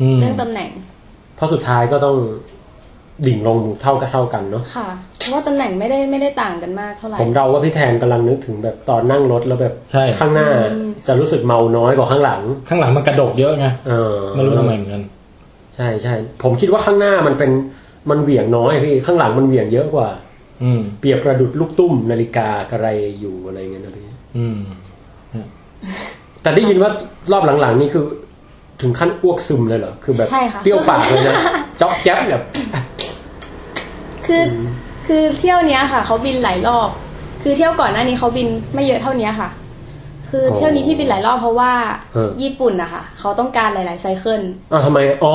A: อืม
I: เรื่องตำแหน่ง
K: เพราะสุดท้ายก็ต้องดิ่งลงเท่ากับเท่ากันเนาะ
I: ค่ะ เพราะว่าตำแหน่งไม่ได้ไม่ได้ต่างกันมากเท่าไหร่
K: ผมเดาว่าพี่แทนกำลังนึกถึงแบบตอนนั่งรถแล้วแบบ
A: ใช่
K: ข้างหน้า
I: อืม
K: จะรู้สึกเมาน้อยกว่าข้างหลัง
A: ข้างหลังมันกระดกเยอะไง
K: เออ
A: ไม่รู้ทำไมเหมือนกัน
K: ใช่ใช่ผมคิดว่าข้างหน้ามันเป็นมันเหวี่ยงน้อยพี่ข้างหลังมันเหวี่ยงเยอะกว่า
A: อืม
K: เปรียบประดุดลูกตุ้มนาฬิกากระไรอยู่อะไรเงี้ยนะพี่
A: อืม
K: แต่ได้ยินว่ารอบหลังๆนี่คือถึงขั้นอ้วกซึมเลยเหรอคือแบบ
I: ใช่ค่ะ
K: เปรี้ยวปากเลย นะจ๊อกแจ๊บแบบ
I: คืออคือเที่ยวเนี้ยค่ะเขาบินหลายรอบ คือเที่ยวก่อนหน้านี้เขาบินไม่เยอะเท่าเนี้ยค่ะ คือเที่ยวนี้ที่บินหลายรอบเพราะว่า
K: เออ
I: ญี่ปุ่นนะคะเขาต้องการหลาย ๆ ไซเคิล
K: อ้าวทำไมอ๋อ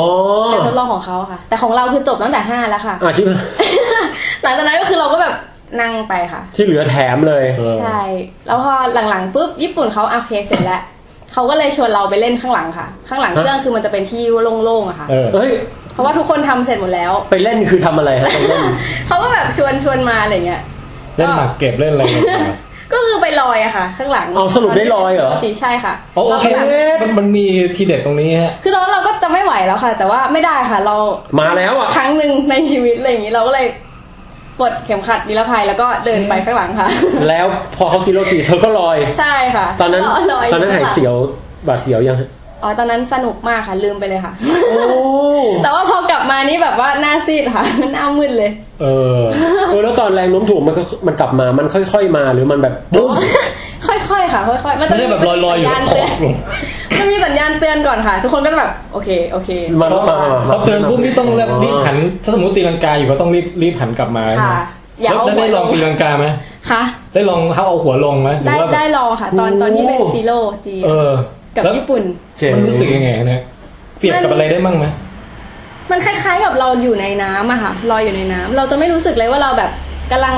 I: การทดลองของเขาค่ะ แต่ของเราคือจบตั้งแต่ห้าแล้วค่ะ
K: อาชิบ
I: หลังจากนั้นก็คือเราก็แบบนั่งไปค่ะ
K: ที่เหลือแถมเลย
I: ใช่ แล้วพอหลังๆปุ๊บญี่ปุ่นเขาเอาเคเสร็จแล้วเขาก็เลยชวนเราไปเล่นข้างหลังค่ะ ข้างหลัง
K: ฮะ
I: เครื่องคือมันจะเป็นที่โล่งๆอะค่ะ
A: เออ
K: เฮ้ย
I: เพราะว่าทุกคนทำเสร็จหมดแล้ว
K: ไปเล่นคือทำอะไรฮะไปเล่น
I: เขาก็แบบชวนชวนมาอะไรเงี้ย
A: เล่นหมากเก็บเล่นอะไรกันมา
I: ก็คือไปลอยอะค่ะ ข้างหลัง
K: เอาสรุปได้ลอยเหรอ
I: ปกติใช่ค่ะ
A: โอโอเค
I: ราก็แบบ
A: มันมันมีทีเด็ดตรงนี้ฮะ
I: คือตอนนั้นเราก็จะไม่ไหวแล้วค่ะ แต่ว่าไม่ได้ค่ะ เรา
K: มาแล้วอ่ะ
I: ครั้งหนึ่งในชีวิตอะไรอย่างนี้เราก็เลยปลดเข็มขัดนิรภัยแล้วก็เดินไปข้างหลังค่ะ
K: แล้วพอเขากินโรตีเธอก็ลอย
I: ใช่ค่ะ
K: ตอนนั้น
I: ก็ลย
K: ตอนนั้นหายเสียวบาดเสียวยังฮะ
I: อ๋อตอนนั้นสนุกมากค่ะ ลืมไปเลยค่ะ
K: โอ้
I: แต่ว่าพอกลับมานี่แบบว่าหน้าซีดค่ะ หน้ามึนเลย
A: เออ
K: เออแล้วตอนแรงโน้มถ่วงมันก็มันกลับมามันค่อย ๆมาหรือมันแบบปุ๊บ
I: ค่อยๆค่ะ ค่อยๆ มันจะ
A: ไม่ได้แบบลอยๆอยู่
I: สัญญาณเตือน
A: โอ้โห
I: มันมีสัญญาณเตือนก่อนค่ะ ทุกคนก็จะแบบโอเคโอเค
K: มันมา
A: พอเตือนปุ๊บนี่ต้องรีบรีบหัน ถ้าสมมติตีลังกาอยู่ก็ต้องรีบรีบหันกลับมา
I: ค่ะอย่า
A: แล้ว
I: เอา
A: แล้ว
I: หั
A: ได้
I: ว
A: ล
I: ล
A: อง
I: ง
A: ตีลังกาไหม
I: ค่ะ
A: ได้ลองเขาเอาหัวลงไหมหรื
I: ได้
A: อว่าแบบ
I: ได้ลองค่ะ ตอนตอนที่เป็น
K: โอ้โห
I: ซีโร่จี
A: เออ
I: กับ
A: แล้ว
I: ญี่ปุ่น
A: มันรู้สึกยังไงเนี่ยเปรียบกับอะไรได้มั่งไหม
I: มันคล้ายๆกับเราอยู่ในน้ำอะค่ะลอยอยู่ในน้ำเราจะไม่รู้สึกเลยว่าเราแบบกำลัง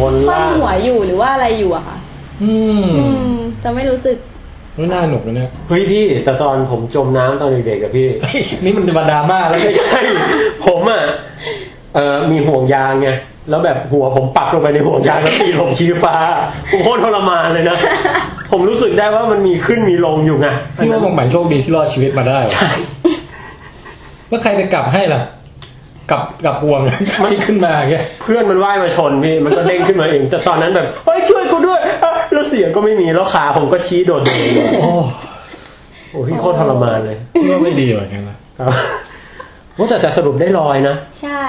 K: บน
I: ค
K: ล่าง
I: ว่ำหัวอยู่หรือว่าอะไรอยู่อะค่ะ
A: อืม
I: อืม จะไม่รู้สึก
A: ไม่น่าหนุกเลยเนี่ย
K: เฮ้ยพี่ แต่ตอนผมจมน้ำตอนเด็กๆกับพี่
A: นี่มันจะมาดราม่าแล้ว
K: ไม่ใช่ผมอ่ะเอ่อมีห่วงยางไงแล้วแบบหัวผมปักลงไปในห่วงยางแล้วตีลงชี้ฟ้าโอ้โหทรมานเลยนะ ผมรู้สึกได้ว่ามันมีขึ้นมีลงอยู่ไง
A: พี่ว่าบางหมันโชคดีที่รอดชีวิตมาได้ว่ะแล้วใครไปกลับให้ล่ะกลับกลับพวงที่ขึ้นมาอย่างเงี้ย
K: เพื่อนมันว่ายมาชนพี่มันก็เด้งขึ้นมาเอง แต่ตอนนั้นแบบเฮ้ยช่วยกูด้วยอ่ะแล้วเสียงก็ไม่มีแล้วขาผมก็ชี้โดดเด่นเลย
A: โอ้
K: โอ้พี่โคตรทรมานเลย
A: พี่ว่าไม่ดีเหมือนกันนะครับ
K: ว่าแต่แต่สรุปได้ลอยนะ
I: ใช่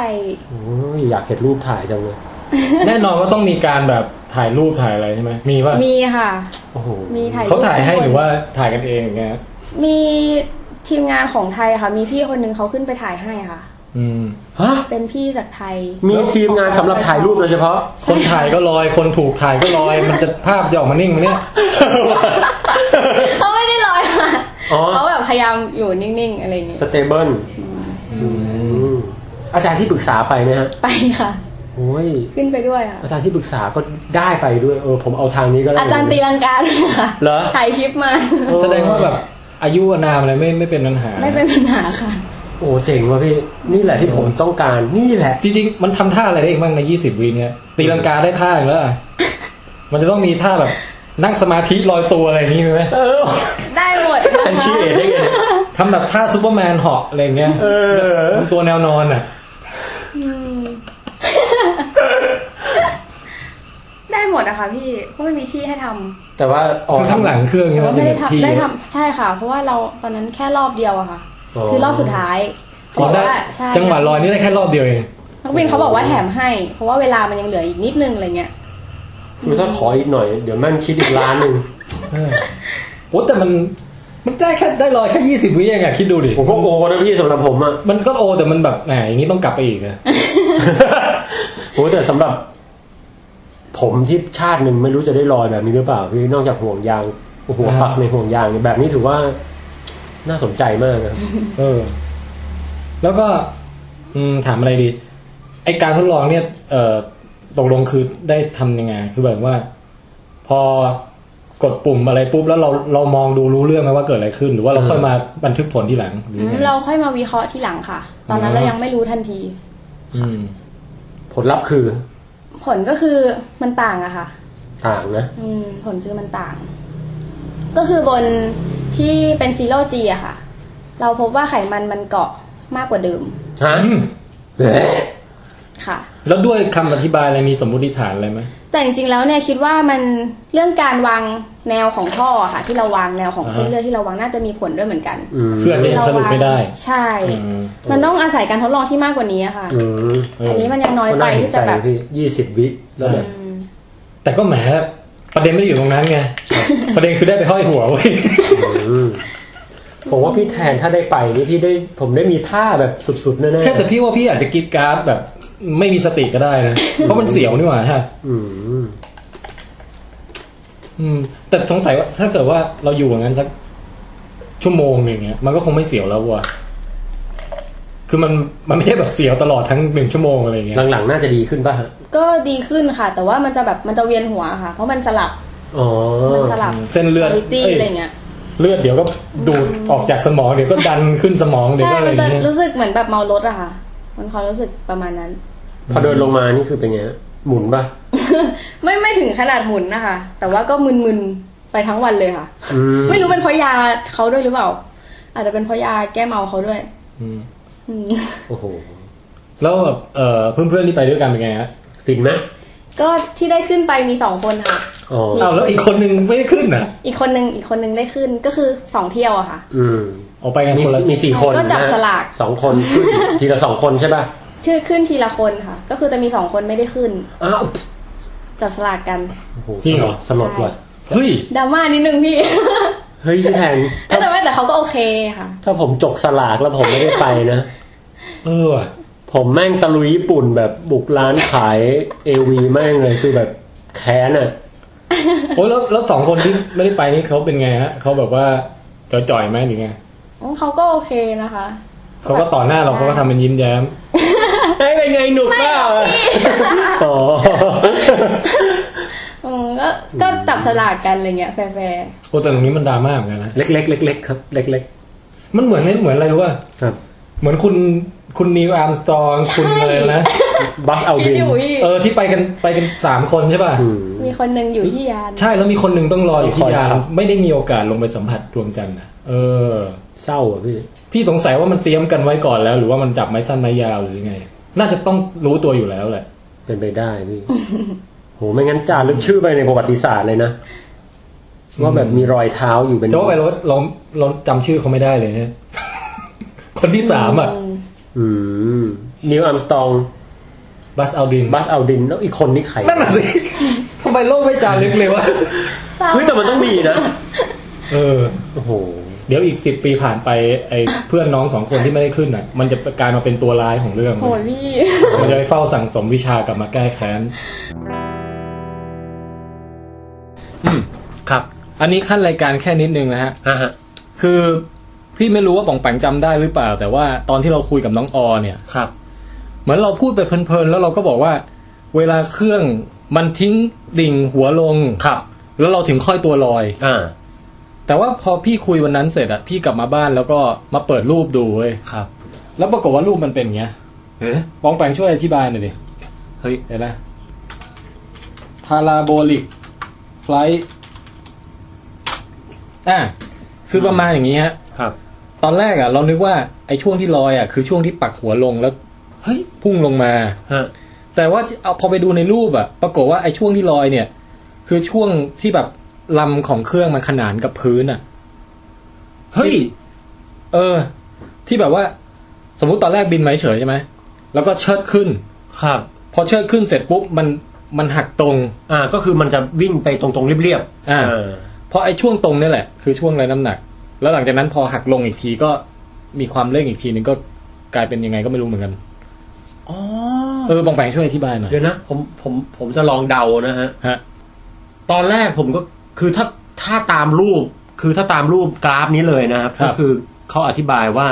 K: โอ้ยอยากเห็นรูปถ่ายจังเลย
A: แน่นอนว่าต้องมีการแบบถ่ายรูปถ่ายอะไรใช่ไหมมีว่า
I: มีค่ะ
K: โอ้โห
I: มีถ่าย
A: เขาถ่ายให้
I: รูป
A: หรือว่าถ่ายกันเองอย่างเงี้ย
I: มีทีมงานของไทยค่ะ มีพี่คนนึงเขาขึ้นไปถ่ายให้ค่ะ
A: อืม
K: ฮะ
I: เป็นพี่จากไทย
K: มีทีมงานสำหรับถ่ายรูปโดยเฉพาะ
A: คนถ่ายก็ลอย คนถูกถ่ายก็ลอย มันจะภาพจะออกมานิ่งไหมเนี่ย
I: เขาไม่ได้ลอยค่ะ
K: อ๋อ
I: เขาแบบพยายามอยู่นิ่งๆอะไรอย่างเงี้ย
K: สเตเบิลอาจารย์ที่ปรึกษาไปไหมฮะ
I: ไปค่ะ
K: โอ้ย
I: ขึ้นไปด้วยค่ะ
K: อาจารย์ที่ปรึกษาก็ ได้ไปด้วย เออ ผมเอาทางนี้ก็ได้
I: อาจารย์ตีลังกาด้วยค่ะ
K: เหรอ
I: ถ่ายคลิปมา
A: แสดงว่าแบบอายุอานามอะไรไม่ไม่เป็นปัญหา
I: ไม่เป็นปัญหาค่ะ
K: โอ้ เจ๋งว่ะพี่ นี่แหละที่ผมต้องการ นี่แหละ
A: จริงๆ มันทำท่าอะไรได้อีกบ้างใน 20 วิเนี่ย ตีลังกาได้ท่าอีก แล้วอ่ะ มันจะต้องมีท่าแบบนั่งสมาธิลอยตัวอะไรอย่างนี้มีไหม
K: เออ
I: ได้หมด
K: อันคิดเองได้ไง
A: ทำแบบท่าซูเปอร์แมนเหาะอะไรอย่างเงี้ย
K: เออ
A: ทำตัวแนวนอนอ่ะ
I: อืมได้หมดอะค่ะพี่เพราะไม่มีที่ให้ทำ
K: แต่ว่า
A: คือข้างหลังเครื่อง
I: แต่
A: ใช่ไหม
I: ว่า
A: จะมี
I: ไม่ได้
A: ที่
I: ทำได้ทำใช่ค่ะ เพราะว่าเราตอนนั้นแค่รอบเดียวอะค่ะ คือรอบสุดท้าย
A: พอได้
I: เพราะว่าใช่
A: จังหวะลอยนี่ได้แค่รอบเดียวเอง
I: นักบินเขาบอกว่าแถมให้ เพราะว่าเวลามันยังเหลืออีกนิดนึงอะไรเงี้ย
K: คือถ้าขออีกหน่อย เดี๋ยวแม่งคิดอีกล้านหนึ่ง
A: เออโอ้แต่มันมันได้แค่ได้ลอยแค่ 20 วิเองอะคิดดูดิ
K: ผมก็โอนะพี่สำหรับผม อะ
A: มันก็โอแต่มันแบบแหมอย่างนี้ต้องกลับไปอีกนะ
K: โอ้แต่สำหรับ ผมที่ชาติหนึ่งไม่รู้จะได้ลอยแบบนี้หรือเปล่าพี่นอกจากห่วงยางหัวปักในห่วงยางเนี่ยแบบนี้ถือว่า น่าสนใจมาก นะครับ
A: เออ แล้วก็ อืมถามอะไรดี ไอการทดลองเนี่ย เอ่อตกลงคือได้ทำยังไง คือแบบว่า พอกดปุ่มอะไรปุ๊บแล้วเราเรามองดูรู้เรื่องไหมว่าเกิดอะไรขึ้น หรือว่าเรา
K: เออ
A: ค่อยมาบันทึกผลทีหลังหรือยังไง
I: เราค่อยมาวิเคราะห์ที่หลังค่ะ ตอนนั้น
A: อืม
I: เรายังไม่รู้ทันที
A: อืม
K: ผลลัพธ์คือ
I: ผลก็คือมันต่างอะค่ะ
K: ต่างนะ
I: อืมผลคือมันต่าง ก็คือบนที่เป็นซีโร่จีอะค่ะ เราพบว่าไขมันมันเกาะมากกว่าเดิม
K: ฮะ
I: ค่ะ
A: แล้วด้วยคำอธิบายอะไรมีสมมติฐานอะไรไหม
I: แต่จริงๆแล้วเนี่ยคิดว่ามันเรื่องการวางแนวของท่ออะค่ะ ที่เราวางแนวของเส้นเลือดที่เราวางน่าจะมีผลด้วยเหมือนกัน
A: เพื่อจะยังสรุปไม่ได้
I: ใช่ มันต้องอาศัยการทดลองที่มากกว่านี้อะค่ะ
K: อืม
I: อันนี้มันยังน้อยไป
K: ก็าเห็
I: ที่จะแบบ
K: พี่ยี่สิบวิแล้วแบบ
I: อืม
A: แต่ก็แหมประเด็นไม่ได้อยู่ตรงนั้นไง ประเด็นคือได้ไปห้อยหัวเว้ย
K: อืมผมว่าพี่แทนถ้าได้ไปนี่พี่ได้ผมได้มีท่าแบบสุดๆแน่
A: ใช่แต่พี่ว่าพี่อาจจะกรีดกราร์ดแบบ ไม่มีสติก็ได้นะ เพราะมันเสียวนี่หว่าฮะ
K: ๆอืม
A: อืม แต่สงสัยว่าถ้าเกิดว่าเราอยู่อย่างนั้นสักชั่วโมงหนึ่งเนี้ย มันก็คงไม่เสียวแล้วว่ะ คือมันมันไม่ใช่แบบเสียวตลอดทั้งหนึ่งชั่วโมงอะไรเงี้ย
K: หลังๆน่าจะดีขึ้นป่ะฮะ
I: ก็ดีขึ้นค่ะ แต่ว่ามันจะแบบมันจะเวียนหัวค่ะ เพราะมันสลับ
K: อ๋อ
I: มันสลับ
A: เส้นเลือด
I: ตี้
A: เอ้ย
I: อะไรเงี้ย
A: เลือดเดี๋ยวก็ดูดออกจากสมองเดี๋ยวก็ดันขึ้นสมองเดี๋ยว
I: ใช่
A: ก็อะไร
I: มันจะ
A: เงี้ย
I: รู้สึกเหมือนแบบเมารถอะค่ะ มันความรู้สึกประมาณนั้น
K: พอเดินลงมานี่คือเป็นไงฮะหมุนป่ะ
I: ไม่ไม่ถึงขนาดหมุนนะคะ แต่ว่าก็มึนๆไปทั้งวันเลยค่ะ
K: อืม
I: ไม่รู้เป็นเพราะยาเขาด้วยหรือเปล่า อาจจะเป็นเพราะยาแก้เมาเขาด้วย
A: อืม
I: อืม
K: โอ้โห
A: แล้วแบบเอ่อเพื่อนๆที่ไปด้วยกันเป็นไงฮะ
K: ฟินไหม
I: ก็ที่ได้ขึ้นไปมีสองคนค่ะ
K: อ๋อ
A: อ้าวแล้วอีกคนนึงไม่ได้ขึ้นอ่ะ
I: อีกคนนึงอีกคนนึงได้ขึ้นก็คือสองเที่ยวอะค่ะ
K: อืม
A: ออกไปกัน
K: มี
A: คนละ
K: มีสี่คน
I: ก็จับ
K: นะฮะ
I: สลาก
K: สองคน ขึ้นทีละสองคนใช่ป่ะ
I: คือขึ้นทีละคนค่ะ ก็คือจะมีสองคนไม่ได้ขึ้น
K: อ้าว
I: จับฉลากกัน
K: โอ้โห
A: จริงเหรอ
K: สลดว่ะ
A: เฮ้ย
I: ดราม่านิดนึง พี่
K: เฮ้ยพี่แทนถ้า
I: แต่ว่าแต่เขาก็โอเคค่ะ
K: ถ้าผมจกสลากแล้วผมไม่ได้ไปนะ
A: เออว่ะ
K: ผมแม่งตะลุยญี่ปุ่นแบบบุกร้านขายเอวีแม่งเลยคือแบบแค้นอ่ะ
A: โอ้ยแล้วแล้วสองคนที่ไม่ได้ไปนี่เขาเป็นไงฮะเขาแบบว่าจ่อยๆไหมหรือไง
I: เขาก็โอเคนะคะ
A: เขาก็ต่อหน้าเราเขาก็ทำเป็นยิ้มแย้ม
K: เฮ้ยเป็นไงหนุกเปล่าอะอ๋อ
I: อืมก็ก็จับสลากกันอะไรเงี้ยแฟร์
A: โอ้แต่ตรงนี้มันดราม่าเหมือนกันนะ
K: เล็กๆเล็กๆครับ เล็ก
A: มันเหมือนเหมือนอะไรรู้ป่ะ
K: ๆ ครับ
A: เหมือนคุณคุณนิวอาร์มสตรองคุณอะไรนะ
K: บัสเอา
I: ๆ
K: บิ
I: พี่
K: น
I: อยู่พี่
A: เออที่ไปกันไปกันสามคนใช่ป่ะ
K: อืม
I: มีคนหนึ่งอยู่ที่ยาน
A: ใช่แล้วมีคนหนึ่งต้องรออยู่ที่ยาน
K: คอยครับ
A: ไม่ได้มีโอกาสลงไปสัมผัสดวงจันทร์นะเออ
K: เศร้าอ่ะพี่
A: พี่สงสัยว่ามันเตรียมกันไว้ก่อนแล้ว หรือว่ามันจับไม้สั้นไม้ยาวหรือยังไง น่าจะต้องรู้ตัวอยู่แล้วแหละ
K: เป็นไปได้พี่ โหไม่งั้นจารึกชื่อไปในประวัติศาสตร์เลยนะ ว่าแบบมีรอยเท้าอยู่เป็น
A: จะว่าไปเราเราเราจำชื่อเขาไม่ได้เลยเนี่ย คนที่สามอ่ะ
I: อืม
K: อืมนิวอัมสตอง
A: บัสเอาดิน
K: บัสเอาดินแล้วอีกคนนี่ใคร
A: นั่นน่ะสิทำไมโลกไม่จารึกเลยวะ
I: เศร้า
K: เฮ้ยแต่มันต้องมีนะ
A: เออ
K: โอ้โห
A: เดี๋ยวอีกสิบปีผ่านไปไอ้เพื่อนน้องสองคนที่ไม่ได้ขึ้นน่ะ มันจะกลายมาเป็นตัวร้ายของเรื่อง
I: โห
A: เลย
I: พี่
A: มันจะไปเฝ้าสั่งสมวิชากลับมาแก้แค้นอืม
K: ครับ
A: อันนี้ขั้นรายการแค่นิดนึงนะฮะ
K: อ่ะฮะ
A: คือพี่ไม่รู้ว่าป่องแปงจำได้หรือเปล่า แต่ว่าตอนที่เราคุยกับน้องออเนี่ย
K: ครับ
A: เหมือนเราพูดไปเพลินๆแล้วเราก็บอกว่า เวลาเครื่องมันทิ้งดิ่งหัวลง
K: ครับ
A: แล้วเราถึงค่อยตัวลอย
K: อ่า
A: แต่ว่าพอพี่คุยวันนั้นเสร็จอะพี่กลับมาบ้านแล้วก็มาเปิดรูปดูเว้ย
K: ครับ
A: แล้วปรากฏว่ารูปมันเป็นอย่างเงี้ย
K: เอ๊ะ
A: ปองแปงช่วยอธิบายหน่อยดิ
K: เฮ้ย
A: เห็นไหมพาราโบลิกไฟล์อ่ะ คือประมาณอย่างนี้ฮะ
K: ครับ
A: ตอนแรกอ่ะ เรานึกว่าไอ้ช่วงที่ลอยอ่ะ คือช่วงที่ปักหัวลงแล้ว
K: เฮ้ย
A: พุ่งลงมา
K: ฮะ
A: แต่ว่าเอาพอไปดูในรูปอ่ะ ปรากฏว่าไอ้ช่วงที่ลอยเนี่ย คือช่วงที่แบบลำของเครื่องมันขนานกับพื้นอ่ะ
K: เฮ้ย
A: เออ ที่แบบว่า สมมติตอนแรกบินมาเฉยๆใช่ไหม แล้วก็เชิดขึ้น
K: ครับ
A: พอเชิดขึ้นเสร็จปุ๊บมันมันหักตรง
K: อ่า ก็คือมันจะวิ่งไปตรงๆเรียบๆ
A: อ่า เพราะไอ้ช่วงตรงเนี่ยแหละคือช่วงไรน้ำหนัก แล้วหลังจากนั้นพอหักลงอีกทีก็มีความเร่งอีกทีนึงก็กลายเป็นยังไงก็ไม่รู้เหมือนกัน
K: อ๋อ
A: เออบองแปงช่วยอธิบายหน่อย
K: เดี๋ยวนะ ผม ผม ผมจะลองเดานะฮะ
A: ฮะ
K: ตอนแรกผมก็ คือถ้า ถ้าตามรูป คือถ้าตามรูปกราฟนี้เลยนะครับ
A: ครั
K: ก็
A: บ
K: คือเขาอธิบายว่า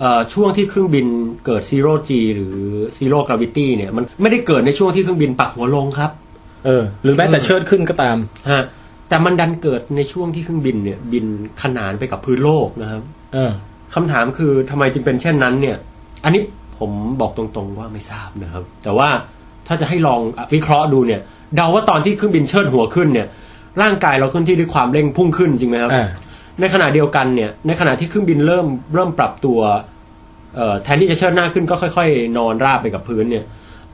K: เอ่อ ช่วงที่เครื่องบินเกิดซีโร่จีหรือซีโร่กราวิตี้เนี่ย มันไม่ได้เกิดในช่วงที่เครื่องบินปักหัวลงครับ
A: เออ หรือแม้แต่เชิดขึ้นก็ตาม
K: ฮะ แต่มันดันเกิดในช่วงที่เครื่องบินเนี่ย บินขนานไปกับพื้นโลกนะครับ
A: เออ
K: คำถามคือทำไมจึงเป็นเช่นนั้นเนี่ย อันนี้ผ
B: ผมบอกตรงๆว่าไม่ทราบนะครับ แต่ว่าถ้าจะให้ลองวิเคราะห์ดูเนี่ยเดาว่าตอนที่เครื่องบินเชิดหัวขึ้นเนี่ย ร่างกายเราเคลื่อนที่ด้วยความเร่งพุ่งขึ้นจริงไหมครับ
A: อ่า
B: ในขณะเดียวกันเนี่ย ในขณะที่เครื่องบินเริ่มเริ่มปรับตัวเอ่อแทนที่จะเชิดหน้าขึ้นก็ค่อย ๆ นอนราบไปกับพื้นเนี่ย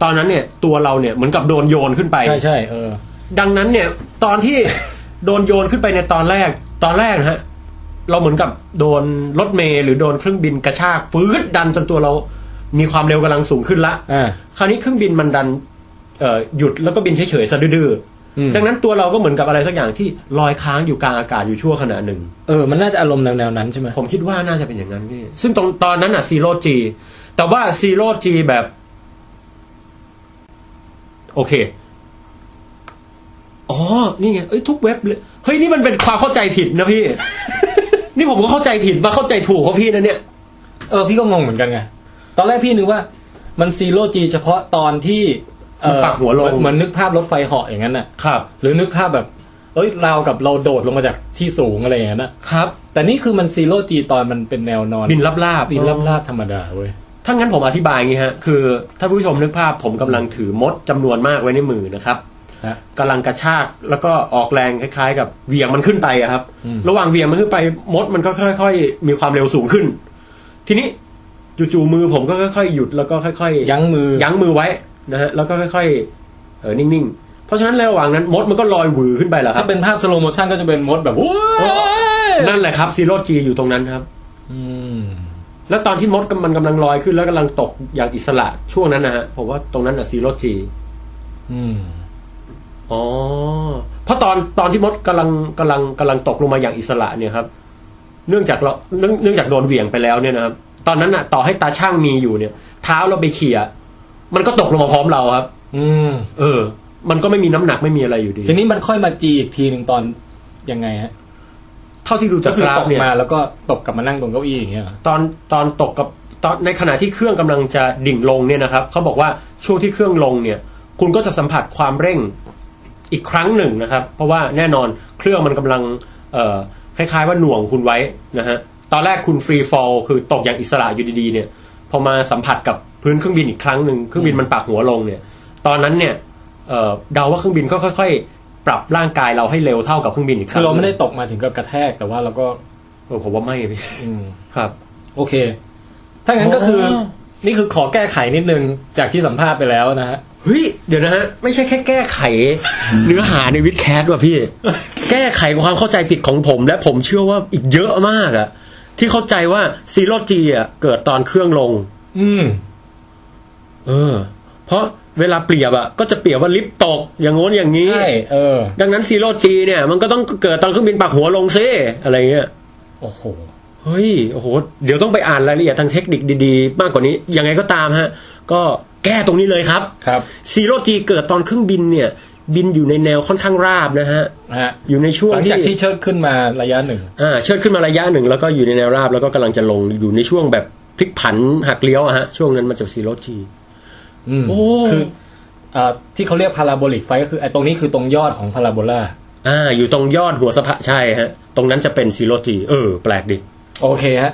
B: ตอนนั้นเนี่ยตัวเราเนี่ยเหมือนกับโดนโยนขึ้นไป
A: ใช่ใช่เออ
B: ดังนั้นเนี่ย ตอนที่ โดนโยนขึ้นไปในตอนแรก ตอนแรกนะฮะ เราเหมือนกับโดนรถเมล์หรือโดนเครื่องบินกระชากฟืดดันจนตัวเรามีความเร็วกำลังสูงขึ้นละ
A: อ่า
B: คราวนี้เครื่องบินมันดันเอ่อหยุดแล้วก็บินเฉยๆซะดื้อๆ
A: อืม
B: ดังนั้นตัวเราก็เหมือนกับอะไรสักอย่างที่ลอยค้างอยู่กลางอากาศอยู่ชั่วขณะหนึ่ง
A: เออ มันน่าจะอารมณ์แนวๆนั้นใช่ไหม
B: ผมคิดว่าน่าจะเป็นอย่างนั้นพี่ซึ่งตรงตอนนั้นอ่ะซีโร่จีแต่ว่าซีโร่จีแบบ โอเค อ๋อ นี่ไงเอ้ยทุกเว็บเลยเฮ้ย นี่มันเป็นความเข้าใจผิดนะพี่ นี่ผมก็เข้าใจผิดมาเข้าใจถูกเพราะพี่นะเนี่ย
A: เออ พี่ก็งงเหมือนกันไง ตอนแรกพี่นึกว่า มันซีโร่จีเฉพาะตอนที่เอ่อ
B: มันปักหัวลง
A: เหมือนนึกภาพรถไฟเหาะอย่างนั้นน่ะ
B: ครับ
A: หรือนึกภาพแบบ เอ้ยเรากับเราโดดลงมาจากที่สูงอะไรอย่างนั้นน่ะ
B: ครับ
A: แต่นี่คือมันซีโร่จีตอนมันเป็นแนวนอน
B: บินลับลาบ
A: บินลับลาบธรรมดาเว้ย
B: ถ้างั้นผมอธิบายอย่างงี้ฮะ คือถ้าผู้ชมนึกภาพผมกำลังถือมดจำนวนมากไว้ในมือนะครับ
A: ฮะ
B: กำลังกระชากแล้วก็ออกแรงคล้ายๆ กับเหวียงมันขึ้นไปอะครับ
A: อืม
B: ระหว่างเหวียงมันขึ้นไปมดมันก็ค่อย ๆ มีความเร็วสูงขึ้น ทีนี้จู่ๆมือผมก็ค่อยๆหยุดแล้วก็ค่อยๆ
A: ยั้งมือ
B: ยั้งมือไว้นะฮะแล้วก็ค่อยๆเออนิ่งๆ เพราะฉะนั้นระหว่างนั้นมดมันก็ลอยหวือขึ้นไปแหละครั
A: ถ้า
B: บ
A: เป็นภาพสโลโมชันก็จะเป็นมดแบบโอ้
B: โอ้
A: ย
B: นั่นแหละครับซีโร่จีอยู่ตรงนั้นครับ
A: อืม
B: แล้วตอนที่มดกำมันกำลังลอยขึ้นแล้วกำลังตกอย่างอิสระช่วงนั้นนะฮะผมว่าตรงนั้นอะซีโร่จี
A: อืม
B: อ๋อ เพราะตอนตอนที่มดกำลังกำลังกำลังตกลงมาอย่างอิสระเนี่ยครับ เนื่องจากเราเนื่องเนื่องจากโดนเหวี่ยงไปแล้วเนี่ยนะครับ ตอนนั้นน่ะ ต่อให้ตาช่างมีอยู่เนี่ย เท้าเราไปเขี่ยมันก็ตกลงมาพร้อมเราครับ
A: อืม
B: เออ มันก็ไม่มีน้ำหนักไม่มีอะไรอยู่ดี
A: ทีนี้มันค่อยมาจีอีกทีหนึ่งตอนยังไงฮะ
B: เท่าที่ดู
A: ก็
B: จาก
A: คื
B: ก
A: อ
B: รา
A: ต
B: ฟ
A: ก
B: เนี่ย
A: มาแล้วก็ตกกลับมานั่งตรงเก้าอี้อย่างเงี้ยเหรอ
B: ตอนตอนตกกับตอนในขณะที่เครื่องกำลังจะดิ่งลงเนี่ยนะครับเขาบอกว่าช่วงที่เครื่องลงเนี่ย คุณก็จะสัมผัสความเร่งอีกครั้งหนึ่งนะครับ เพราะว่าแน่นอนเครื่องมันกำลังเอ่อคล้ายๆว่าหน่วงคุณไว้นะฮะตอนแรกคุณฟรีฟอลคือตกอย่างอิสระอยู่ดีๆเนี่ยพอมาสัมผัสกับพื้นเครื่องบินอีกครั้งหนึ่งเครื่องบินมันปักหัวลงเนี่ย ตอนนั้นเนี่ยเอ่อเดาว่าเครื่องบินก็ค่อย ๆ ปรับร่างกายเราให้เร็วเท่ากับเครื่องบินอีกค
A: คื
B: รั้
A: อง เราไม่ได้ตกมาถึงกับกระแทกแต่ว่าเราก็
B: เออผมว่าไม่พี่
A: อืม
B: ครับ
A: โอเค ถ้างั้นก็คือ
B: อ๋อ
A: นี่คือขอแก้ไขนิดนึง จากที่สัมภาษณ์ไปแล้วนะฮะ
B: เฮ้ย เดี๋ยวนะฮะ ไม่ใช่แค่แก้ไข เนื้อหาในวิดแคสต์ว่ะพี่ แก้ไขความเข้าใจผิดของผม และผมเชื่อว่าอีกเยอะมากอะที่เข้าใจว่าซีโร่จีอะเกิดตอนเครื่องลง
A: อืม
B: เออ เพราะเวลาเปรียบอะก็จะเปรียบว่าลิฟต์ตก อย่างโน้นอย่างนี้
A: ใช่ เออ
B: ดังนั้นซีโร่จีเนี่ย มันก็ต้องเกิดตอนเครื่องบินปักหัวลงซิอะไรเงี้ย
A: โอ้โห
B: เฮ้ย โอ้โห เดี๋ยวต้องไปอ่านรายละเอียดทางเทคนิคดีๆ มากกว่านี้ ยังไงก็ตามฮะ ก็แก้ตรงนี้เลยครับ
A: ครับ
B: ซีโร่จีเกิดตอนเครื่องบินเนี่ย บินอยู่ในแนวค่อนข้างราบนะฮะ
A: นะฮะ
B: อยู่ในช่วง
A: หลัง
B: ที่
A: จากที่เชิดขึ้นมาระยะหนึ่ง
B: อ่าเชิดขึ้นมาระยะหนึ่งแล้วก็อยู่ในแนวราบแล้วก็กำลังจะลงอยู่ในช่วงแบบพลิกผันหักเลี้ยวอะฮะ ช่วงนั้นมันจะซีโร่จี
A: อืม
B: โอ้
A: คือเอ่อที่เขาเรียกพาราโบลิกไฟก็คือไอ้ตรงนี้คือตรงยอดของพาราโบลา
B: อ่า อยู่ตรงยอดหัวสะพานใช่ฮะ ตรงนั้นจะเป็นซีโร่จี เออ แปลกดิ
A: โอเคฮะ